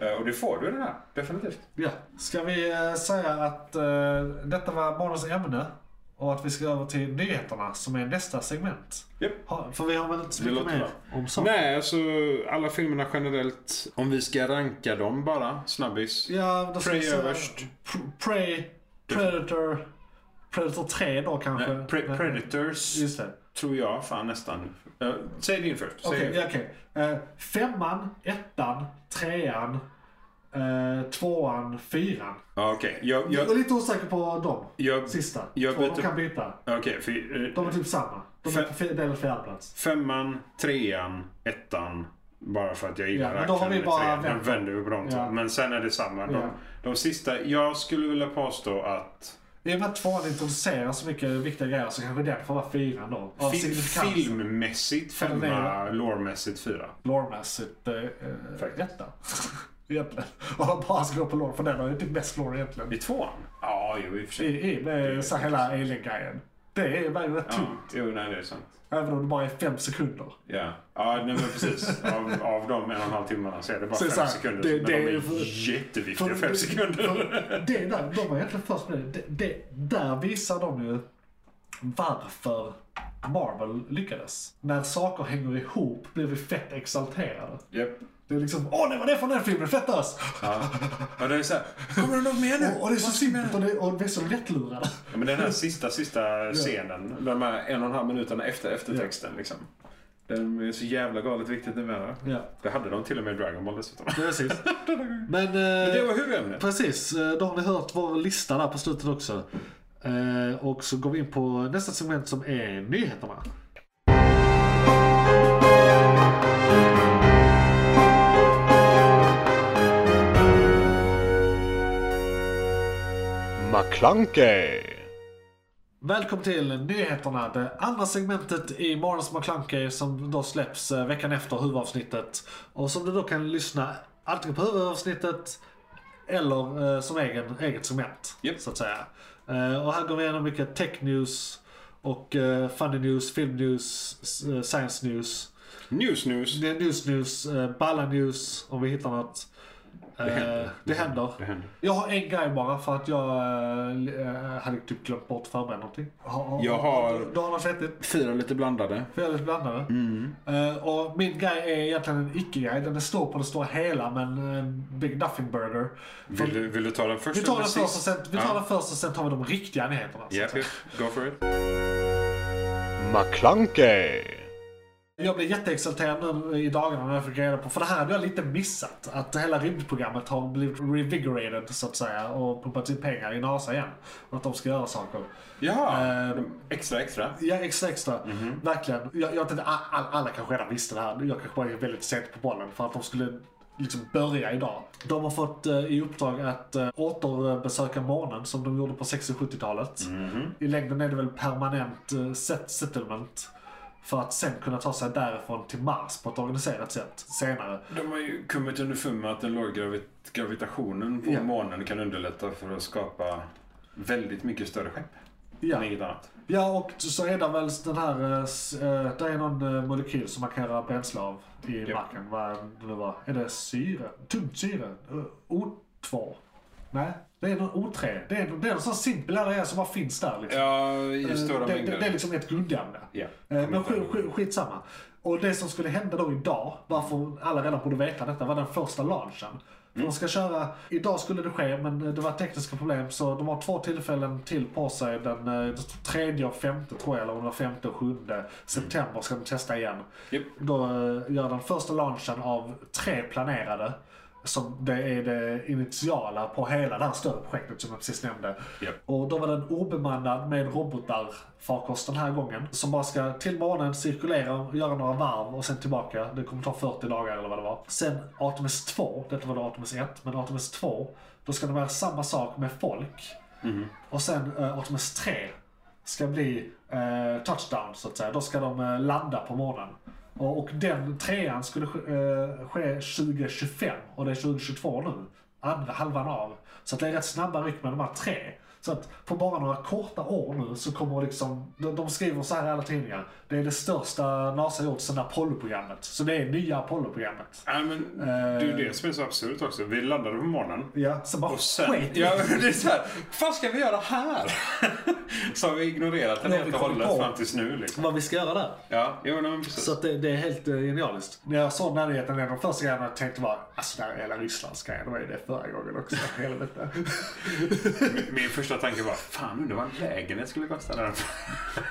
Eh, Och det får du i den här, definitivt. Ja. Ska vi eh, säga att eh, detta var morgonens ämne och att vi ska över till nyheterna som är nästa segment? Japp. Ha, för vi har väl inte så Det mycket låter mer bra. om saker? Nej, alltså alla filmerna generellt. Om vi ska ranka dem bara, snabbis. Ja, då ska Prey vi säga- överst. Pr- Prey, Predator, Predator 3 då kanske? Nej, pre- Predators Just det. tror jag fan nästan. Eh, säg din först. Säg Okej, din ja, först. okej. Eh, femman, ettan, trean, eh, tvåan, fyran. Ja, okej. Jag, Jag är jag, lite osäker på dem. jag, Sista. jag Två, de byter- kan byta. okej, för, eh, De är typ samma. De är Fem- på fjär- del fjärde plats. Femman, trean, ettan. Bara för att jag gillar Ja, men då har vi action i bara trean. vänt Jag vänder vi på de två. Ja. Men sen är det samma. De, Ja. de sista, jag skulle vilja påstå att I och med att tvåan introducerar så mycket viktiga grejer så kanske den får vara fyran då. Av fil, signifikans. filmmässigt För den är- femma, lårmässigt fyra. Lore-mässigt eh, eh, Faktiskt. etta. egentligen. Om man bara ska gå på lore, för den har ju typ mest lore egentligen. I tvåan? Ja, jo i och för I, sig. i med så här hela alien-grejen. Det är ju rätt Ja, tungt. jo, nej, det är sant. Även om det bara är fem sekunder. Ja, ja nej, men precis. Av, av de en och en halv timmarna så är det bara Så fem så här, sekunder. det- men det de är är för- jätteviktiga för- fem sekunder. Det där, de var egentligen först med det. det, det där visar de ju varför Marvel lyckades. När saker hänger ihop blir vi fett exalterade. Japp. Det är liksom, åh nej vad är det från den filmen, fett ös! Ja. Och det är så här, kommer du något mer nu? Och, och det är så simpelt och, det, och vi är så lättlurade. Ja, men den här sista, sista scenen, de här en och en halv minuterna efter eftertexten liksom. Den är så jävla galet viktigt numera. Ja. Det hade de till och med i Dragon Ball dessutom. Precis. Men, eh, Det var huvudämnet. Precis, eh, då har ni hört vår lista där på slutet också. Eh, Och så går vi in på nästa segment som är nyheterna. McClunkey! Välkommen till nyheterna, det andra segmentet i Morgons McClunky som då släpps eh, veckan efter huvudavsnittet. Och som du då kan lyssna antingen på huvudavsnittet eller eh, som egen, eget segment. Japp. Så att säga. Eh, och här går vi igenom mycket tech news och eh, funny news, film news, s- eh, science news. News news. Det är news news, eh, balla news om vi hittar något. Eh, händer. Det händer. Det händer. Jag har en grej bara för att jag eh, hade typ glömt bort för mig någonting. Jag har- Du, du har något vettigt? Fyra lite blandade. Väldigt blandade. Mm. Eh, och min grej är egentligen en icke-grej. Den är stor på det stora hela men eh, Big Nothing Burger. För- Vill du, vill du ta den först vi tar eller den först och sist? sen, vi tar Ja. den först och sen tar vi de riktiga nyheterna. så att Japp, säga. japp. Go for it. McClunkey! Jag blev jätteexalterad nu i dagarna när jag fick reda på, för det här hade jag lite missat. Att hela rymdprogrammet har blivit revigorated så att säga och pumpat in pengar i NASA igen. Och att de ska göra saker. Jaha. Eh, extra extra. Ja, extra extra. Verkligen. Jag, jag tänkte, "Ah, all- all, alla kanske redan visste det här. Jag kanske var väldigt sent på bollen för att de skulle liksom börja idag. De har fått eh, i uppdrag att eh, återbesöka månen som de gjorde på 60 och 70-talet. I längden är det väl permanent eh, set- settlement. För att sen kunna ta sig därifrån till Mars på ett organiserat sätt senare. De har ju kommit underfund med att den låga gravit- gravitationen på Ja. månen kan underlätta för att skapa väldigt mycket större skepp. Ja. Än inget annat. Ja, och så är det väl den här... eh, s- eh, Det är någon eh, molekyl som man kan göra bränsle av i marken. Vad det nu var. Är det syre? Tungt syre? Eh, O2? Nej, det är någon O3. Det är, det är en sån simpel grej som bara finns där. Liksom. Ja, i stora Eh, det, det, mängder. det är liksom ett grundämne. Ja. Eh, Men sk, sk, skitsamma. Och det som skulle hända då idag, varför alla redan borde veta detta, var den första launchen. För De ska köra, idag skulle det ske men eh, det var tekniska problem så de har två tillfällen till på sig. Den eh, det står tredje och femte tror jag, eller om det var femte och sjunde september ska de testa igen. Japp. Då eh, gör den första launchen av tre planerade. Som det är det initiala på hela det här större projektet som jag precis nämnde. Japp. Och då var den obemannad med robotar, farkost den här gången. Som bara ska till månen, cirkulera, göra några varv och sen tillbaka. Det kommer ta 40 dagar eller vad det var. Sen Artemis 2, detta var då Artemis 1, men Artemis 2, då ska de göra samma sak med folk. Och sen eh, Artemis 3 ska bli eh, touchdown så att säga. Då ska de eh, landa på månen. Och, och den trean skulle ske, eh, ske 2025 och det är 2022 nu. Andra halvan av. Så att det är rätt snabba ryck med de här tre. Så att på bara några korta år nu så kommer liksom, de, de skriver så här i alla tidningar. Det är det största NASA gjort sedan Apollo-programmet. Så det är nya Apollo-programmet. Nej, men det är ju det som är så absurt också. Vi landade på månen. Ja, så bara Och sen, skit i ja, det är så här, vad fan ska vi göra här? Så har vi ignorerat den Ja, helt vi och kommer på. hållet fram tills nu. Liksom. vad vi ska göra där. Ja, jo, nej, men precis. Så att det, det är helt eh, genialiskt. När jag såg den här nyheten, en av de första grejerna jag tänkte var alltså den här hela Rysslandsgrejen, det var ju det förra gången också. Helvete. Min första tanke var, fan undrar vad en lägenhet skulle kosta där uppe.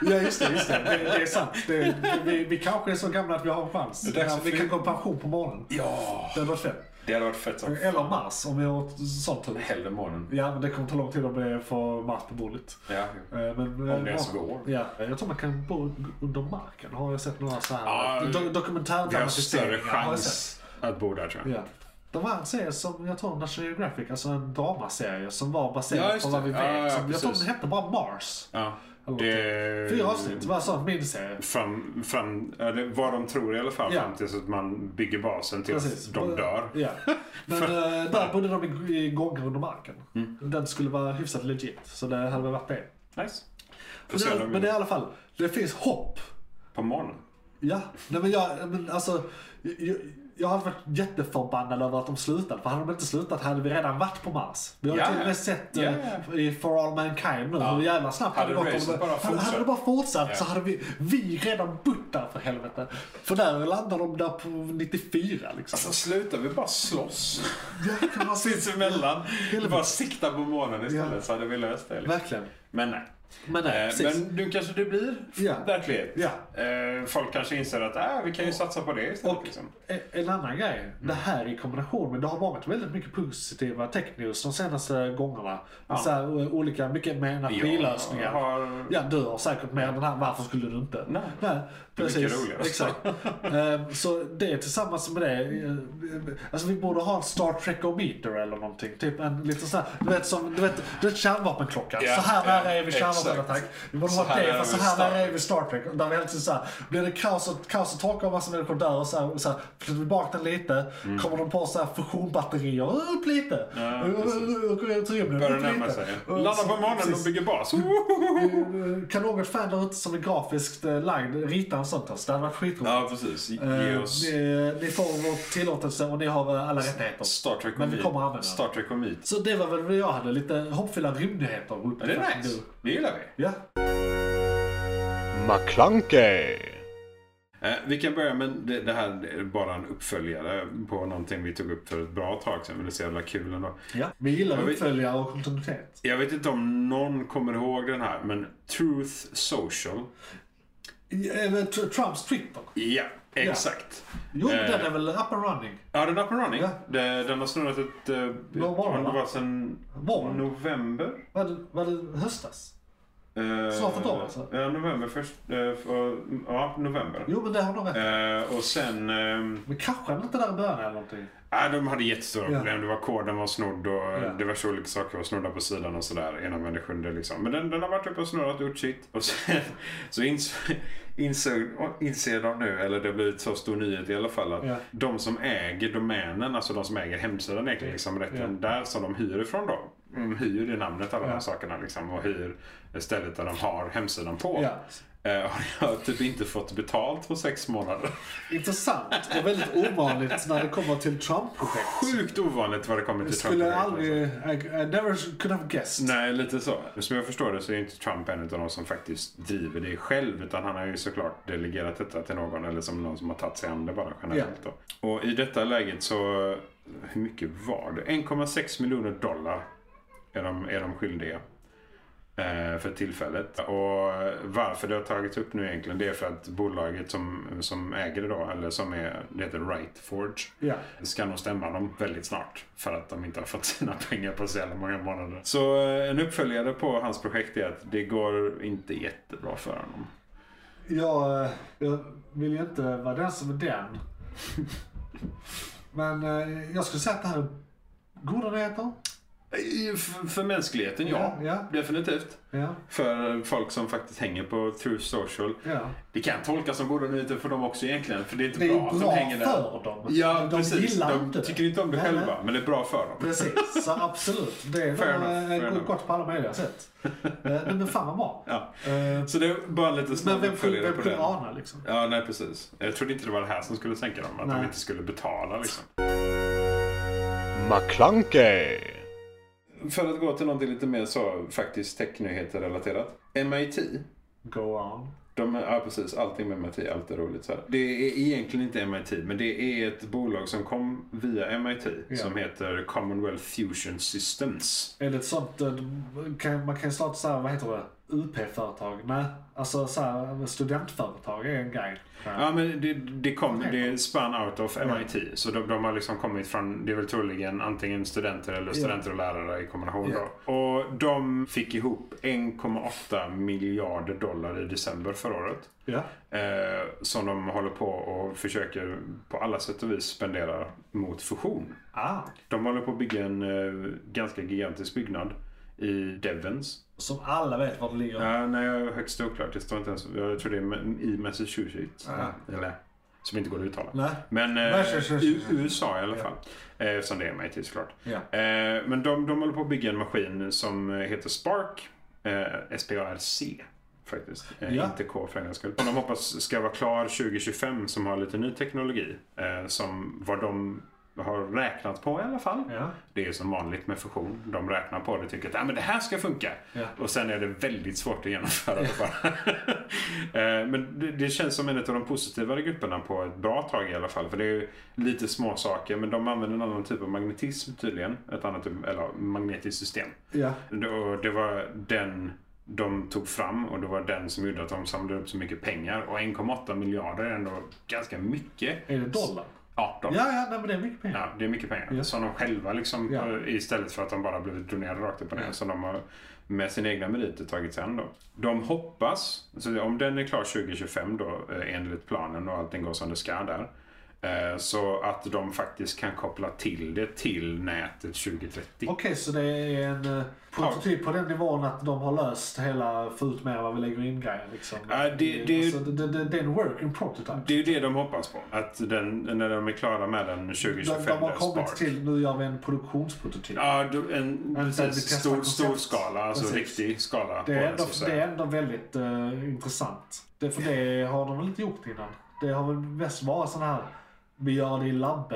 ja just det, just det. Det, det är sant. Det, det, vi, vi kanske är så gamla att vi har en chans. Det är dags Ja, att vi fly- kan gå i pension på morgonen. Ja! Det hade varit fett. Det hade varit fett som Eller Mars om vi har sånt tur. hellre månen. Ja, men det kommer ta lång tid att få Mars på bordet. Ja, Eh, Men, eh, Om det ens går. Ja, jag tror man kan bo under marken. Har jag sett några så här Ja, do vi har större dokumentärdramatiseringar. har jag sett. chans att bo där tror jag. Ja. Det var en serie som, jag tror National Geographic, alltså en dramaserie som var baserad Ja, just på vad det. vi Ja, ja, vet. som, jag tror precis. den hette bara Mars. Ja. Eller Det... Fyra avsnitt, det var en sån miniserie. Fram, fram, ja, det- vad de tror i alla fall. Ja. Fram tills att man bygger basen tills de dör. Ja. Men eh, där bodde de i, i gångar under marken. Mm. Den skulle vara hyfsat legit, så det hade väl varit det. Nice. Får Men, se om det, de men det är i alla fall, det finns hopp. På morgonen. Ja, nej men jag, men alltså, jag, jag hade varit jätteförbannad över att de slutade. För hade de inte slutat hade vi redan varit på Mars. Vi har ju Ja, till och ja. med sett Ja, eh, ja. i For All Mankind nu Ja. hur jävla snabbt Hade det gått. racet Om det- bara hade, hade det fortsatt. bara fortsatt så Ja. hade vi, vi redan bott där för helvete. För där landar de där på 94 liksom. Alltså slutar vi bara slåss Alltså, Ja, kan man se- sinsemellan. Vi bara sikta på månen istället Ja. så hade vi löst det. Liksom. Verkligen. Men nej. Men nej, Eh, precis. Men nu kanske det blir Ja. verklighet. Ja. Eh, Folk kanske inser att äh, vi kan ju satsa på det istället. Och liksom. e- en annan grej. Mm. Det här i kombination med, det har varit väldigt mycket positiva tech news de senaste gångerna. Så här, o- olika, mycket med energilösningar. Jag har- Ja, du har säkert mer än han. Varför skulle du inte? Nej. Det är mycket roligare. Exakt. Ehm, Så det tillsammans med det. eh, Alltså vi borde ha en Star Trek-ometer eller någonting. Typ en liten sån här, du vet som, du vet, du vet kärnvapenklockan. Ja, så här nära ja, är vi kärnvapenattack. exakt. Vi borde Så ha här det, är fast så vi här Star nära Trek. är vi Star Trek. Där vi helt så här, blir det kaos och, kaos och torka och massa människor dör och så här, och så här flyttar vi bak den lite. Kommer de på så här fusionbatterier, upp lite. Ja, Går ut i rymden, Börjar upp närma sig. lite. Och Landa så- på månen och precis. Mm. bygger bas. Kan något fan där ute som är grafiskt eh, lagd rita en sån test? Det hade varit skitroligt. Ja, precis. Ge Eh, oss ni, ni får vår tillåtelse och ni har eh, alla rättigheter. Star Trek och Men vi Meet. kommer använda den. Star Trek och Meet. Så det var väl vad jag hade, lite hoppfulla rymdnyheter. Ja, Det är nice. Det gillar vi. Ja. McClunkey, Eh, vi kan börja med det, det här är bara en uppföljare på någonting vi tog upp för ett bra tag sedan. Men det är så jävla kul ändå. ja. Vi gillar Men vi- uppföljare och kontinuitet. Jag vet inte om någon kommer ihåg den här, men Truth Social. Eh, men Tr- Trumps Twitter. Ja, exakt. Jo, Eh. den är väl up and running. Ja, den är up and running. Ja. Det, den har snurrat ett... Eh, Någon morgon, om det va? var sedan Morgon. november. Var det, var det höstas? Eh, Snart ett år, alltså. Ja, november först. Eh, för, ja, november. Jo, men det har de rätt Eh, och sen... ehm, Men kanske inte där i början eller någonting. Nej, de hade jättestora Ja. problem. Det var koden var snodd och Ja. ja. diverse olika saker var snodda på sidan och sådär. Ena med det sjunde liksom. Men den, den har varit uppe och snurrat och gjort sitt. Och sen så ins- insåg, inser de nu, eller det har blivit så stor nyhet i alla fall, att Ja. de som äger domänen, alltså de som äger hemsidan egentligen, liksom rätten där som de hyr ifrån då. De hyr i namnet alla de Ja. här sakerna liksom och hyr stället där de har hemsidan på. Ja. Eh, och jag har typ inte fått betalt på sex månader. Intressant och väldigt ovanligt när det kommer till Trump-projekt. Sjukt ovanligt vad det kommer till Skulle jag Trump. alltså. aldrig... I, I never could have guessed. Nej, lite så. Som jag förstår det så är inte Trump en av de som faktiskt driver det själv. Utan han har ju såklart delegerat detta till någon. Eller som någon som har tagit sig an det bara generellt. Då. Och i detta läget så... Hur mycket var det? 1,6 miljoner dollar är de, är de skyldiga. eh, För tillfället. Och varför det har tagits upp nu egentligen det är för att bolaget som, som äger det då, eller som är, det heter Rightforge. Ja. Det ska nog stämma dem väldigt snart för att de inte har fått sina pengar på så jävla många månader. Så eh, en uppföljare på hans projekt är att det går inte jättebra för honom. Jag, eh, jag vill ju inte vara den som är den. Men eh, jag skulle säga att det här är goda nyheter. Eh, För, för mänskligheten, ja. Ja, ja. Definitivt. Ja. För folk som faktiskt hänger på True Social. ja. Det kan tolkas som goda nyheter för dem också egentligen. För det är inte Det är ju bra att de bra hänger där. för dem. Ja, de precis. gillar De inte det. tycker inte om det Nej, själva, nej. men det är bra för dem. Precis, så absolut. Det är Fair nog, enough, eh, fair enough. gott på alla möjliga sätt. Eh, nej, Men fan vad bra. Ja. Eh, Så det är bara en liten Men snabb vem kunde, uppföljare vem på kunde den. ana liksom? Ja, nej precis. Jag trodde inte det var det här som skulle sänka dem. Att Nej. de inte skulle betala liksom. McClunkey, För att gå till någonting lite mer så faktiskt technyheter relaterat. MIT. Go on. De, ja precis, allting med MIT, allt är roligt. Så här. Det är egentligen inte MIT, men det är ett bolag som kom via MIT. Ja. Som heter Commonwealth Fusion Systems. Är det ett sånt, eh, kan, man kan ju starta såhär, vad heter det, UP-företag? Nej, alltså såhär, studentföretag är en grej. Ja, men det, det kom, det span out of MIT. Så de, de har liksom kommit från, det är väl troligen antingen studenter eller studenter och lärare i kombination då. Och de fick ihop 1,8 miljarder dollar i december förra året. Ja. eh, som de håller på och försöker på alla sätt och vis spendera mot fusion. Ah. De håller på att bygga en eh, ganska gigantisk byggnad i Devens. Som alla vet var det ligger. Ja, nej, jag är högst oklart. Det står inte ens. Jag tror det är ma- i Massachusetts. Eller, som inte går att uttala. Nej. Men eh, Massachusetts. i USA i alla fall. Eh, eftersom det är MIT såklart. Ja. Eh, men de, de håller på att bygga en maskin som eh, heter Spark. Eh, SPARC. faktiskt. Eh, Ja. Inte K för en gångs skull. Som de hoppas ska vara klar 2025 som har lite ny teknologi. Eh, som vad de har räknat på i alla fall. Ja. Det är ju som vanligt med fusion. De räknar på det och tycker att ah, men det här ska funka. Ja. Och sen är det väldigt svårt att genomföra det bara. Eh, men det, det känns som en av de positivare grupperna på ett bra tag i alla fall. För det är ju lite små saker men de använder en annan typ av magnetism tydligen. Ett annat typ, eller magnetiskt system. Ja. Det- Och det var den de tog fram och det var den som gjorde att de samlade upp så mycket pengar. Och 1,8 miljarder är ändå ganska mycket. Är det dollar? Ja, de Ja, ja, nej, men det är mycket pengar. Ja, det är mycket pengar. Ja. Som de själva liksom, Ja. eh, istället för att de bara blivit donerade rakt upp och ner. Ja. Så de har med sina egna meriter tagit sig an då. De hoppas, så om den är klar 2025 då eh, enligt planen och allting går som det ska där. eh, Så att de faktiskt kan koppla till det till nätet 2030. Okej, så det är en eh, prototyp på den nivån att de har löst hela få ut mer vad vi lägger in grejen liksom. Ja, det- det- alltså, det, det, det är en working prototype. Det är ju det de hoppas på. Att den, när de är klara med den De, 2025 de har där kommit spark. till, nu gör vi en produktionsprototyp. Ja, du- en Att vi precis, testar stor, koncept. stor skala. Alltså Precis. riktig skala. det, på är den, ändå, så att det säga. är ändå väldigt eh, intressant. Det, för det har de väl inte gjort innan. Det har väl mest varit sådana här, vi gör det i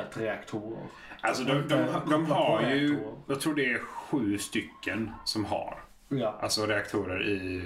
labbet-reaktorer. Alltså de, de, de, Koppla Eh, på har ju, reaktorer. jag tror det är sju stycken som har. Ja. Alltså reaktorer i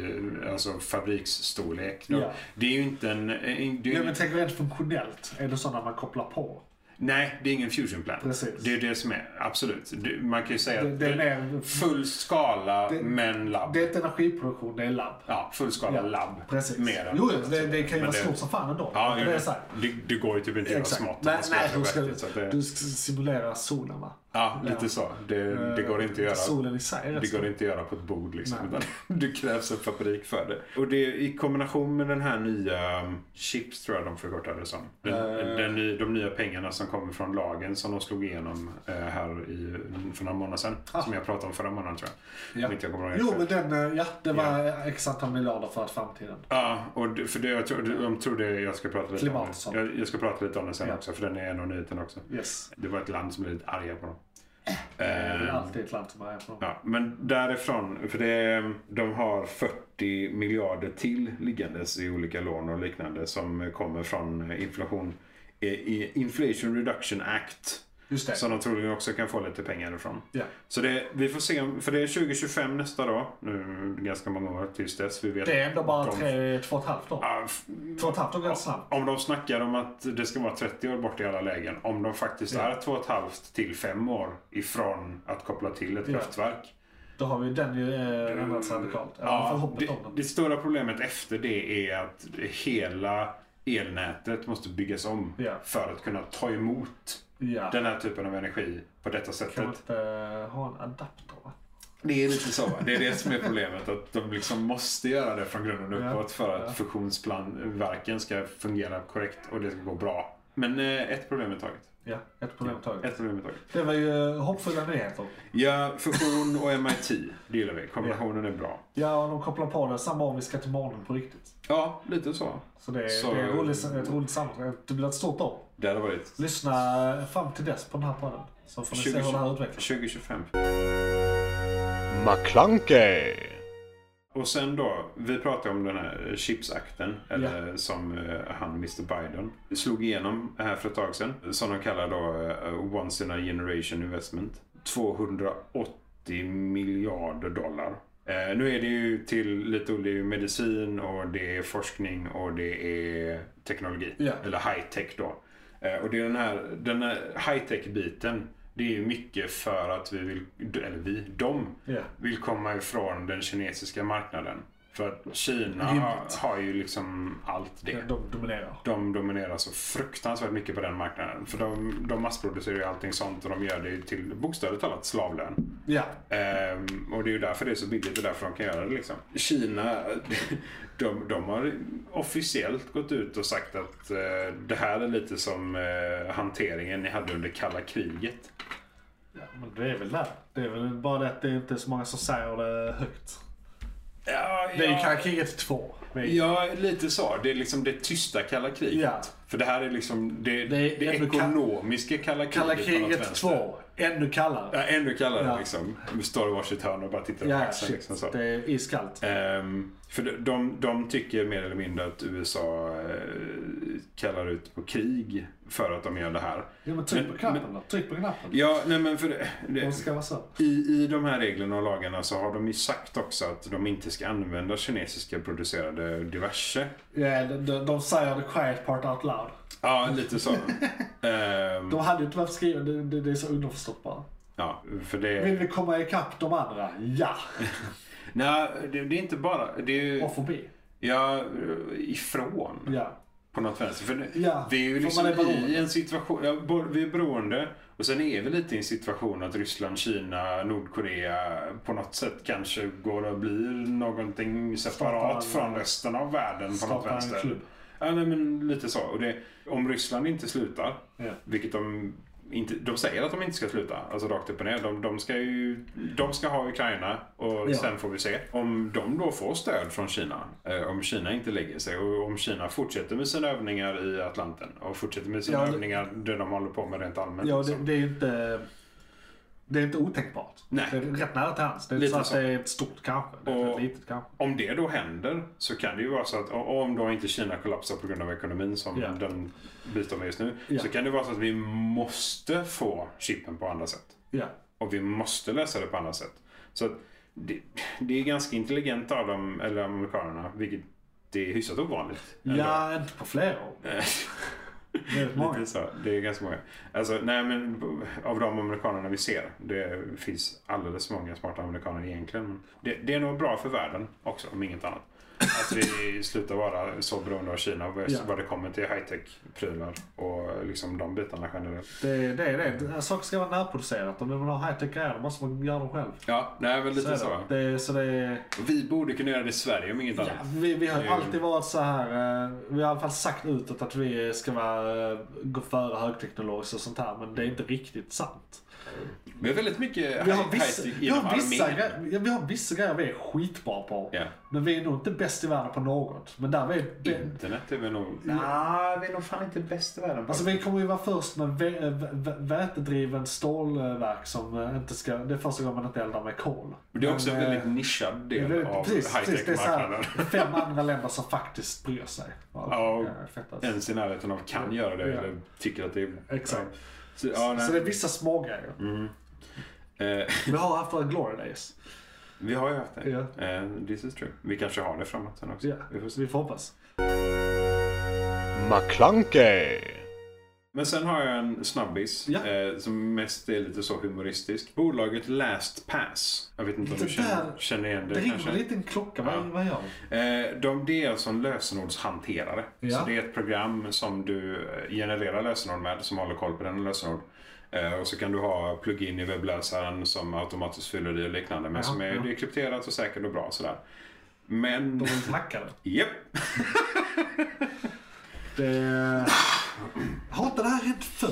alltså, fabriksstorlek. De, Ja. Det är ju inte en... en det är, Ja, ju- men tänk rent funktionellt, är det sådana man kopplar på? Nej, det är ingen fusion plant. Precis. Det är det som är, absolut. Det, man kan ju säga Det, att den är, full skala Det- men labb. det är inte energiproduktion, det är labb. ja, full skala Ja, labb. Precis. Mer än- jo, jo, det, det kan ju Men vara det- stort som fan ändå. Ja, det, det, är så här. det, det går ju typ inte att göra Exakt. smått. om Nej, man ska nej, göra du, det ska, vettigt, så att det- du ska simulera solen va? Ja, lite så. Det, det går inte att göra. Eh, Solen i sig är rätt Det går stor. inte att göra på ett bord liksom. Nej. Utan det krävs en fabrik för det. Och det i kombination med den här nya um, chips tror jag de förkortade det som. Den, Eh. den, ny- de nya pengarna som kommer från lagen som de slog igenom eh, här i, för några månader sedan. Som jag pratade om förra månaden tror jag. Ah. Ja. Om inte jag kommer ihåg Jo, fel. men den, eh, ja, det var x antal miljarder för att framtiden. Ja, och det- för det, jag tror, de tror det jag ska prata lite Klimat och om. sånt. det. Jag, jag ska prata lite om det sen Ja. också för den är en av nyheterna också. Yes. Det var ett land som blev lite arga på dem. Det är väl Ehm, alltid ett land som är på Ja, men därifrån, för det, de har 40 miljarder till liggandes i olika lån och liknande som kommer från eh, inflation, i- i Inflation Reduction Act. Just det. Som de troligen också kan få lite pengar ifrån. Ja. Så det, vi får se, om- för det är 2025 nästa då. Nu är det ganska många år tills dess. Vi vet Det är ändå bara de- tre, två och ett halvt år. Ja, f- Två och ett halvt år går rätt snabbt. om de snackar om att det ska vara 30 år bort i alla lägen. Om de faktiskt Ja. är två och ett halvt till fem år ifrån att koppla till ett Ja. kraftverk. Då har vi den ju eh, ändrats radikalt. I alla fall hoppet det, om den. det stora problemet efter det är att hela elnätet måste byggas om Ja. för att kunna ta emot Ja. den här typen av energi på detta Kan man sättet. inte ha en adapter va? Det är lite så. va? Det är det som är problemet. Att de liksom måste göra det från grunden Ja. uppåt för att Ja. fusionsplanverken ska fungera korrekt och det ska gå bra. Men eh, ett problem i taget. Ja, ett problem i taget. Ett problem i taget. Det var ju hoppfulla nyheter. Ja, fusion och MIT. Det gillar vi. Kombinationen är bra. Ja, och de kopplar på det samma om vi ska till månen på riktigt. Ja, lite så. Så det är, Så- det är roligt, ett roligt samtal. Det blir ett stort år. Det hade varit Lyssna eh, fram till dess på den här podden. Så får ni se hur det här utvecklas. 2025. McClunkey! Och sen då, vi pratade om den här chipsakten, eller som eh, han Mr Biden slog igenom här för ett tag sedan. Som de kallar då eh, Once in a generation investment. 280 miljarder dollar. Eh, nu är det ju till lite olika medicin och det är forskning och det är teknologi. Ja. Eller high tech då. Eh, och det är den här, den här high tech biten. Det är ju mycket för att vi vill, eller vi, de Ja. vill komma ifrån den kinesiska marknaden. För att Kina Rimligt. har ju liksom allt det. De dominerar. De dominerar så fruktansvärt mycket på den marknaden. För de, de massproducerar ju allting sånt och de gör det till bokstavligt talat slavlön. Ja. Ehm, och det är ju därför det är så billigt och därför de kan göra det. Liksom. Kina, de, de har officiellt gått ut och sagt att eh, det här är lite som eh, hanteringen ni hade under kalla kriget. ja. Men det är väl där. Det är väl bara det att det inte är så många som säger det högt. Ja, Det är ju ja. kalla kriget 2. Ja, lite så. Det är liksom det tysta kalla kriget. Ja. För det här är liksom det, Det är det, ännu ka- ekonomiska kalla kriget. Kalla på något kriget vänster. 2. Ännu kallare. Ja, ännu kallare Ja. liksom. Vi står i varsitt hörn och bara tittar på Ja, axeln. shit. Liksom, så. Det är iskallt. Ehm, för de, de, de tycker mer eller mindre att USA eh, kallar ut på krig för att de gör det här. Ja, men tryck på knappen då. Tryck på knappen. Ja, nej men för det, De det, ska vara så. i, I de här reglerna och lagarna så har de ju sagt också att de inte ska använda kinesiska producerade diverse. Ja, de, de, de säger the quiet part out loud. Ja, lite så. Ehm, De hade ju inte behövt skriva det. Det, det är så underförstått bara. ja, för det, Vill vi komma ikapp de andra? Ja! nej, det, det är inte bara... Det är ju, Och förbi. ja, ifrån Ja. på något vänster. För det, Ja, vi är ju för liksom man är beroende. i en situation... Ja, bo- vi är beroende. Och sen är vi lite i en situation att Ryssland, Kina, Nordkorea på något sätt kanske går och blir någonting Startar en- separat från resten av världen på något Startar en klubb. vänster. Ja, nej, men lite så. Och det, om Ryssland inte slutar, Ja. vilket de inte, de säger att de inte ska sluta, alltså rakt upp och ner. De, de, ska, ju, de ska ha Ukraina och Ja. sen får vi se. Om de då får stöd från Kina, eh, om Kina inte lägger sig och om Kina fortsätter med sina övningar i Atlanten och fortsätter med sina Ja, det- övningar där de håller på med rent allmänt. Ja, det, liksom. det är ju inte... Det är inte otänkbart. Nej. Det är rätt nära till hands. Det är Lite inte så att så. det är ett stort kanske. Det är Och- ett litet kanske. Om det då händer så kan det ju vara så att och om då inte Kina kollapsar på grund av ekonomin som Ja. den bistår med just nu Ja. så kan det vara så att vi måste få chippen på andra sätt. Ja. Och vi måste lösa det på andra sätt. Så att det, det är ganska intelligent av dem, eller amerikanerna, vilket det är hyfsat ovanligt. ändå. Ja, inte på flera år. Det är rätt Mm. många. Lite så. Det är ganska många. Alltså, nej, men av de amerikanerna vi ser, det finns alldeles för många smarta amerikaner egentligen. Men Det, det är nog bra för världen också, om inget annat. Att vi slutar vara så beroende av Kina vad, Ja. vad det kommer till high-tech-prylar och liksom de bitarna generellt. Det, det är det. Saker ska vara närproducerat. Om du vill ha high-tech grejer då måste man göra dem själv. Ja, nej, men lite så. så. är Det. Det, så det är... Vi borde kunna göra det i Sverige, om inget Ja, annat. vi, vi har ju Det är ju- alltid varit så här. eh, Vi har i alla fall sagt utåt att vi ska vara, eh, gå före högteknologiskt och sånt här. Men det är inte riktigt sant. Vi har väldigt mycket Vi har high- vissa, high-tech vi har inom vissa, armén. gre- ja, vi har vissa grejer vi är skitbra på. Ja. Men vi är nog inte bäst i världen på något. Men där vi är be- Internet är väl nog... Nej, vi är nog fan inte bäst i världen. Alltså vi kommer ju vara först med vä- eh, vä- vätedriven stålverk som eh, inte ska... Det är första gången man inte eldar med kol. det är också Men, en väldigt eh, nischad det är del väldigt- av precis, precis, det är så high-tech-marknaden. här fem andra länder som faktiskt bryr sig. Ja, Eh, fett alltså. Ens i närheten av kan göra det Ja. eller tycker att det är... Exakt. Så, ja, nej. Så det är vissa små grejer. Eh, Vi har haft våra glory days. vi har ju haft det. Ja. Eh, this is true. Vi kanske har det framåt sen också. Ja, Vi får se. vi får hoppas. McClunkey! Men sen har jag en snabbis Ja. eh, som mest är lite så humoristisk. Bolaget LastPass. Jag vet inte om Det du känner, där- känner igen det, Det ringer kanske? en liten klocka. Vad, Ja. vad gör vi? Eh, de, det är alltså en lösenordshanterare. Ja. Så det är ett program som du eh, genererar lösenord med som håller koll på dina lösenord. Eh, och så kan du ha plugin i webbläsaren som automatiskt fyller i och liknande. Men Jaha, som är, ja. det är krypterat och säkert och bra. och Sådär. Men... De är inte hackade. Japp! Det... Har inte det här hänt förr?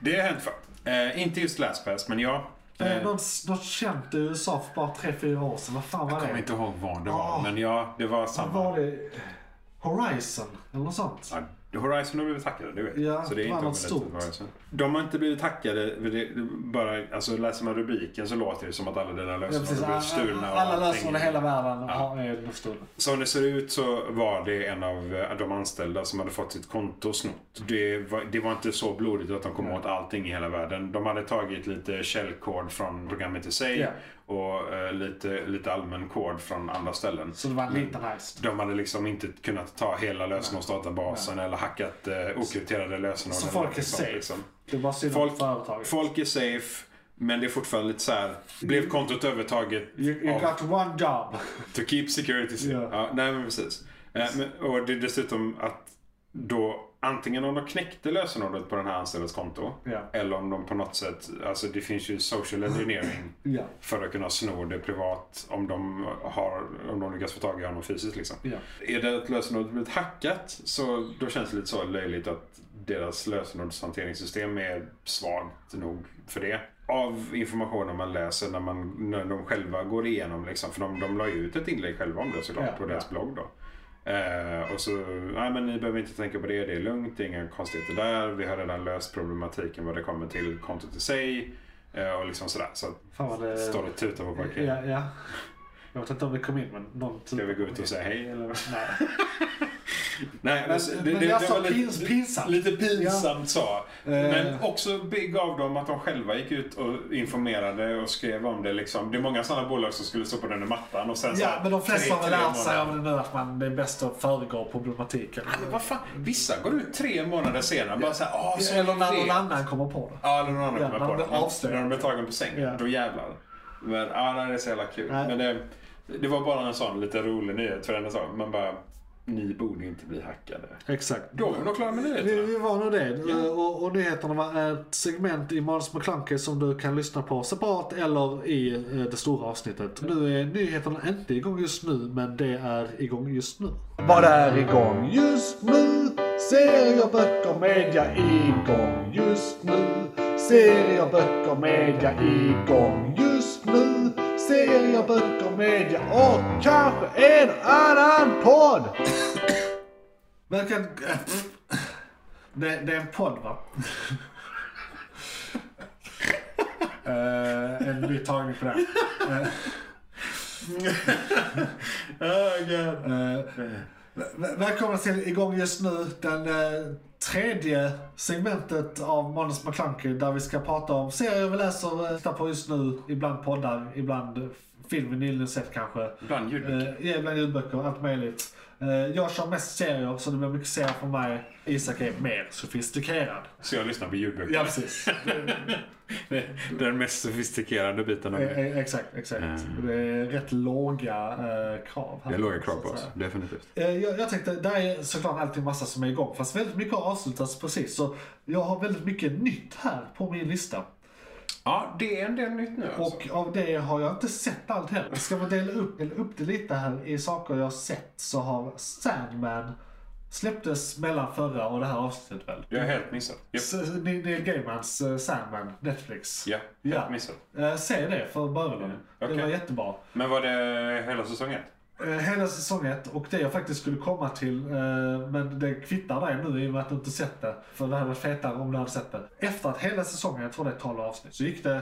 Det har hänt för. Eh, inte just LastPass, men ja. Det är Eh, någon, någon känt i USA för bara 3-4 år sedan. Vad fan var jag kommer det? inte ihåg vad det var, Ah. men ja, det var Vad samma. var det? Horizon eller något sånt? Ja, Horizon har blivit hackade, det vet jag. Ja, så det är det var inte något omöjligt stort. att Horizon. De har inte blivit hackade, för det, bara, alltså läser man rubriken så låter det som att alla dina Ja, lösenord precis. har blivit stulna. och Alla allting. lösenord i hela världen har är nog stulna. Som det ser ut så var det en av eh, de anställda som hade fått sitt konto snott. Det var, det var inte så blodigt att de kom åt allting i hela världen. De hade tagit lite källkod från programmet i sig Ja. och eh, lite, lite allmän kod från andra ställen. Så det var en liten heist. De hade liksom inte kunnat ta hela lösenordsdatabasen eller hackat eh, okrypterade lösenord. Så eller folk är någonting sånt, safe. liksom. Det var synd om Folk- företaget. Folk är safe, men det är fortfarande lite så här. Blev kontot övertaget You, you av got one job. to keep security safe? Ja. Ja, nej, men precis. Eh, men, och det är dessutom att då antingen om de knäckte lösenordet på den här anställdas konto Ja. eller om de på något sätt, alltså det finns ju social engineering Ja. för att kunna sno det privat om de, har, om de lyckas få tag i honom fysiskt. Liksom. Ja. Är det att lösenordet blivit hackat så då känns det lite så löjligt att deras lösenordshanteringssystem är svagt nog för det. av informationen man läser när, man, när de själva går igenom. Liksom, för de, de la ju ut ett inlägg själva om det såklart Ja, på deras blogg. då. Eh, och så, nej men ni behöver inte tänka på det, det är lugnt, det är inga konstigheter där. Vi har redan löst problematiken vad det kommer till kontot i sig. Eh, och liksom sådär. Så Fan vad det... står och tutar på parkeringen. Eh, Ja, ja. Jag vet inte om det kom in, men någon... typ Ska vi gå ut och säga hej eller? Nej. Nej, men, det, men det, jag det sa var pins- lite, pinsamt. lite pinsamt så. Men Eh. också gav dem att de själva gick ut och informerade och skrev om det. Liksom. Det är många sådana bolag som skulle stå på den i mattan. Och sen så Ja, här, men de flesta Alltså, tre- har väl tre lärt sig månader. av det nu att man, det är bäst att föregå problematiken. Men Vad fan? Vissa går ut tre månader senare bara så här, "Ah, så Eller när någon vet." annan kommer på det. Ja, eller någon annan Ja, kommer när på de det. blir avslöjade. När de blir tagen på sängen, Ja. då jävlar. Men ja, nej, det är så jävla kul. Nej. Men det, det var bara en sån lite rolig nyhet för en sak. Man bara, ni borde inte bli hackade. Exakt. Då var vi nog klara med Vi, nyheterna. vi var nog det. Och, och nyheterna var ett segment i Måns McClunky som du kan lyssna på separat eller i eh, det stora avsnittet. Nu är nyheterna inte igång just nu, men det är igång just nu. Vad är igång just nu? Serier, böcker, media igång just nu. Serier, böcker, media igång just nu. Serier, böcker, media och kanske en annan podd. Verkar... Det, det är en podd va? Eh, en ny tagning på det. Eh. Eh, väl- välkomna till igång just nu den eh, tredje segmentet av Månads McClunky där vi ska prata om serier vi läser, eh, tittar på just nu, ibland poddar, ibland eh, film vi nyligen sett kanske. Bland ljudböcker. Eh, ja, bland ljudböcker, allt möjligt. Eh, jag kör mest serier så det blir mycket serier för mig. Isak är mer sofistikerad. Så jag lyssnar på ljudböcker. Ja precis. Den mest sofistikerade biten av E- det. e- exakt, exakt. Det är rätt låga eh, krav. Här, Mm. Det är låga krav så på att oss, säga. definitivt. Eh, Jag, jag tänkte, där är såklart alltid massa som är igång. Fast väldigt mycket har avslutats precis. Så jag har väldigt mycket nytt här på min lista. Ja, det är en del nytt nu alltså. Och av det har jag inte sett allt heller. Ska man dela upp, dela upp det lite här i saker jag har sett så har Sandman släpptes mellan förra och det här avsnittet väl? Jag har helt missat. Japp. S- Neil Neil Gaimans eh, Sandman, Netflix. Ja, helt Ja. missat. Eh, se det för början. Okej. Det var jättebra. Men var det hela säsongen? Eh, hela säsong ett och det jag faktiskt skulle komma till, eh, men det kvittar dig nu i och med att du inte sett det. För det hade varit fetare om du hade sett det. Efter att hela säsongen, jag tror det är 12 avsnitt, så gick det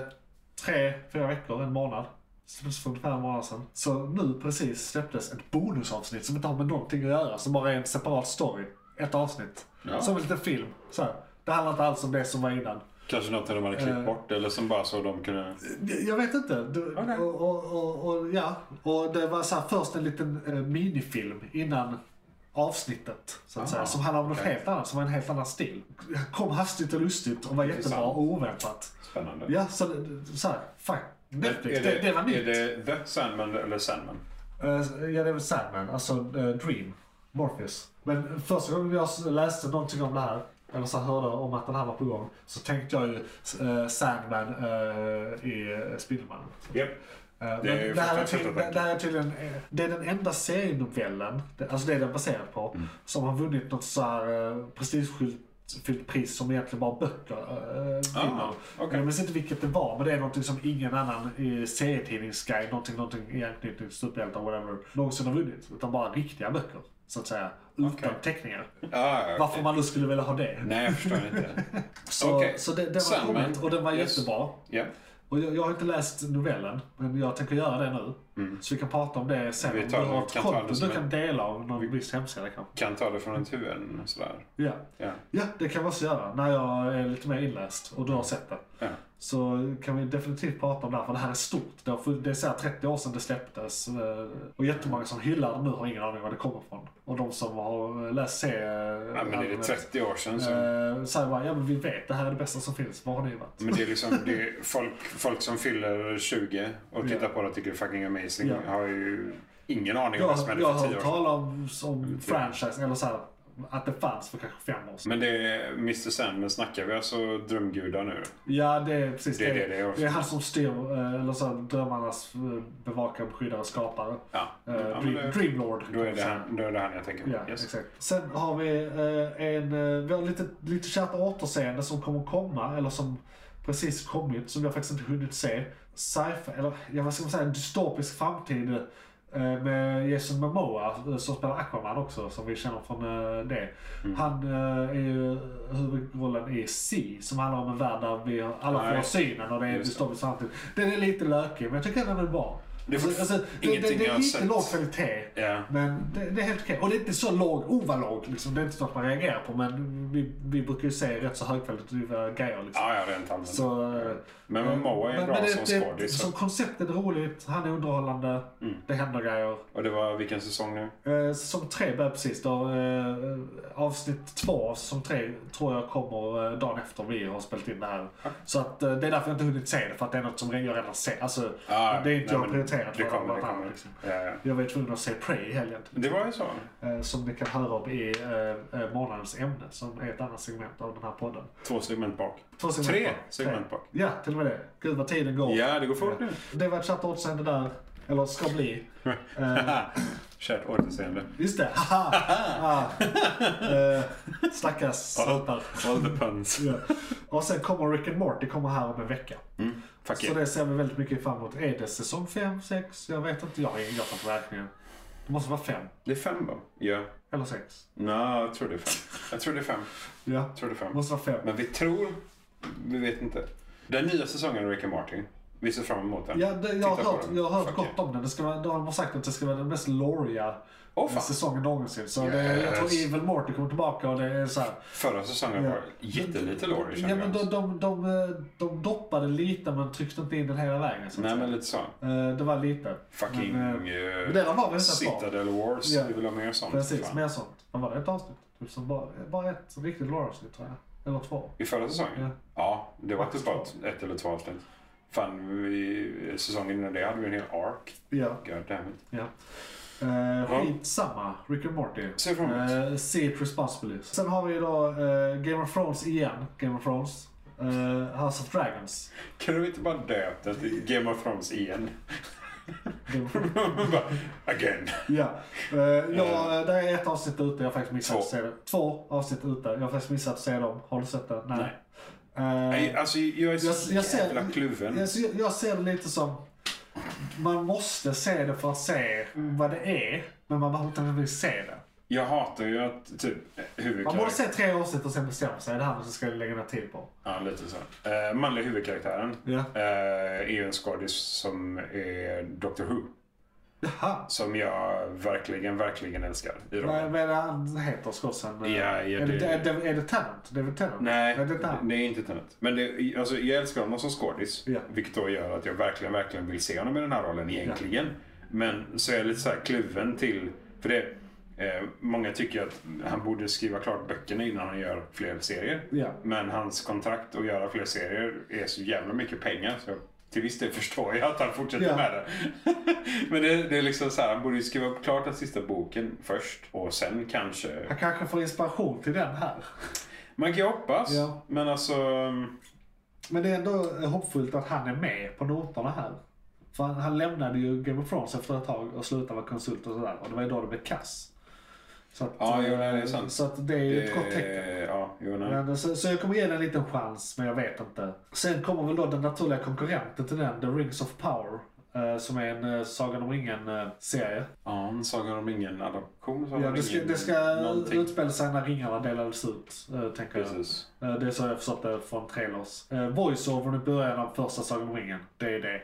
tre, fyra veckor, en månad. Släpptes för ungefär en månad sedan. Så nu precis släpptes ett bonusavsnitt som inte har med någonting att göra, som bara är en separat story. Ett avsnitt. Ja. Som en liten film. Så här. Det handlar inte alls om det som var innan. Kanske något de hade klippt Eh. bort eller som bara så de kunde... Jag vet inte. Du, Okej. och, och, och, och, ja. och det var så här, först en liten eh, minifilm innan avsnittet. Så att Ah, säga, som handlade om något okej. helt annat, som var en helt annan stil. Kom hastigt och lustigt och var jättebra Intressant. och oväntat. Spännande. Ja, så, det- så här, fuck. Netflix, Är det, det, var Är nytt. det The Sandman eller Sandman? Eh, ja, det är väl Sandman, alltså eh, Dream, Morpheus. Men första gången jag s- läste någonting om det här, eller så hörde om att den här var på gång, så tänkte jag ju eh, Sandman eh, i eh, Spindelmannen. Japp. Eh, men Det är ju Det här är fruktansvärt tydligen- att tänka. det här är tydligen eh, det är den enda serienovellen, det- alltså det är den baserad på, Mm. som har vunnit något så här eh, prestigefyllt pris som egentligen bara böcker eh, vinner. Ah, okej. Jag minns inte vilket det var, men det är någonting som ingen annan i serietidningsguide, någonting, någonting i anknytning till superhjältar, whatever, någonsin har vunnit. Utan bara riktiga böcker, så att säga. Utan Okej. teckningar. Ah, okej. Varför man nu skulle vilja ha det. Nej, jag förstår inte. Så, Okej. så det, det var Sandman. kommit och den var Yes. jättebra. Ja, Och jag, jag har inte läst novellen, men jag tänker göra det nu. Så vi kan prata om det sen. Mm. Vi Om tar- du har ett kan ta konto det som du en- Mm. kan dela av någon viss hemsida kanske. kan ta det från en turen sådär. Ja. Ja. ja, det kan vi också göra när jag är lite mer inläst och du har sett det. Ja. Så kan vi definitivt prata om det här, för det här är stort. Det, har funnits- det är så här 30 år sedan det släpptes eh, och jättemånga som hyllar det nu har ingen aning var det kommer ifrån. Och de som har läst se... Ja, men är det 30 år sedan så... eh, säger bara, ja men vi vet, det här är det bästa som finns. Var har ni varit? Men det är liksom det är folk, folk som fyller 20 och tittar på det och tycker det är fucking amazing Ja. har ju ingen aning Jag, om vad som hände jag för har 10 år hört sedan. Mm. talas om, om franchise, eller så här, att det fanns för kanske fem år sedan. Men det är Mr. Sandman, snackar vi alltså drömgudar nu? Ja, det är precis Mm. Det är det det är också. det är han som styr, eh, eller så här, drömmarnas eh, bevakare, beskyddare och skapare. Ja. Eh, ja Dream, men det, Dreamlord. då, är det han, då är det han jag tänker på. Ja, yes. exakt. Sen har vi eh, en, eh, vi har lite, lite kärt återseende som kommer komma, eller som precis kommit som jag faktiskt inte hunnit se. Sci-fi, eller ja, vad ska man säga, en dystopisk framtid eh, med Jason Momoa eh, som spelar Aquaman också som vi känner från eh, det. Mm. Han eh, är ju huvudrollen i Sea som handlar om en värld där vi har- alla får Nej. synen och det är en Just det. dystopisk framtid. Den är lite lökig men jag tycker ändå den är bra. Det är Alltså, fortfar- alltså, det, det, ingenting det jag är har lite sett. låg kvalitet. Ja. Men det, det är helt okej. Och det är inte så låg, ovalåg liksom. Det är inte så att man reagerar på men vi, vi brukar ju se rätt så högkvalitativa grejer liksom. Ja, ja, rent allmänt. Så, eh, Men Momoa är men- bra men det- som det- skådis. Mm. Som koncept är det roligt, han är underhållande, det händer grejer. Och det var vilken säsong nu? Eh, Säsong tre börjar precis. Då, eh, avsnitt två av säsong tre tror jag kommer eh, dagen efter vi har spelat in det här. Så att, eh, det är därför jag inte hunnit se det, för att det är något som jag redan ser. Alltså, Ja, det är inte nej, jag men prioriterat Det för kommer, det något annat, kommer. liksom. Ja, ja. Jag var ju tvungen att se Prey i helgen. Det var ju så. Eh, som ni kan höra om i eh, eh, månadens ämne, som är ett annat segment av den här podden. Två segment bak. Två segment Tre bak. segment bak. Ja, till och med det. Gud vad tiden går. Ja, det går fort nu. Det var ett kärt återseende där. Eller ska bli. Eh, Kärt återseende. just det. Haha. ah. Eh, stackars All, sotar. all the puns. Ja. Och sen kommer Rick and Morty kommer här om en vecka. Fuck Så yeah. det ser vi väldigt mycket fram emot. Är det säsong 5, 6? Jag vet inte. Jag har ingen jag fattar verkligen. Det måste vara 5. Det är fem va? Ja. Eller 6. Nej, jag tror det är fem. Jag tror det är fem. Ja. Jag tror det är Det fem. måste vara 5. Men vi tror... Vi vet inte. Den nya säsongen av Rick and Martin. Vi ser fram emot den. Ja, det, jag, har Titta på hört, den. jag har hört Fuck gott yeah. om den. Det ska vara, de har sagt att det ska vara den mest loriga Åh, fan. säsongen någonsin. Så det, jag tror Yes. Evil Morty kommer tillbaka och det är så här. Förra säsongen Ja. var jättelite lorry Ja, kände men jag. alltså. de, de, de, eh, de doppade lite men tryckte inte in den hela vägen. Så att Nej, säga. men lite så. Eh, Det var lite. Fucking... Men, eh, eh, men det var väl så bra. Citadel Wars. Ja. Vi vill ha mer sånt. Precis, fan. mer sånt. Men var det ett avsnitt? Typ som bara, bara ett riktigt lore-avsnitt tror jag. Eller två. I förra säsongen? Ja. Ja. det var Max typ bara ett, ett eller två avsnitt. Fan, vi, säsongen innan det hade vi en hel ark. Ja. God damn it. Ja. Uh, skitsamma, Rick and Morty. Ser fram emot. Eh, see it responsibly. Sen har vi då eh, Game of Thrones igen. Game of Thrones. Eh, House of Dragons. Kan du inte bara döpa den till Game of Thrones igen? Game of Thrones. Bara, Again. ja. Eh, jag, eh, det är ett avsnitt ute, jag har faktiskt missat Två. att se det. Två avsnitt ute, jag har faktiskt missat att se dem. Har du sett det? Nej. Eh, Nej, alltså jag är så jag, jag, jävla ser, kluven. jag, ser- jag ser det lite som... Man måste se det för att se vad det är, men man behöver inte nödvändigtvis se det. Jag hatar ju att typ Man borde se huvudkaraktären... tre avsnitt och sen bestämma sig. Är det här som ska jag lägga ner tid på? Ja, lite så. Eh, manliga huvudkaraktären Ja. eh, är ju en skådis som är Dr Who. Jaha. Som jag verkligen, verkligen älskar i rollen. Vad vad är det han heter, skådisen? Eh, Ja, ja, är, det, det- är, det, är det Tennant? Det är väl Tennant? Nej, Är det inte han? det är inte Tenet. Men det, alltså, jag älskar honom som skådis. Ja. Vilket då gör att jag verkligen, verkligen vill se honom i den här rollen egentligen. Men så är jag lite så här kluven till... För det, eh, många tycker att han borde skriva klart böckerna innan han gör fler serier. Ja. Men hans kontrakt att göra fler serier är så jävla mycket pengar. Så till viss del förstår jag att han fortsätter Ja. med det. Men det, det är liksom så här, han borde ju skriva klart den sista boken först. Och sen kanske Han kanske får inspiration till den här. man kan ju hoppas, Ja. men alltså... Men det är ändå eh, hoppfullt att han är med på noterna här. För han, han lämnade ju Game of Thrones efter ett tag och slutade vara konsult och sådär. Och det var ju då det blev kass. Så att, Ja, jo, nej, det är eh, sant. Så att det är ju ett gott tecken. Eh, Ja, jo, nej. Men, så, så jag kommer ge den en liten chans, men jag vet inte. Sen kommer väl då den naturliga konkurrenten till den, The Rings of Power. eh, Som är en eh, Sagan om ringen-serie. Ja, en Sagan om ingen adoption. Sagan Ja, om det ska, ingen det ska någonting. utspela sig när ringarna delades ut, eh, tänker jag. Precis. Eh, Det är så jag förstått det från trailers. Eh, Voice-overn i början av första Sagan om ringen, det är det.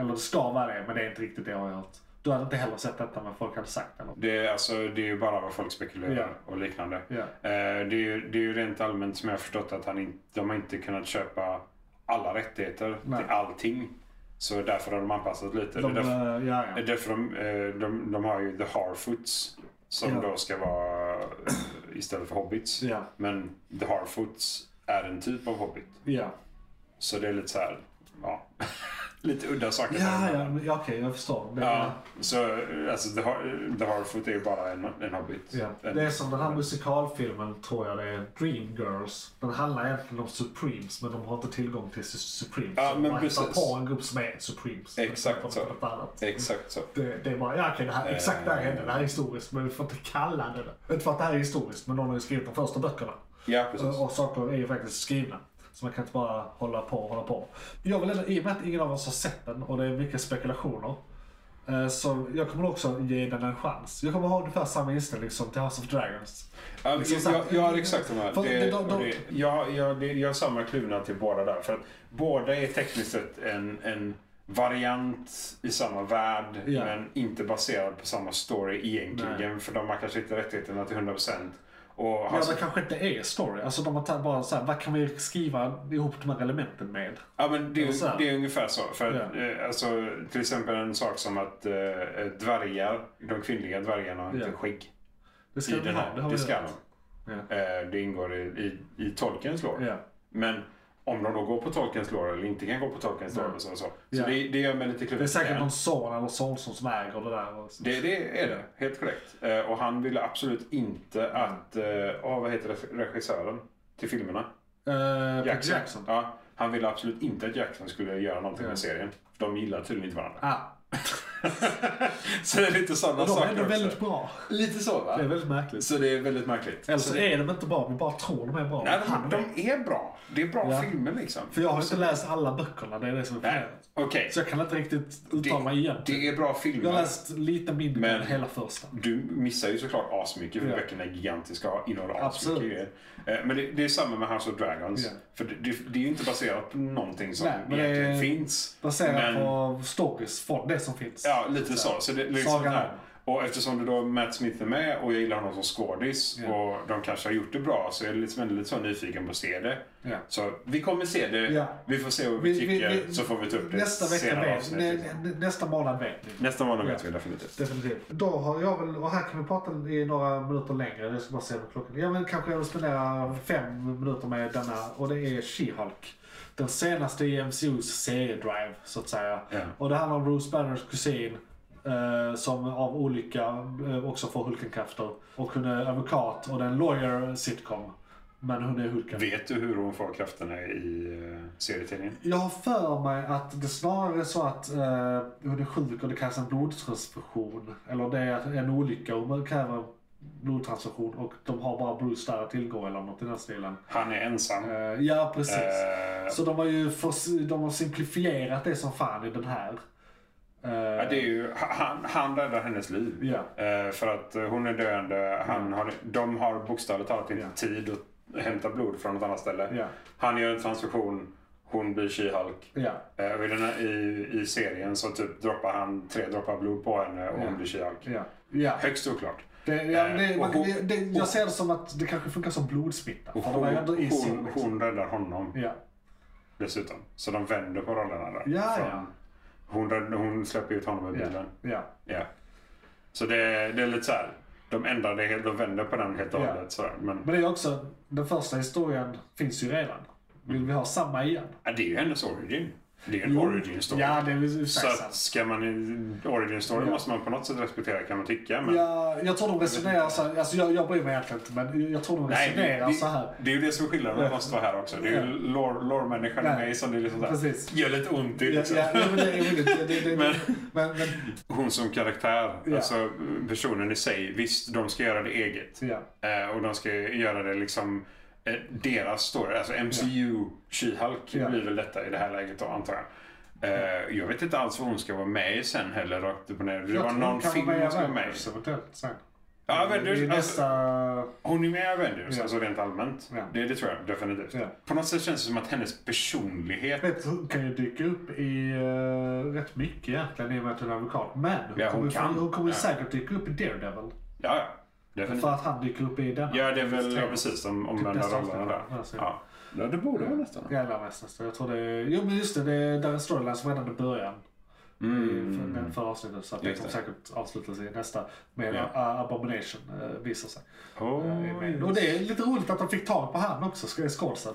Eller det ska vara det, men det är inte riktigt det jag har hört. Du hade inte heller sett detta, men folk hade sagt det. eller? Det är, alltså, det är ju bara vad folk spekulerar Ja. och liknande. Ja. Eh, det, är ju, det är ju rent allmänt som jag har förstått att han in, de har inte kunnat köpa alla rättigheter Nej. till allting. Så därför har de anpassat lite. De, det är därför, eh, ja, det ja. är därför de, eh, de, de har ju The Harfoots som Ja. då ska vara eh, istället för Hobbits. Ja. Men The Harfoots är en typ av Hobbit. ja. Så det är lite så här, ja. lite udda saker. Ja, ja, däremellan. men- ja, okej, jag förstår. Det, ja. Så alltså, The, Har- The Harfoot är ju bara en, en hobbit. Ja, En, det är som den här musikalfilmen tror jag det är, Dream Girls. Den handlar egentligen om Supremes men de har inte tillgång till Su- Supremes. Ja, Så men man hittar precis. på en grupp som är Supremes. Exakt För så. Eh. något annat. Exakt så. Det, det är bara, ja okej, det här, exakt det här hände, det här är historiskt men vi får inte kalla det det. Inte för att det här är historiskt men någon har ju skrivit de första böckerna. Ja, precis. Och saker är ju faktiskt skrivna. Så man kan inte bara hålla på och hålla på. Jag vill ändå, I och med att ingen av oss har sett den och det är mycket spekulationer. eh, Så jag kommer också ge den en chans. Jag kommer ha ungefär samma inställning som till House of Dragons. Ja, Liksom jag, så här- jag, jag har exakt samma. Fast Det, det- de- och de- det, jag, jag, det, jag har samma kluvna till båda där. För att båda är tekniskt sett en, en variant i samma värld Ja. men inte baserad på samma story egentligen. För de har kanske inte rättigheterna till 100%. Och Ja, House, det kanske inte är story. Alltså de har tagit bara så här, vad kan vi skriva ihop de här elementen med? Ja, men det, Och så här. är- det är ungefär så. För att, eh, alltså, till exempel en sak som att eh, dvärgar, de kvinnliga dvärgarna har inte Ja. skägg Det i ska vi den ha. här. Det har Det vi ska gjort. de. Eh, Det ingår i, i, i Tolkiens lore. Ja. Men om de då går på Tolkiens lore eller inte kan gå på Tolkiens lore och så. och så. så Ja. det, det gör mig lite kluven. Eh, Det är säkert någon son eller sonson som äger det där. och- Det, det är det, helt korrekt. Eh, Och han ville absolut inte att, eh, åh, vad heter det, regissören till filmerna? Eh, Peter Jackson. Ja, han ville absolut inte att Jackson skulle göra någonting Ja. med serien. De gillar tydligen inte varandra. Ah, så det är lite sådana de är saker ändå också. väldigt bra. Lite så va? Det är väldigt märkligt. Så det är väldigt märkligt. Eller Så så det... är de inte bra, vi bara tror de är bra. Alltså, Nej, Han de, är. de är bra. Det är bra Ja. filmer liksom. För jag har inte läst alla böckerna, det är det som är Nej, problemet. okej. Så jag kan inte riktigt uttala mig Det, igen. det är bra filmer. Jag har läst lite mindre Men- än hela första. Du missar ju såklart asmycket för Ja. böckerna är gigantiska och innehåller asmycket Absolut. grejer. Eh, Men det, det är samma med House of Dragons. Ja. För det, det, det är ju inte baserat på någonting som Nej, men det egentligen är finns. Baserat men, på stories från det som finns. Ja, lite så. så det, liksom Sagan där. Och eftersom du då Matt Smith är med och jag gillar honom som skådis Ja. och de kanske har gjort det bra så jag är liksom ändå lite så nyfiken på att se det. Ja. Så vi kommer se det. Ja. Vi får se vad vi, tycker så får vi ta upp det nästa vecka senare vet, avsnitt. nä, liksom. nä, Nästa månad vet ni. Nästa månad vet Ja. vi definitivt. Definitivt. Då har jag väl, och här kan vi prata i några minuter längre. Jag ska bara se på klockan. Jag vill kanske jag vill spendera fem minuter med denna och det är She-Hulk. Den senaste i MCUs seriedrive så att säga. Ja. Och det handlar om Bruce Banners kusin. eh, som av olycka eh, också får Hulkenkrafter. Och hon är advokat och det är en lawyer sitcom. Men hon är Hulken. Vet du hur hon får krafterna i eh, serietidningen? Jag har för mig att det snarare är så att eh, hon är sjuk och det krävs en blodtransfusion. Eller det är en olycka och man kräver blodtransfusion och de har bara Bruce där att tillgå eller något i den stilen. Han är ensam. Eh, ja, precis. Eh, Så de har ju för, de har simplifierat det som fan i den här. Eh, ja, det är ju, han, han räddar hennes liv. Ja. Eh, för att eh, hon är döende. Han har, de har bokstavligt talat inte Ja. tid att hämta blod från något annat ställe. Ja. Han gör en transfusion. Hon blir She-Hulk. ja. Eh, och i, den här, i, I serien så typ droppar han tre droppar blod på henne och hon blir She-Hulk. Ja. Ja. Högst oklart. Det, ja, men det, Eh, man, och hon- det, det, jag ser det som att det kanske funkar som blodsmitta. Och För de var hon, ju ändå i hon, sin, liksom. hon räddar honom Ja. dessutom. Så de vänder på rollerna där. Ja, Från- ja. Hon, rädd- hon släpper ut honom ur Ja. bilen. ja. Ja. Så det, det är lite så här. De ändrar det helt, de vänder på den helt och Ja. hållet. sådär. Men Men det är också, den första historien finns ju redan. Vill vi ha samma igen? ja, det är ju hennes origin. Det är ju en origin story. Ja, det är väl så exakt att sant. ska man, origin story måste man på något sätt respektera kan man tycka. Men Ja, jag tror de resonerar så här, alltså jag, jag bryr mig egentligen inte, men jag tror de Nej, det, resonerar det, så här. det är ju det som är skillnaden med att man står här också. Det är ju lore- lore-människan i Nej. mig som det är liksom så här, Precis. gör lite ont i. Ja, Liksom. ja, men det är roligt. Det, det, det, men, men, Hon som karaktär, Ja. alltså personen i sig. Visst, de ska göra det eget. ja. Eh, och de ska göra det liksom eh, deras story. Alltså MCU, She-Hulk Ja. blir väl detta i det här läget då antar jag. Eh, jag vet inte alls vad hon ska vara med i sen heller rakt upp och ner. Det Jag var tror de någon kan film vara i hon ska vara med Avengers i. eventuellt sen. Ja, Det är Avengers. Alltså, nästa... hon är med i Avengers, Ja. alltså rent allmänt. Ja. Det, det tror jag definitivt. Ja. På något sätt känns det som att hennes personlighet... Vet, du, hon kan ju dyka upp i eh, rätt mycket egentligen i och med att hon är advokat. Men hon Ja, hon kommer, kan. hon kommer Ja. säkert dyka upp i Daredevil. Ja, ja. Definitivt. För att han dyker upp i denna. Ja, det är väl Tre. ja, precis de omvända Typ nästa rollerna där. avsnitt, alltså. Ja. ja, det borde vara nästan. Jävla nästan. Jag tror det är... Jo men just det, det är där är storylines redan i början. Mm. För, den förra avsnittet. Så att det Just kommer det. säkert avslutas i nästa. Med Ja. A- Abomination eh, visar sig. Eh, Oh, Och det är lite roligt att de fick tag på han också, sk- skådisen.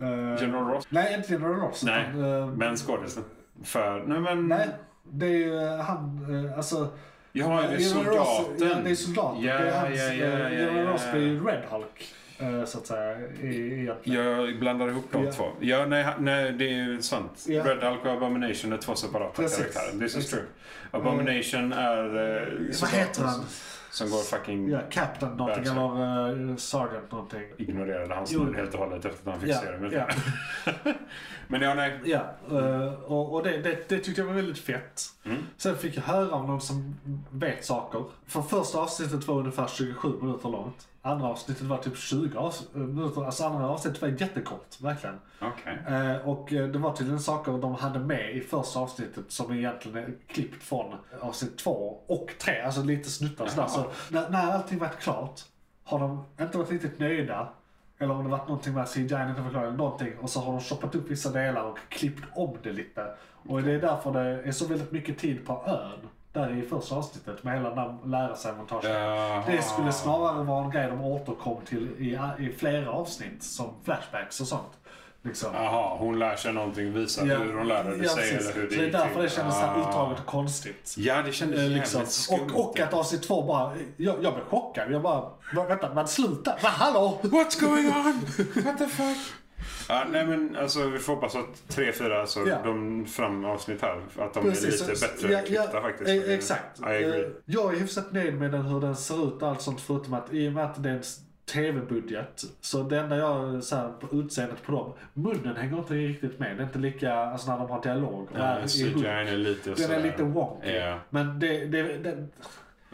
Eh, General Ross? Nej, inte General Ross. Nej, utan, eh, men skådisen. För, nej men... nej, det är ju eh, han, eh, alltså... Jaha, det är General soldaten. Ross, ja, det är soldaten. Ja, det är hans, ja, ja, ja, eh, General ja, Ross ja. blir ju Red Hulk. eh, Så att säga. I, i att, Jag blandar ihop de Ja. två. Ja, nej, ha- nej, det är ju sant. Ja. Red Hulk och Abomination är två separata Precis. karaktärer. This is Exakt. Mm. true. Abomination är... Eh, Vad heter soldaten han? som- Som går fucking... Ja, Captain någonting Berserk. eller eh, Sergeant någonting. Ignorerade hans Jo. namn helt och hållet efter att han fick Ja, se det. Men, ja. men ja, nej. Ja, eh, och, och det, det, det tyckte jag var väldigt fett. Sen fick jag höra av någon som vet saker. För första avsnittet var ungefär 27 minuter långt. Andra avsnittet var typ 20 avs- minuter. Alltså andra avsnittet var jättekort, verkligen. Okej. Eh, och eh, det var tydligen saker de hade med i första avsnittet som egentligen är klippt från avsnitt två och tre, alltså lite snuttar sådär. Så när, när allting varit klart har de inte varit riktigt nöjda, eller om det varit någonting med CGI inte var klar eller någonting, och så har de shoppat upp vissa delar och klippt om det lite. Och det är därför det är så väldigt mycket tid på ön. Där i första avsnittet med hela den där lära sig montagen. Jaha. Det skulle snarare vara en grej de återkom till i, i flera avsnitt som flashbacks och sånt. Liksom. Jaha, hon lär sig någonting, visar hur hon lärde ja, sig precis. eller hur det Så det är gick därför det till. kändes så här Ah. uttaget och konstigt. Ja, det kändes Eh, jävligt Liksom. skumt. Och, och att avsnitt två bara, jag, jag blev chockad. Jag bara, "Va- vänta, men sluta, men hallå! What's going on? What the fuck? Ja, nej men alltså vi får hoppas att tre, fyra, alltså Ja. de fram avsnitt här, att de är lite så- bättre ja, klippta ja, faktiskt. eh, Exakt. I agree. Eh, Jag är hyfsat nöjd med den, hur den ser ut och allt sånt förutom att i och med att det är en s- tv-budget så det enda jag så här, på utseendet på dem, munnen hänger inte riktigt med. Det är inte lika, alltså när de har dialog. och är Ja, i CGI Hulk. är lite Den är sådär. lite wonky. Ja. Men det, det, det,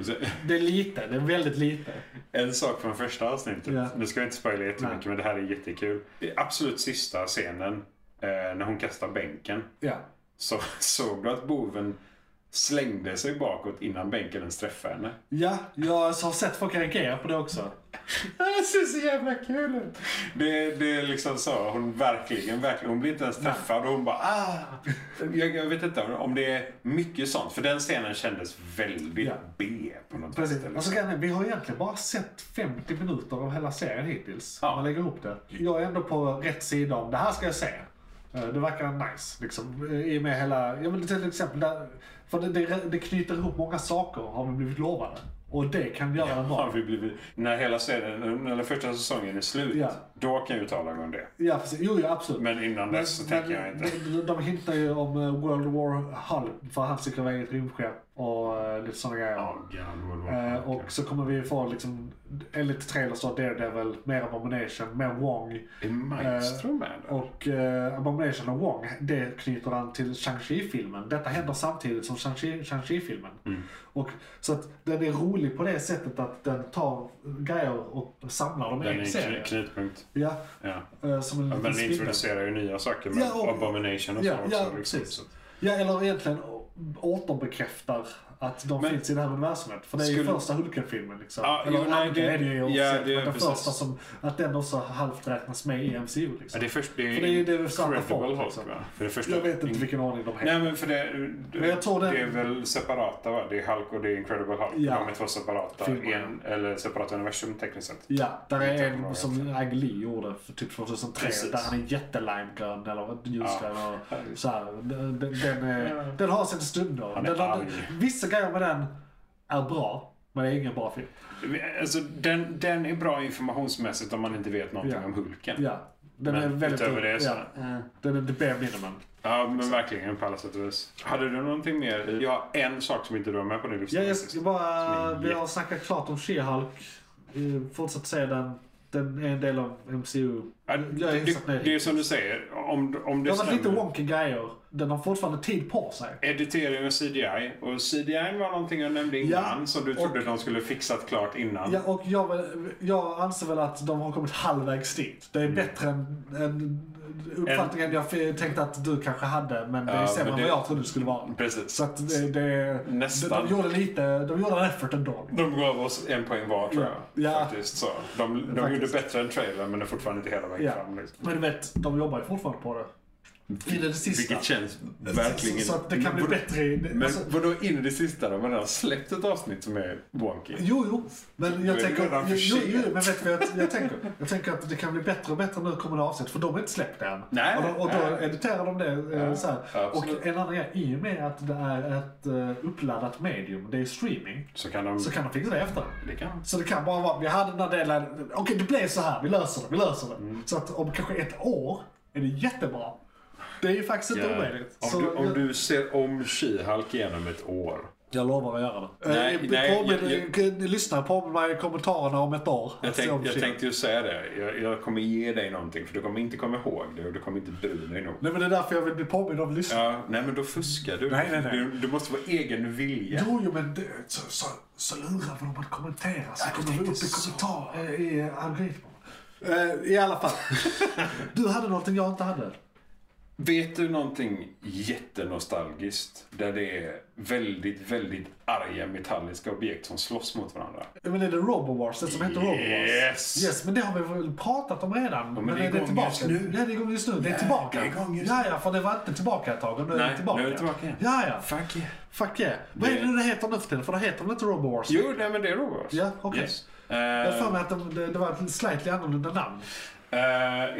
Så, det är lite, det är väldigt lite. En sak från första avsnittet. Ja. Nu ska jag inte spoila jättemycket Nej. men det här är jättekul. I absolut sista scenen, eh, när hon kastar bänken, Ja. så såg du att boven slängde sig bakåt innan bänken ens träffade henne. Ja, jag har sett folk reagera på det också. Det ser så jävla kul ut. Det, det är liksom så. Hon verkligen, verkligen. Hon blir inte ens träffad och hon bara ah. Jag, jag vet inte om det är mycket sånt. För den scenen kändes väldigt Ja. B på något Precis. sätt. eller Alltså, så. grejen är, vi har egentligen bara sett 50 minuter av hela serien hittills. Ja. Om man lägger ihop det. Jag är ändå på rätt sida om det här ska jag se. Eh, Det verkar nice. Liksom, eh, I och med hela, ja, men till exempel, där, för det, det, det knyter ihop många saker har vi blivit lovade. Och det kan göra en bra. Har vi blivit, när hela serien, eller första säsongen är slut, Ja. då kan jag uttala mig om det. Ja, precis. Jo, ja, absolut. Men innan dess så tänker jag inte. De, de, de hintar ju om eh, World War Hulk, för han cyklar iväg i ett rymdskepp och eh, lite sådana grejer. Ja, God, World War Eh, Hulk, ja. och så kommer vi få liksom, enligt trailers då, Daredevil, mer Abomination, mer Wong. Är Maestro med där? Och eh, Abomination och Wong, det knyter an till Shang-Chi-filmen. Detta händer samtidigt som Shang-Chi- Shang-Chi-filmen. Mm. Och Så att den är rolig på det sättet att den tar grejer och samlar dem i Den är en en serie. kn- knutpunkt. Ja, Ja. eh, som en Men liten den spindel. introducerar ju nya saker med Ja, och- Abomination och Ja, så också. ja liksom. precis. Så- Ja, eller egentligen å- återbekräftar att de Men- finns i det här universumet. För det är ju Skulle- första Hulken-filmen liksom. Ja, eller jo, nej, andra det- är det ju ja, officiellt, det- men den precis. första som, att den också halvt räknas med i MCU Ja, liksom. det är först det är För det är ju det vi startar Incredible folk, Hulk, liksom. va? För det första, Jag vet inte vilken ordning de heter. Nej men för det, Men jag tror det den- är väl separata va? Det är Hulk och det är Incredible Hulk. Ja. De är två separata, Filmer, en, eller separata universum tekniskt sett. Ja, där Inte är bra, en som Ang Lee gjorde för typ 2003. Precis. Där han är jättelimegrön eller ljusgrön. och Så här, den, den, den, är- den har sin stunder. Han är Den, har- arg. vissa grejer med den är bra, men det är ingen bra film. Alltså, den, den är bra informationsmässigt om man inte vet någonting Ja. om Hulken. Ja, den Men är väldigt... utöver det så- ja, eh, Den är the bare minimum. Ja, men verkligen på alla sätt och vis. Hade du någonting mer? i- Jag har en sak som inte du har med på din lista. Ja, jag ska bara... Som är Vi har snackat klart om She-Hulk. Eh, Fortsätt se den. Den är en del av MCU. Ja, jag är det, hyfsat det, nöjd. det är som du säger, om, om Det det har varit lite stämmer. wonky grejer. Den har fortfarande tid på sig. Editering och CDI. Och CDI var någonting jag nämnde innan som du trodde de skulle fixat klart innan. Ja, och jag, väl- jag anser väl att de har kommit halvvägs dit. Det är Mm. bättre än, än uppfattningen jag f- tänkte att du kanske hade, men det är Ja, sämre men än det- vad jag trodde det skulle vara. Precis. Så att det, det, Nästan. De, de gjorde lite, de gjorde en effort ändå. De gav oss en poäng var tror jag. Ja. Faktiskt, så. De, de Faktiskt. gjorde bättre än trailern men det är fortfarande inte hela vägen Ja. fram. Liksom. Men du vet, de jobbar ju fortfarande på det. In i det sista. Vilket känns verkligen... Alltså, Så, så att det kan bli Vadå- bättre. i- Men Alltså, vadå in i det sista då? Man har släppt ett avsnitt som är wonky. Jo, jo. Men Då är jag det tänker, redan för jo, jo, jo, sent. men vet du vad jag, jag tänker? Jag tänker att det kan bli bättre och bättre nu kommande avsnitt, för de är inte släppta än. Nej, och, då- och då nej. editerar de det eh, Ja, så här. absolut. Och en annan grej, i och med att det är ett eh, uppladdat medium, det är streaming, Så kan de... så kan de fixa det efter. Det kan. Så det kan bara vara, vi hade den här delen, okej det blev så här, vi löser det, vi löser det. Mm. Så att om kanske ett år är det jättebra. Det är ju faktiskt inte omöjligt. Om, Så du, om jag- du ser om She-Hulk igenom ett år Jag lovar att göra det. Nej, Eh, nej, påminn- jag- eh, Lyssna på mig i kommentarerna om ett år. Jag, Se Alltså, om tänk, jag shit. tänkte ju säga det. Jag, jag kommer ge dig någonting för du kommer inte komma ihåg det och du kommer inte bry dig nog. Nej men det är därför jag vill bli påmind om lyssna. Ja, nej men då fuskar du. Nej, nej, nej. Du, du måste vara egen vilja. Jo, jo men det, så, så, så lurar vi dem att kommentera så kommer vi upp i kommentar eh, i eh, algoritmerna. Eh, I alla fall. du hade någonting jag inte hade. Vet du någonting jättenostalgiskt? Där det är väldigt, väldigt arga metalliska objekt som slåss mot varandra. Eh, Men är det Robowars? Det som heter Robowars? Yes. Yes, men det har vi väl pratat om redan. men, det är igång just nu. Ja, det är igång just nu. Det är tillbaka. det är igång just ja, ja, för det var inte tillbaka ett tag och nu är Nej, det tillbaka. nu är det tillbaka igen. Ja, ja. Fuck yeah. Fuck yeah. Vad är det det heter nu för tiden? För det heter väl inte Robowars? Jo, nej men det är Robot. Ja, okej. Eh, Jag har för mig att de- det, det var ett slightly annorlunda namn. eh,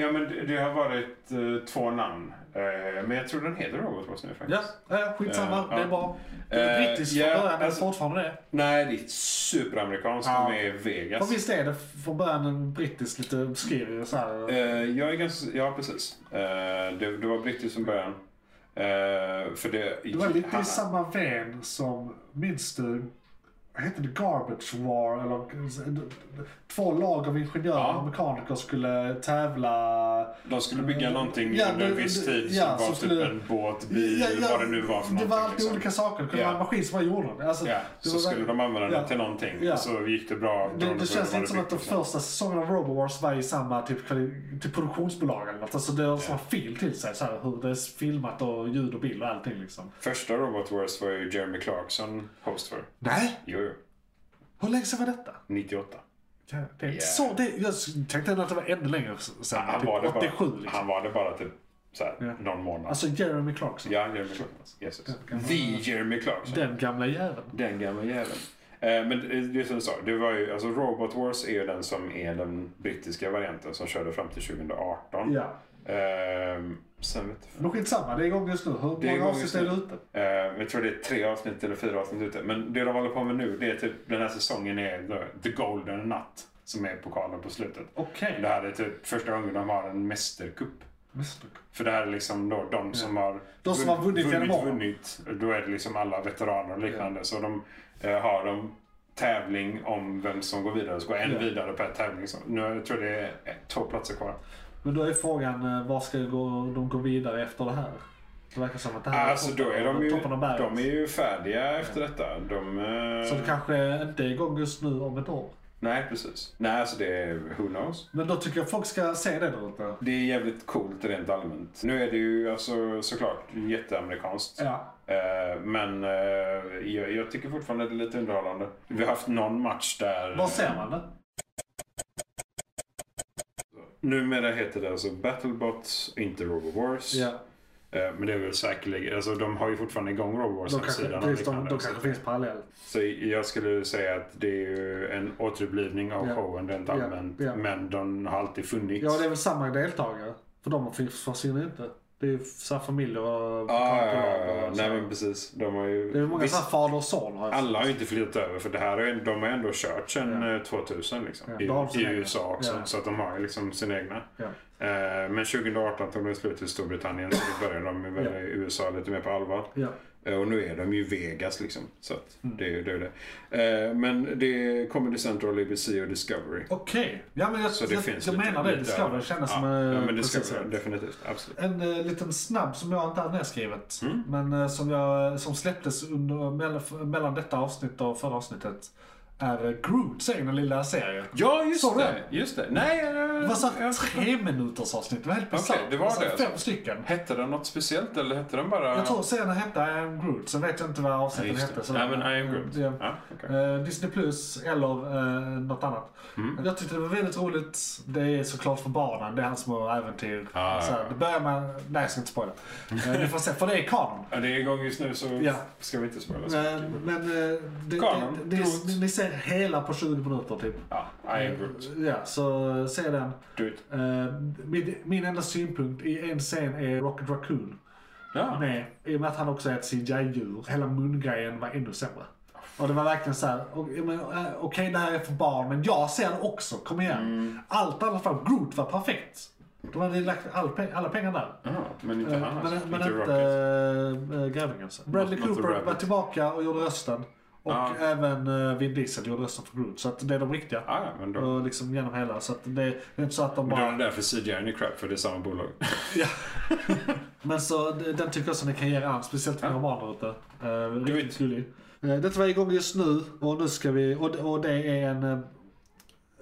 ja, men det- det har varit eh, två namn. Eh, men jag tror den heter Robot nu faktiskt. Ja, ja skitsamma. Eh, Ja, ja. Det är bra. Det är Eh, brittiskt ja, från början, men alltså- fortfarande det. Nej, det är superamerikanskt. Ja. De är i Vegas. Och visst är det från början en brittisk lite obskyr så här. Eh, jag är ganska... Ja, precis. Eh, det, det var brittiskt från början. Eh, för det... Det var lite han- i samma ven som, minns du, vad hette det, Garbage War? Eller, två lag av ingenjörer Ja. och mekaniker skulle tävla. De skulle bygga någonting Ja, under en det- viss det- tid ja, som var som typ skulle- en båt, bil, Ja, ja, vad det nu var för Det någonting. var alltid liksom. olika saker. Det kunde Ja. vara en maskin som var jorden. Alltså, Ja, det så var skulle verkligen- de använda den ja. till någonting. Ja. Så gick det bra. Det, beroende på det känns vad inte som byggt att de och sånt. första säsongen av Robowars var i samma typ, kvali- typ produktionsbolag eller något. Alltså det har sån fil till sig, så här, hur det är filmat och ljud och bild och allting liksom. Första Robot Wars var ju Jeremy Clarkson host för. Nej! Jo, jo. Hur länge sedan var detta? 98. Ja, Det är inte så, det, jag tänkte ändå att det var ännu längre sen. Han, typ var, det 87 bara, liksom. han var det bara typ så här, Ja. någon månad. Alltså Jeremy Clarkson. ja, Jeremy Clarkson. Yes, yes. The Jeremy Clarkson. Den gamla jäveln. Den gamla jäveln. Eh, Men det- det är som du sa, det var ju, alltså Robot Wars är ju den som är den brittiska varianten som körde fram till 2018. Ja. Ehm, sen vet jag Men skitsamma, det är igång just nu. Hur Det är många igång avsnitt just är nu. det ute? Eh, jag tror det är tre avsnitt eller fyra avsnitt ute. Men det de håller på med nu, det är typ den här säsongen är The, the Golden Nut. Som är pokalen på slutet. Okej. Det här är typ första gången de har en mästercup. För det här är liksom då de som har De som har vunnit genom vunnit, åren. vunnit. Då är det liksom alla veteraner och liknande. Så de eh, har de tävling om vem som går vidare. Så går en Ja. vidare per tävling. Så nu jag tror det är eh, två platser kvar. Men då är frågan, eh, var ska gå, de gå vidare efter det här? Det verkar som att det här Alltså då är de ju, toppen av berget. de är ju färdiga efter detta. De, eh, Så det kanske inte är igång just nu om ett år. Nej, precis. Nej, alltså det är who knows. Men då tycker jag folk ska se det då inte. Det är jävligt coolt rent allmänt. Nu är det ju alltså, såklart jätteamerikanskt. Ja. Eh, men eh, jag, jag tycker fortfarande det är lite underhållande. Vi har haft någon match där. Var ser man det? Numera heter det alltså Battlebots, inte RoboWars. Ja. Eh, men det är väl säkerligen, alltså de har ju fortfarande igång RoboWars De kanske, hemsidan och precis, de, liknande. de kanske finns parallellt. Så jag skulle säga att det är ju en återupplivning av Ja. showen rent Ja, allmänt. ja. Men de har alltid funnits. Ja, det är väl samma deltagare. För de fin- försvinner inte. Det är ju så här familjer och... Ah, ja, kamrater ja, ja. och så. Nej men precis. De har ju... Det är många Visst, så här fader och son har jag Alla har ju inte flyttat över för det här är, de har ju ändå kört sedan eh, 2000 liksom. Ja, de har I, sina I egna. USA också. Ja. Så att de har ju liksom sina egna. Ja. Eh, men 2018 tog de slut i Storbritannien så då började de väl Ja. i USA lite mer på allvar. Ja. Mm. Eh, Och nu är de ju Vegas liksom. Så att det är ju det. Är ju det. Eh, men det är Comedy Central, ABC och Discovery. Okej. Ja, men jag, Så det jag, finns jag lite- menar det. lite Det ska över. väl kännas ja. som... eh, Ja men det precis ska det Mm. rätt. definitivt. Absolut. En eh, liten snabb som jag inte hade nedskrivet. Men eh, som, jag, som släpptes under, mellan, mellan detta avsnitt och förra avsnittet. Är eh, Groots egna lilla serie. Ja just Såg du det. Just det. Nej. eh, Det var såhär tre minuters avsnitt. Det var helt Okej, bisarrt. det var så här det. alltså. Fem stycken. Hette den något speciellt eller hette den bara... Jag tror serien hette I am Groot, sen vet jag inte vad avsnittet Just det. hette. så- Mm, Nej, men I am Groot. Ja. Ja, okej. Eh, Disney Plus eller eh, något annat. Mm. Jag tyckte det var väldigt roligt. Det är såklart för barnen, det är hans små äventyr. Ah, så här, ja, ja. Det börjar med... Nej, jag ska inte spoila. Eh, Ni får se, för det är kanon. Ja, det är igång just nu så Ja. ska vi inte spoila så Eh, mycket. Men eh, det, Kanon, det, det, Groot. ni ser hela på 20 minuter typ. Ja, I am Groot. Ja, så eh, se den. Do it. Eh, Min, min enda synpunkt i en scen är Rocket Raccoon. Ja. med, i och med att han också är ett CGI-djur, hela mungrejen var ännu sämre. Och det var verkligen så här, och- ja, men, eh, okej Mm. det här är för barn, men jag ser det också, kom igen. Allt annat var, Groot var perfekt. De hade lagt all pe- alla pengar där. Jaha, men inte Eh, han men alltså. men inte inte Rocket. eh, Grävingen. alltså. Bradley Not- not the Cooper var rabbit. tillbaka och gjorde rösten. Och Ah. även eh, Vin Diesel gjorde rösten för Groot. Så att det är de riktiga. Ah, ja, men då. Och liksom genom hela. Så att det, det är inte så att de Men då är bara... det därför CGI är crap, för det är samma bolag. Ja. Men så d- den tycker jag också ni kan ge er an, speciellt med romaner ute. Eh, riktigt gullig. Eh, detta var igång just nu och nu ska vi, och, det- och det är en, eh,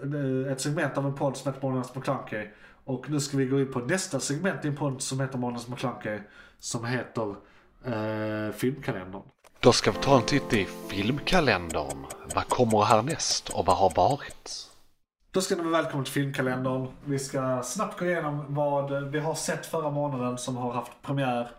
en, eh, ett segment av en podd som heter Månadens McKlunky. Och nu ska vi gå in på nästa segment i en podd som heter Månadens McKlunky. Som heter eh, Filmkalendern. Då ska vi ta en titt i filmkalendern. Vad kommer härnäst och vad har varit? Då ska ni vara välkomna till filmkalendern. Vi ska snabbt gå igenom vad vi har sett förra månaden som har haft premiär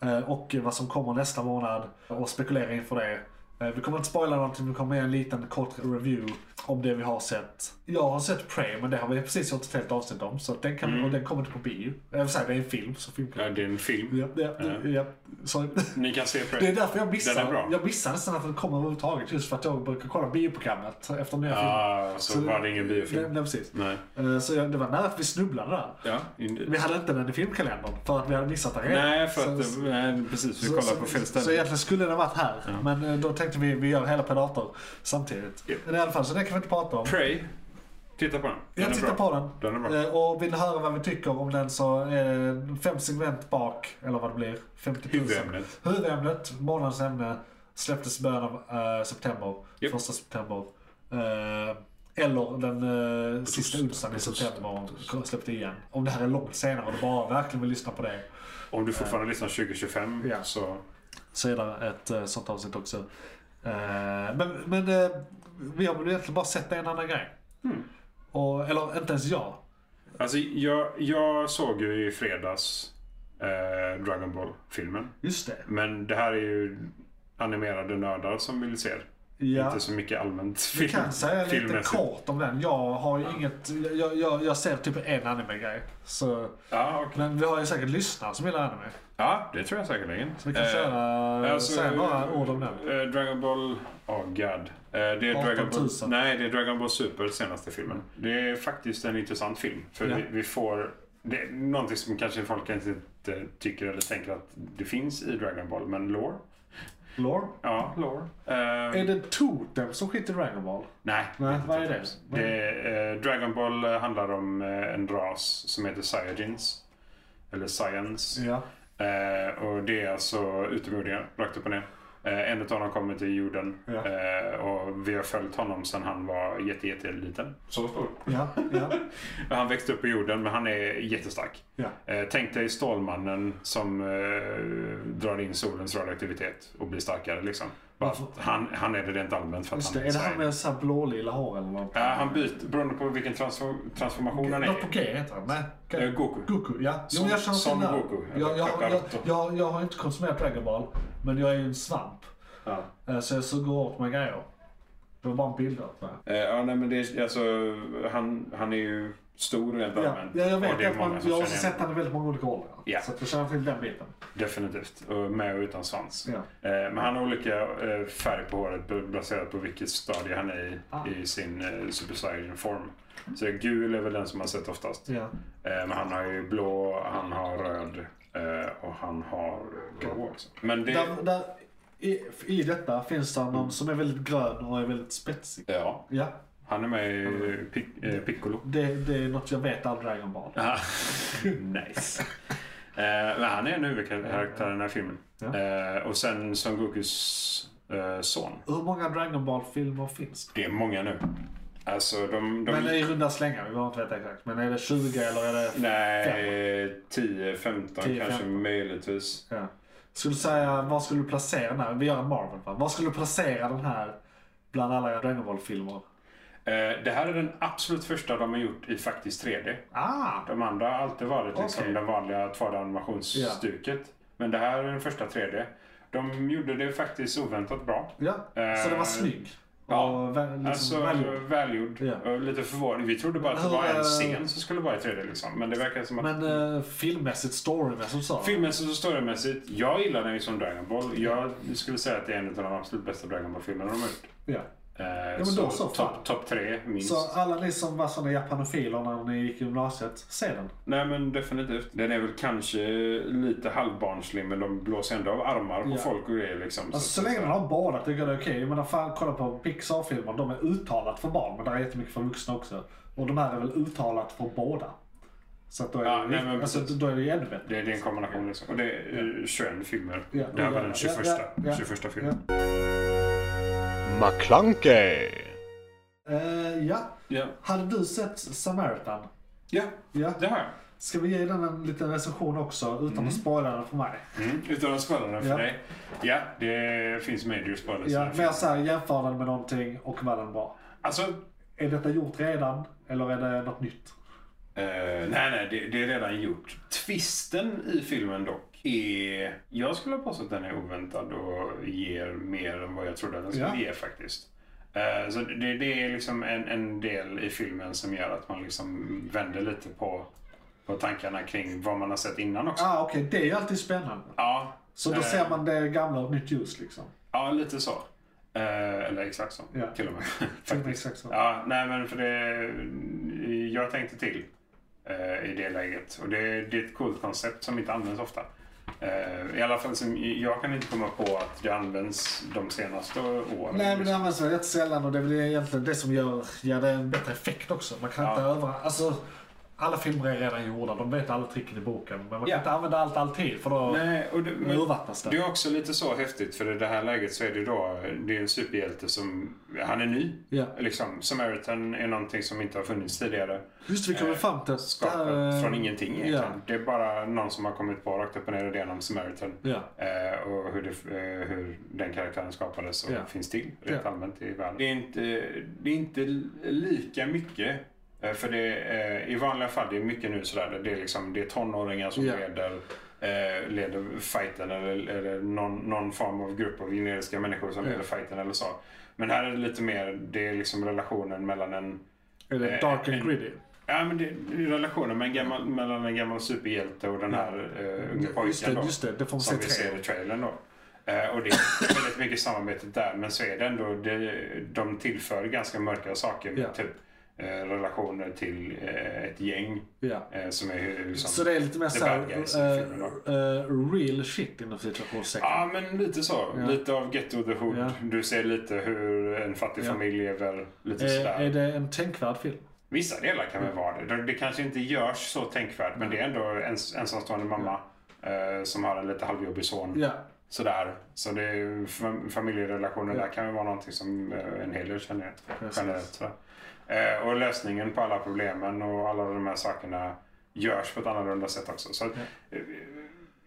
eh, och vad som kommer nästa månad och spekulera inför det. Eh, Vi kommer inte spoila någonting, vi kommer ge en liten kort review om det vi har sett. Jag har sett Prey, men det har vi precis gjort ett helt avsnitt om. Så den, kan, och den kommer inte på bio. Jag vill säga, det är en film, så Mm. Ja, filmkalendern. det är en film. Ja, ja, ja, ja, sorry. Ni kan se Det är Prey. därför jag Den är missar, bra. jag missar nästan att den kommer överhuvudtaget. Just för att jag brukar kolla bioprogrammet efter nya filmer. Ah, så, Så- var det ingen biofilm. Nej, nej, precis. Nej. Eh, Så jag, det var nära att vi snubblade där. Ja, in- Vi hade inte den i filmkalendern för att vi hade missat den redan. Nej, för att Så- det, nej, precis. Vi så- kollar så- på fel Så, ställe. egentligen skulle den ha varit här. Men eh, då tänkte vi vi gör hela per dator samtidigt. Ja. Men i alla fall, så det kan vi inte prata om. Prey. Titta på den. den Jag är tittar bra. på den. Den är bra. Eh, Och vill höra vad vi tycker om den så eh, fem segment bak, eller vad det blir. 50 000. Huvudämnet. Huvudämnet, månadens ämne, släpptes i början av eh, september. Japp. Första september. Eh, eller den eh, sista onsdagen i september släppte igen. Om det här är långt senare och du bara verkligen vill lyssna på det. Om du fortfarande lyssnar 2025 Ja. så... Så är det ett eh, sånt avsnitt också. Eh, men men eh, vi har väl egentligen bara sett en annan grej. Hmm. Och, eller inte ens jag. Alltså, jag, jag såg ju i fredags eh, Dragon Ball-filmen. Just det. Men det här är ju animerade nördar som vill se det. Ja. Inte så mycket allmänt film, Jag kan säga lite filmmässigt. kort om den. Jag har ju inget... Jag, jag, jag ser typ en anime-grej. Så, Ja, okej. men vi har ju säkert lyssnare som gillar anime. ja, det tror jag säkerligen. Så vi kan köra, eh, alltså, säga några ord om den. eh, Dragon Ball... Oh god. Eh, det är 18 Dragon 000. Ball, nej, det är Dragon Ball Super, senaste filmen. Det är faktiskt en intressant film. För Ja. vi, vi får... Det är någonting som kanske folk kanske inte tycker eller tänker att det finns i Dragon Ball, men lore. Lore? Ja, lore. Eh, Är det Totem som skiter i Dragon Ball? Nej, Nej, inte vad är det? Turtles. det eh, Dragon Ball eh, handlar om eh, en ras som heter Saiyajins. Eller Science. Ja. Eh, och det är alltså utomjordingar, rakt upp och ner. Eh, en av dem kommer till jorden Ja. eh, och vi har följt honom sedan han var jätte, jätte liten. Så stor? Ja, ja, Han växte upp på jorden men han är jättestark. ja. Eh, tänk dig Stålmannen som eh, drar in solens radioaktivitet och blir starkare liksom. Bara att Han, han är det rent allmänt för att Just det. han Är det Saiyan. han med så här blålila hår eller något? Ja, han byter beroende på vilken transform- transformation han är Något på i. G heter han? Nej. G- Eh, Goku. Goku, ja. Jo, Son- jag känner Son till det. Goku, eller Jag, jag, jag, Kakaroto. jag, jag har inte konsumerat Dragon Ball, men jag är ju en svamp. Ja. Eh, Så jag suger åt mig grejer. Det var bara en bild åt mig. Eh, Ja, nej, men det är, alltså, han, han är ju stor rent Ja, allmänt. ja, jag Och vet det är att man, många som jag har också känner sett igen. henne i väldigt många olika roller. Ja. Så att jag känner till den biten. Definitivt. Och med och utan svans. Ja. Eh, Men han har olika eh, färg på håret b- baserat på vilket stadie han är i, Ah. i sin eh, Super Saiyan-form. Så gul är väl den som man sett oftast. Ja. Eh, Men han har ju blå, han har röd eh, och han har grå också. Men det... Där, där, i, I detta finns det någon som är väldigt grön och är väldigt spetsig. Ja, Ja, han är med i Pic- eh, Piccolo. det, det är något jag vet av Dragon Ball. Ah, nice. Eh, men han är en huvudkaraktär i den här filmen. Ja. Eh, och sen Son Gokus eh, son. Hur många Dragon Ball-filmer finns det? Det är många nu. Alltså de... de Men det är i runda slängar, vi behöver inte veta exakt. Men är det 20 eller är det... nej, 10, 15 10, kanske 15. möjligtvis. Ja. Skulle du säga, var skulle du placera den här? Vi gör en Marvel va? Var skulle du placera den här bland alla Dragon Ball-filmer? Eh, det här är den absolut första de har gjort i faktiskt 3D. Ah! De andra har alltid varit liksom Okej. den vanliga 2D-animationsstuket. Men det här är den första 3D. De gjorde det faktiskt oväntat bra. Ja, så den var Eh, snygg. ja. Och väl, liksom, Alltså väl- välgjord. Ja. Och Lite förvånad. Vi trodde bara att det Hur, var eh, en scen som skulle vara i 3D liksom. Men det verkar som att... Men eh, filmmässigt, storymässigt så. Filmmässigt och storymässigt, jag gillar den ju som Dragon Ball. Jag skulle säga att det är en av de absolut bästa Dragon Ball-filmerna de har gjort. Ja. Eh, men så då så, fan. topp top tre minst. Så alla ni som var såna japanofiler när ni gick i gymnasiet, se den. Nej men definitivt. Den är väl kanske lite halvbarnslig men de blåser ändå av armar på Ja. folk och grejer liksom. Alltså, så länge den har båda tycker jag det är okej. Jag menar fan, kolla på Pixar-filmer. De är uttalat för barn, men där är jättemycket för vuxna också. Och de här är väl uttalat för båda. Så att då är, Ja, det, nej, men alltså, precis. då är det ju ännu bättre. Det, det är en kombination liksom. Och det är eh, 21 filmer. Ja, det här ja, var den ja, 21, ja, ja. 21 filmen. McClunkey! Eh, ja. Ja. Hade du sett Samaritan? ja, Ja. det har jag. Ska vi ge den en liten recension också, utan att spoila den för mig? Mm, utan att spoila den för Ja. dig. Ja, det finns major spoilers. Ja, alltså- mer såhär, jämför den med någonting och vad den var. Alltså, Är detta gjort redan, eller är det något nytt? eh, nej, nej, det, det är redan gjort. Twisten i filmen dock är... Jag skulle påstå att den är oväntad och ger mer än vad jag trodde att den skulle Ja. ge faktiskt. Eh, så det, det är liksom en, en del i filmen som gör att man liksom vänder lite på, på tankarna kring vad man har sett innan också. Ah, okej, det är ju alltid spännande. Ja, Så då Eh. ser man det gamla och nytt ljus liksom. ja lite så. Eh, eller exakt så, Ja. till och med. Till och med Faktiskt. Exakt så. Ja, nej men för det... Jag tänkte till eh, i det läget. Och det, det är ett coolt koncept som inte används ofta. Eh, I alla fall som, jag kan inte komma på att det används de senaste åren. Nej, men det används väl rätt sällan och det är väl egentligen det som gör, ger det en bättre effekt också. Man kan inte över... Alltså, alla filmer är redan gjorda, de vet alla tricken i boken. Men man kan Ja. inte använda allt alltid, för då Nej, och det, men, urvattnas det det. är också lite så häftigt för i det här läget så är det då, det är en superhjälte som, han är ny. Ja. Liksom, Samaritan är någonting som inte har funnits tidigare. Just det, vi kommer eh, fram till att det skapat här, eh, från ingenting egentligen. Ja. Det är bara någon som har kommit på rakt upp och ner idén om Samaritan. Ja. Eh, och hur, det, eh, hur den karaktären skapades och Ja. finns till rent Ja. allmänt i världen. Det är inte, det är inte lika mycket. eh, För det, eh, i vanliga fall, det är mycket nu sådär, där det är, liksom, det är tonåringar som Ja. leder, eh, leder fighten eller, eller någon, någon form av grupp av generiska människor som Ja. leder fighten eller så. Men här är det lite mer, det är liksom relationen mellan en Är det eh, dark and en- gritty? Ja, men det, det är relationen med en gammal, mellan en gammal superhjälte och den här eh, unge pojken. Mm. Just det, då, just det. Det får man som se vi i ser i trailern då. Eh, och det är väldigt mycket samarbete där. Men så är det ändå, det, de tillför ganska mörka saker. Ja. Typ eh, relationer till eh, ett gäng Ja. eh, som är hur- liksom, Så det är lite mer the såhär, bad guys i filmen då. eh, eh, real shit inom situationstecken. Ja, men lite så. Lite av Ghetto the Hood. Ja. Du ser lite hur en fattig Ja. Eh, familj lever. Lite sådär. är, är det en tänkvärd film? Vissa delar kan väl vara det. det. Det kanske inte görs så tänkvärt men det är ändå en ensamstående mamma eh, som har en lite halvjobbig son. Ja. Sådär. Så det är ju fam- familjerelationer där kan väl vara någonting som eh, en hel del känner igen. generellt. Sådär. Eh, och lösningen på alla problemen och alla de här sakerna görs på ett annorlunda sätt också. Så att, eh,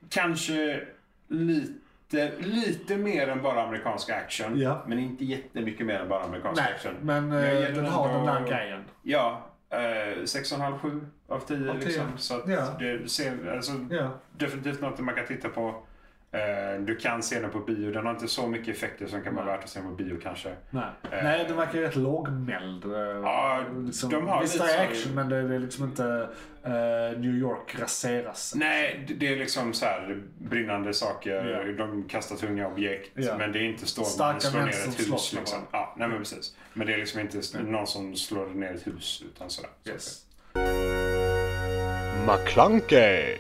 kanske lite, lite mer än bara amerikansk action. Ja. Men inte jättemycket mer än bara amerikansk Nej, action. men eh, Jag ger den har den ändå- där grejen. Ja, eh, 6,5-7 av 10. Av 10. Liksom. Så att Ja. det ser, alltså, Ja. definitivt något man kan titta på. Eh, du kan se den på bio. Den har inte så mycket effekter som kan vara värt att se den på bio kanske. Nej. Nej, den verkar ju rätt lågmäld. eh, liksom. Ja, de har visst, lite det är så- action, men det, det är liksom inte eh, New York raseras. Nej, det- det är liksom så här brinnande saker. De kastar tunga objekt. Ja. Men det är inte stormar Starka som slår män ner som ett hus. slåss med Liksom. Ja, nej, men, precis. men det är liksom inte st- någon som slår ner ett hus. Utan sådär. Så att- Yes. McClunkey!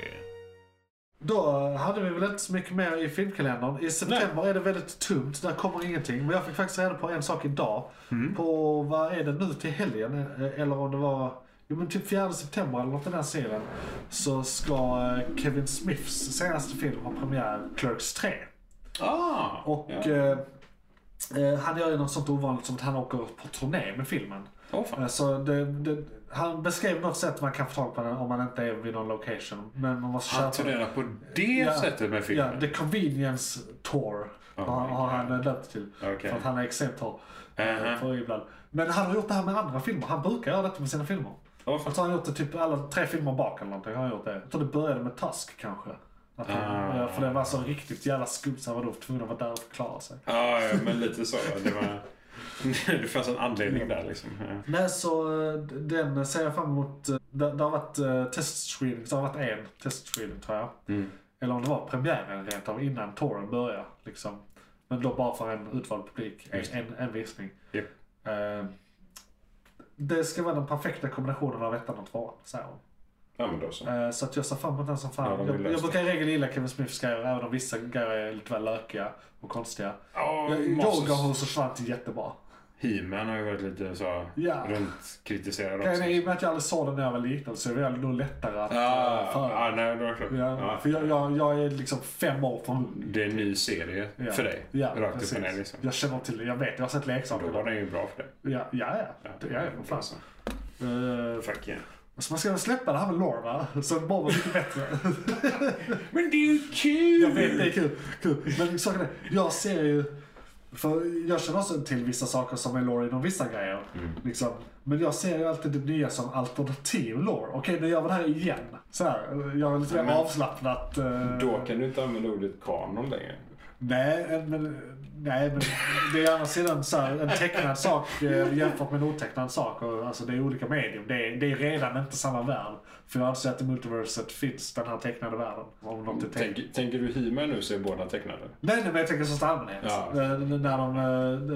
Då hade vi väl inte så mycket mer i filmkalendern. I september är det väldigt tomt, där kommer ingenting. Men jag fick faktiskt reda på en sak idag. Mm. På, vad är det nu till helgen? Eh, Eller om det var, jo men typ 4 september eller något i den serien. Så ska eh, Kevin Smiths senaste film ha premiär, Clerks 3. Ah, Och ja. eh, eh, han gör ju något sånt ovanligt som att han åker på turné med filmen. Åh, fan. Eh, Så det, det, han beskrev något sätt man kan få tag på den om man inte är vid någon location. Men man måste Han köpa den. turnerar på det sättet med filmen. Ja, The Convenience Tour har, my har han döpt till. Okej. För att han är extremt torr. Mhm. uh För ibland. Men han har gjort det här med andra filmer. Han brukar göra detta med sina filmer. Åh, fan. Alltså han har gjort det typ alla tre filmer bak eller någonting. Har han gjort det. Jag tror det började med Tusk kanske. Att han, Ah. ja, För det var så riktigt jävla skumt så han var då tvungen att vara där och förklara sig. Ja, ja, men lite så. Det, var... det fanns en anledning där liksom. Ja. Nej, så eh, den ser jag fram emot. eh, Det, det har varit eh, testscreening, så det har varit en testscreening tror jag. Eller om det var premiären rent av innan touren började. Liksom. Men då bara för en utvald publik, en, en, en visning. Japp. Eh, det ska vara den perfekta kombinationen av ettan och tvåan, säger hon. Ja, men då så. Eh, Så att jag ser fram emot den som Ja, de fan. vill jag, jag lösa brukar i regel gilla Kevin Smiths grejer, även om vissa grejer är lite väl lökiga och konstiga. Ja, Jag Moses. Yoga House och Svant är jättebra. He-Man har ju varit lite så Ja. runt kritiserad också. Grejen är, I och med att jag aldrig såg den när jag var liten så är det nog lättare att Ja, eh, ja, för. nej, då är det klart. Ja, Ja. för jag, jag, jag är liksom fem år för ung. Det är en ny serie Ja. för dig. Ja, Rakt precis. upp och ner liksom. Jag känner till det, jag vet, jag har sett Då leksaker. var Ja, den ju bra för dig. ja, ja. Det är jag, vad fan. Alltså. Eh, Fuck yeah. Så man ska väl släppa det här med lore va? Så det bara var mycket bättre. Men det är ju kul! Jag vet, det är kul. kul. Men saken är, jag ser ju... För jag känner också till vissa saker som är lore inom vissa grejer. Mm. Liksom. Men jag ser ju alltid det nya som alternativ lore. Okej, nu gör vi det här igen. Så här, jag är lite mer men- avslappnat. eh, Då kan du inte använda ordet kanon längre. Nej, eh, men, nej, men det är å andra sidan så här, en tecknad sak eh, jämfört med en otecknad sak. Och, alltså, det är olika medium. Det är, det är redan inte samma värld. För jag anser att i multiverset finns den här tecknade världen. Om typ något är tecknat. Tänk, Mm, tänker du He-Man nu så är båda tecknade? Nej, nej, men jag tänker största allmänhet. Ja. Eh, När de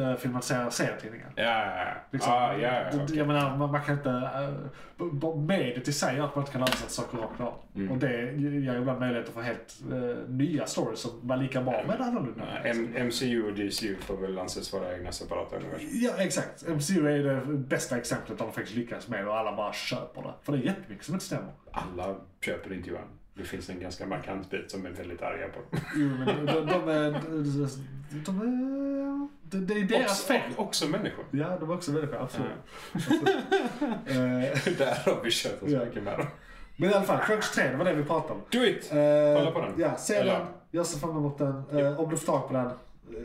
eh, eh, filmatiserar serietidningar. Ja, ja, ja. Liksom, Ah, ja, ja, d- okej. Jag menar, man, man kan inte... eh, b- b- mediet i sig gör att man inte kan översätta saker rakt av. Och det ger ju ibland möjligheter för helt eh, nya stories som var lika bra men annorlunda. Ja, M- MCU och DCU får väl anses vara egna separata universum. Ja, exakt. MCU är det bästa exemplet de faktiskt lyckas med och alla bara köper det. För det är jättemycket som inte stämmer. Alla köper inte Johan. Det finns en ganska markant bit som är väldigt arga på dem. Jo, men de, de, de är... De, är- de är... Det det är deras Också, fel. också människor. Ja, de är också människor, absolut. Eh, Där har vi kört oss Ja. mycket med dem. Men i alla fall, Crunch 3, det var det vi pratade om. Do it! Eh, Kolla på den. Ja, se Eller- den. Jag ser fram emot den. Eh, om du får tag på den, eh,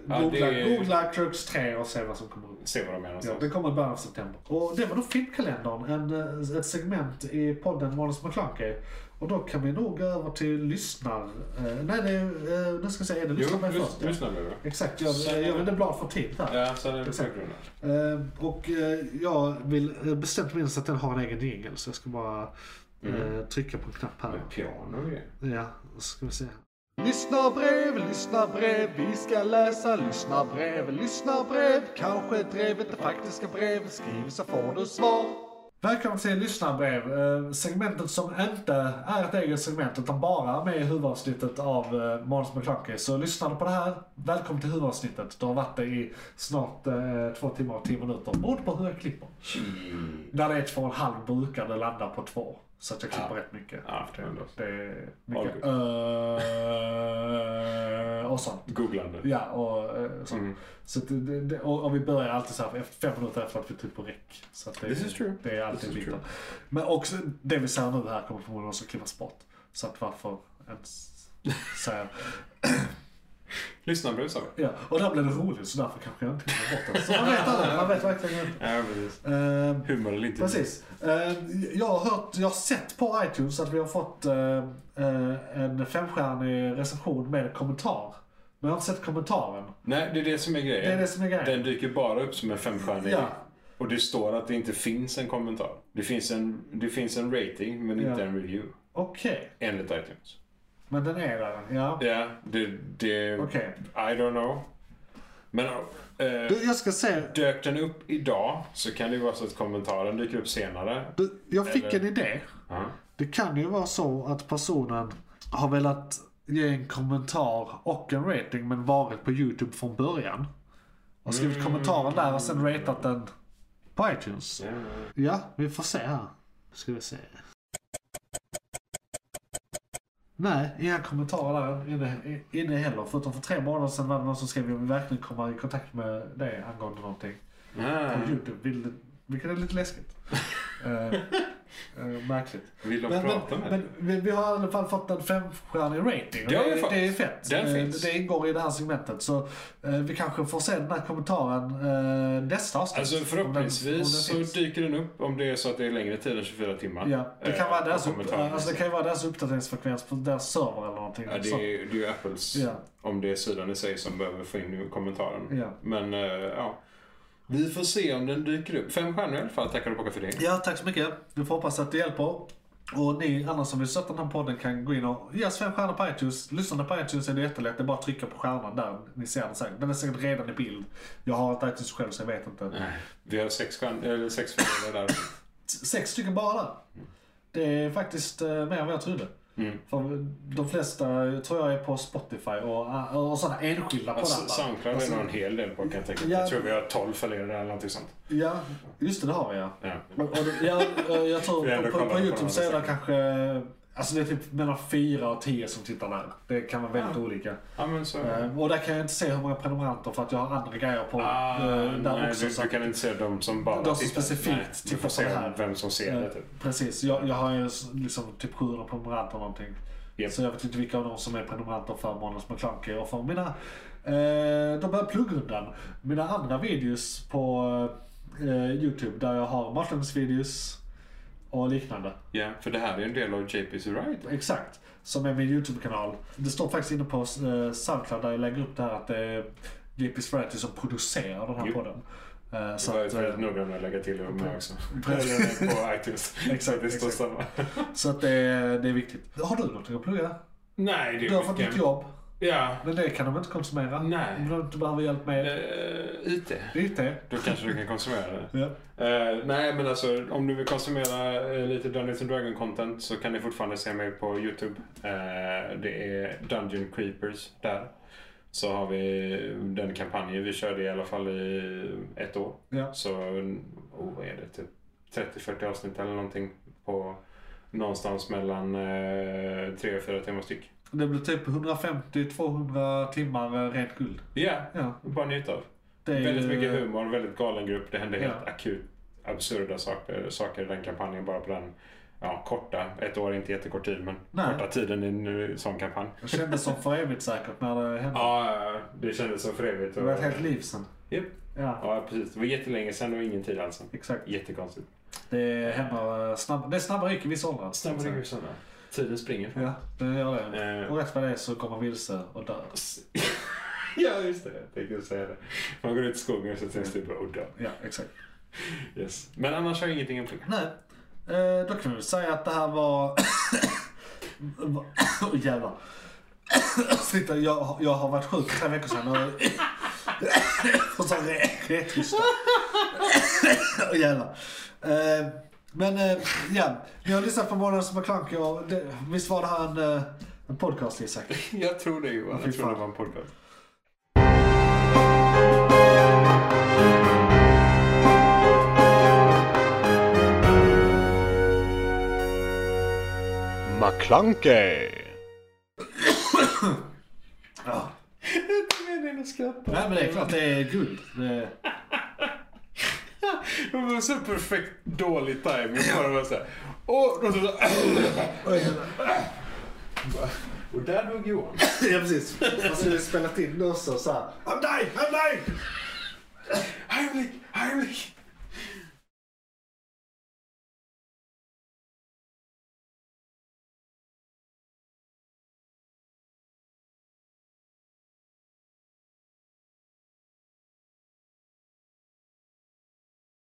Ja, googla, det är- googla Crunch 3 och se vad som kommer upp. Se vad de är Ja, någonstans. den kommer i början av september. Och det var då filmkalendern, en, eh, ett segment i podden Månads McClunky. Och då kan vi nog gå över till lyssnar... Eh, nej, det är, eh, nu ska jag säga, är det Jo, lyssnarbrev lys- först? Ja. lyssna nu då. Exakt, jag, jag vill blad för tid här. Ja, sen är det Exakt. bakgrunden. Eh, och eh, jag vill eh, bestämt minnas att den har en egen jingle så jag ska bara eh, trycka på en knapp här. Med piano och grejer. Ja, då ska vi se. Lyssna brev, lyssna brev, vi ska läsa lyssna brev, lyssna brev. Kanske drevet det faktiska brevet skrivs så får du svar. Välkommen till lyssnarbrev. Eh, segmentet som inte är ett eget segment utan bara med i huvudavsnittet av eh, Måns McClunky. Så lyssnar du på det här, välkommen till huvudavsnittet. Du har varit det i snart eh, två timmar och tio minuter. Beroende på hur jag klipper. När det är två och en halv brukar det landa på två. Så att jag klipper rätt mycket. Ja, det, är, det är All mycket öh och sånt. Googlande. Ja, och eh, så. Mm. så att det, det, det, och, och vi börjar alltid så här efter fem minuter efter att vi tryckt på räck. Så att det, This is true. det är alltid This is bitter. true. Men också det vi säger nu här kommer förmodligen också klippas bort. Så att varför ens säga... Lyssna på det sa vi. Ja, och där blev det roligt så därför kanske jag inte klipper bort det. Så man vet aldrig, man vet verkligen inte. Ja, precis. Eh, Humor eller inte. Precis. Eh, Jag har, hört, jag har sett på iTunes att vi har fått eh, eh, en femstjärnig recension med en kommentar. Men jag har inte sett kommentaren. Nej, det är det som är grejen. Det är det som är grejen. Den dyker bara upp som en femstjärnig. Ja. Och det står att det inte finns en kommentar. Det finns en, det finns en rating, men inte Ja. en review. Okej, Enligt iTunes. men den är där. Ja. Ja, det... det Okej. I don't know. Men eh, Du, jag ska se. dök den upp idag så kan det ju vara så att kommentaren dyker upp senare. Du, jag fick Eller- en idé. Ja. Det kan ju vara så att personen har velat ge en kommentar och en rating men varit på YouTube från början. Och skrivit Mm. kommentaren där och sen ratat den på iTunes. Ja, vi får se här. Ska vi se. Nej, inga kommentarer där inne, inne heller. Förutom för tre månader sedan var det någon som skrev jag vill verkligen komma i kontakt med dig angående någonting. Ah, På Youtube, vill, vilket är lite läskigt. Eh, eh, märkligt. vill de Men, prata men, med men vi, vi har i alla fall fått en femstjärnig rating. och Det har vi det, fått. det är fett. Den Eh, finns. det ingår i det här segmentet. Så eh, vi kanske får se den här kommentaren eh, nästa avsnitt. Alltså Om den- om förhoppningsvis den finns. så dyker den upp om det är så att det är längre tid än 24 timmar. Ja, det Eh, kan, vara deras och upp, kommentarer. alltså det kan ju vara deras uppdateringsfrekvens på deras server eller någonting. Ja, det, Så- är, ju- det är ju Apples, Ja. om det är sidan i sig, som behöver få in kommentaren. Ja. Men eh, ja. Vi får se om den dyker upp. Fem stjärnor i alla fall, tackar och bockar för det. ja, tack så mycket. Vi får hoppas att det hjälper. Och ni andra som vill stötta den här podden kan gå in och ge oss fem stjärnor på iTunes. Lyssnande på iTunes är det jättelätt. Det är bara att trycka på stjärnan där. Ni ser den säkert. Den är säkert redan i bild. Jag har inte iTunes själv så jag vet inte. Vi har sex stjärn- eller sex stjärnor där. sex stycken bara där. Det är faktiskt eh, mer än vad jag trodde. Mm. För de flesta tror jag är på Spotify och, och sådana enskilda Ja, poddar. Soundcloud är nog en hel del på kan jag tänka mig. Alltså, Ja. Jag tror vi har 12 följare eller någonting sånt. Ja, just det, det har vi ja. Ja. Men, och det, ja eh, jag tror Vi har ändå på, på, kollat på på YouTube så är det varandra. kanske, alltså det är typ mellan fyra och tio som tittar där. Det kan vara väldigt olika. Ja, men så... Eh, Och där kan jag inte se hur många prenumeranter för att jag har andra grejer på Ah, eh, där nej, också. du, så du att- kan inte se de som bara De som tittar. specifikt Nej, tittar Du på får se det här. vem som ser det. Typ. Precis, jag, jag har ju s- liksom typ 700 prenumeranter eller någonting. Japp. Så jag vet inte vilka av dem som är prenumeranter för Månads McKlunky och för mina... Eh, de börjar pluggrundan. Mina andra videos på eh, Youtube där jag har matchningsvideos och liknande. Ja, för det här är ju en del av JP's Right. Exakt. Som är min YouTube-kanal. Det står faktiskt inne på eh, Soundcloud där jag lägger upp det här att det är JP's Variety som producerar den här Jo. podden. Eh, Så så jag att, är eh, väldigt noga med att lägga till dem här också. Precis. Eller på iTunes. Exakt, Så det står exakt. samma. så att det, är- det är viktigt. Har du någonting att plugga? Nej, det är Du har fått mycket- ditt jobb. Ja. Men det kan de inte konsumera. Nej. Om de inte behöver hjälp med Uh, IT. IT. Då kanske du kan konsumera det. Ja. Eh, nej, men alltså om du vill konsumera eh, lite Dungeons and Dragon content så kan ni fortfarande se mig på YouTube. Eh, det är Dungeon Creepers där. Så har vi den kampanjen vi körde i alla fall i ett år. Ja. Så, oh, vad är det? Typ 30-40 avsnitt eller någonting på någonstans mellan eh, 3 och 4 timmar styck. Det blir typ 150-200 timmar eh, rent guld. Ja, Ja. bara njut av. Det är ju- Väldigt mycket humor, väldigt galen grupp. Det hände helt Eh, Ja. akut absurda saker, saker i den kampanjen bara på den ja, korta, ett år är inte jättekort tid, men Nej. korta tiden i en eh, sån kampanj. Det kändes som för evigt säkert när det hände. Ja, ja, ja. det kändes som för evigt. Det var ett helt liv sen. Japp. Ja. Ja, precis. Det var jättelänge sedan och ingen tid alls. Exakt. Jättekonstigt. Det händer eh, snabb... Det är snabba ryck i vissa åldrar. sådana. Tiden springer. Ja, det gör det. Eh. Och rätt vad det är så kommer vilse och dör. ja, just det. Jag tänkte säga det. Man går ut i skogen och så syns det bara och dör. Ja, exakt. Yes. Men annars har jag ingenting att plugga. Nej. Eh, då kan vi väl säga att det här var... Åh jävlar. Sitta, jag, jag har varit sjuk i tre veckor sedan. Och, och så re- retrysta. Åh jävlar. Eh, men eh, ja, ni har lyssnat på Månadens McKlunky och det, visst var det här en, eh, en podcast Isak? Jag tror det Johan. Fy Jag tror det fan. var en podcast. McClunkey! Ja. meningen att skratta. Nej men det är klart, det är guld. Det, Det var så perfekt dålig timing. Bara var så här. Och, och, så, och där dog Johan. ja precis. Alltså det är spelat in också såhär. I'm dying, I'm dying! Heimlich, Heimlich.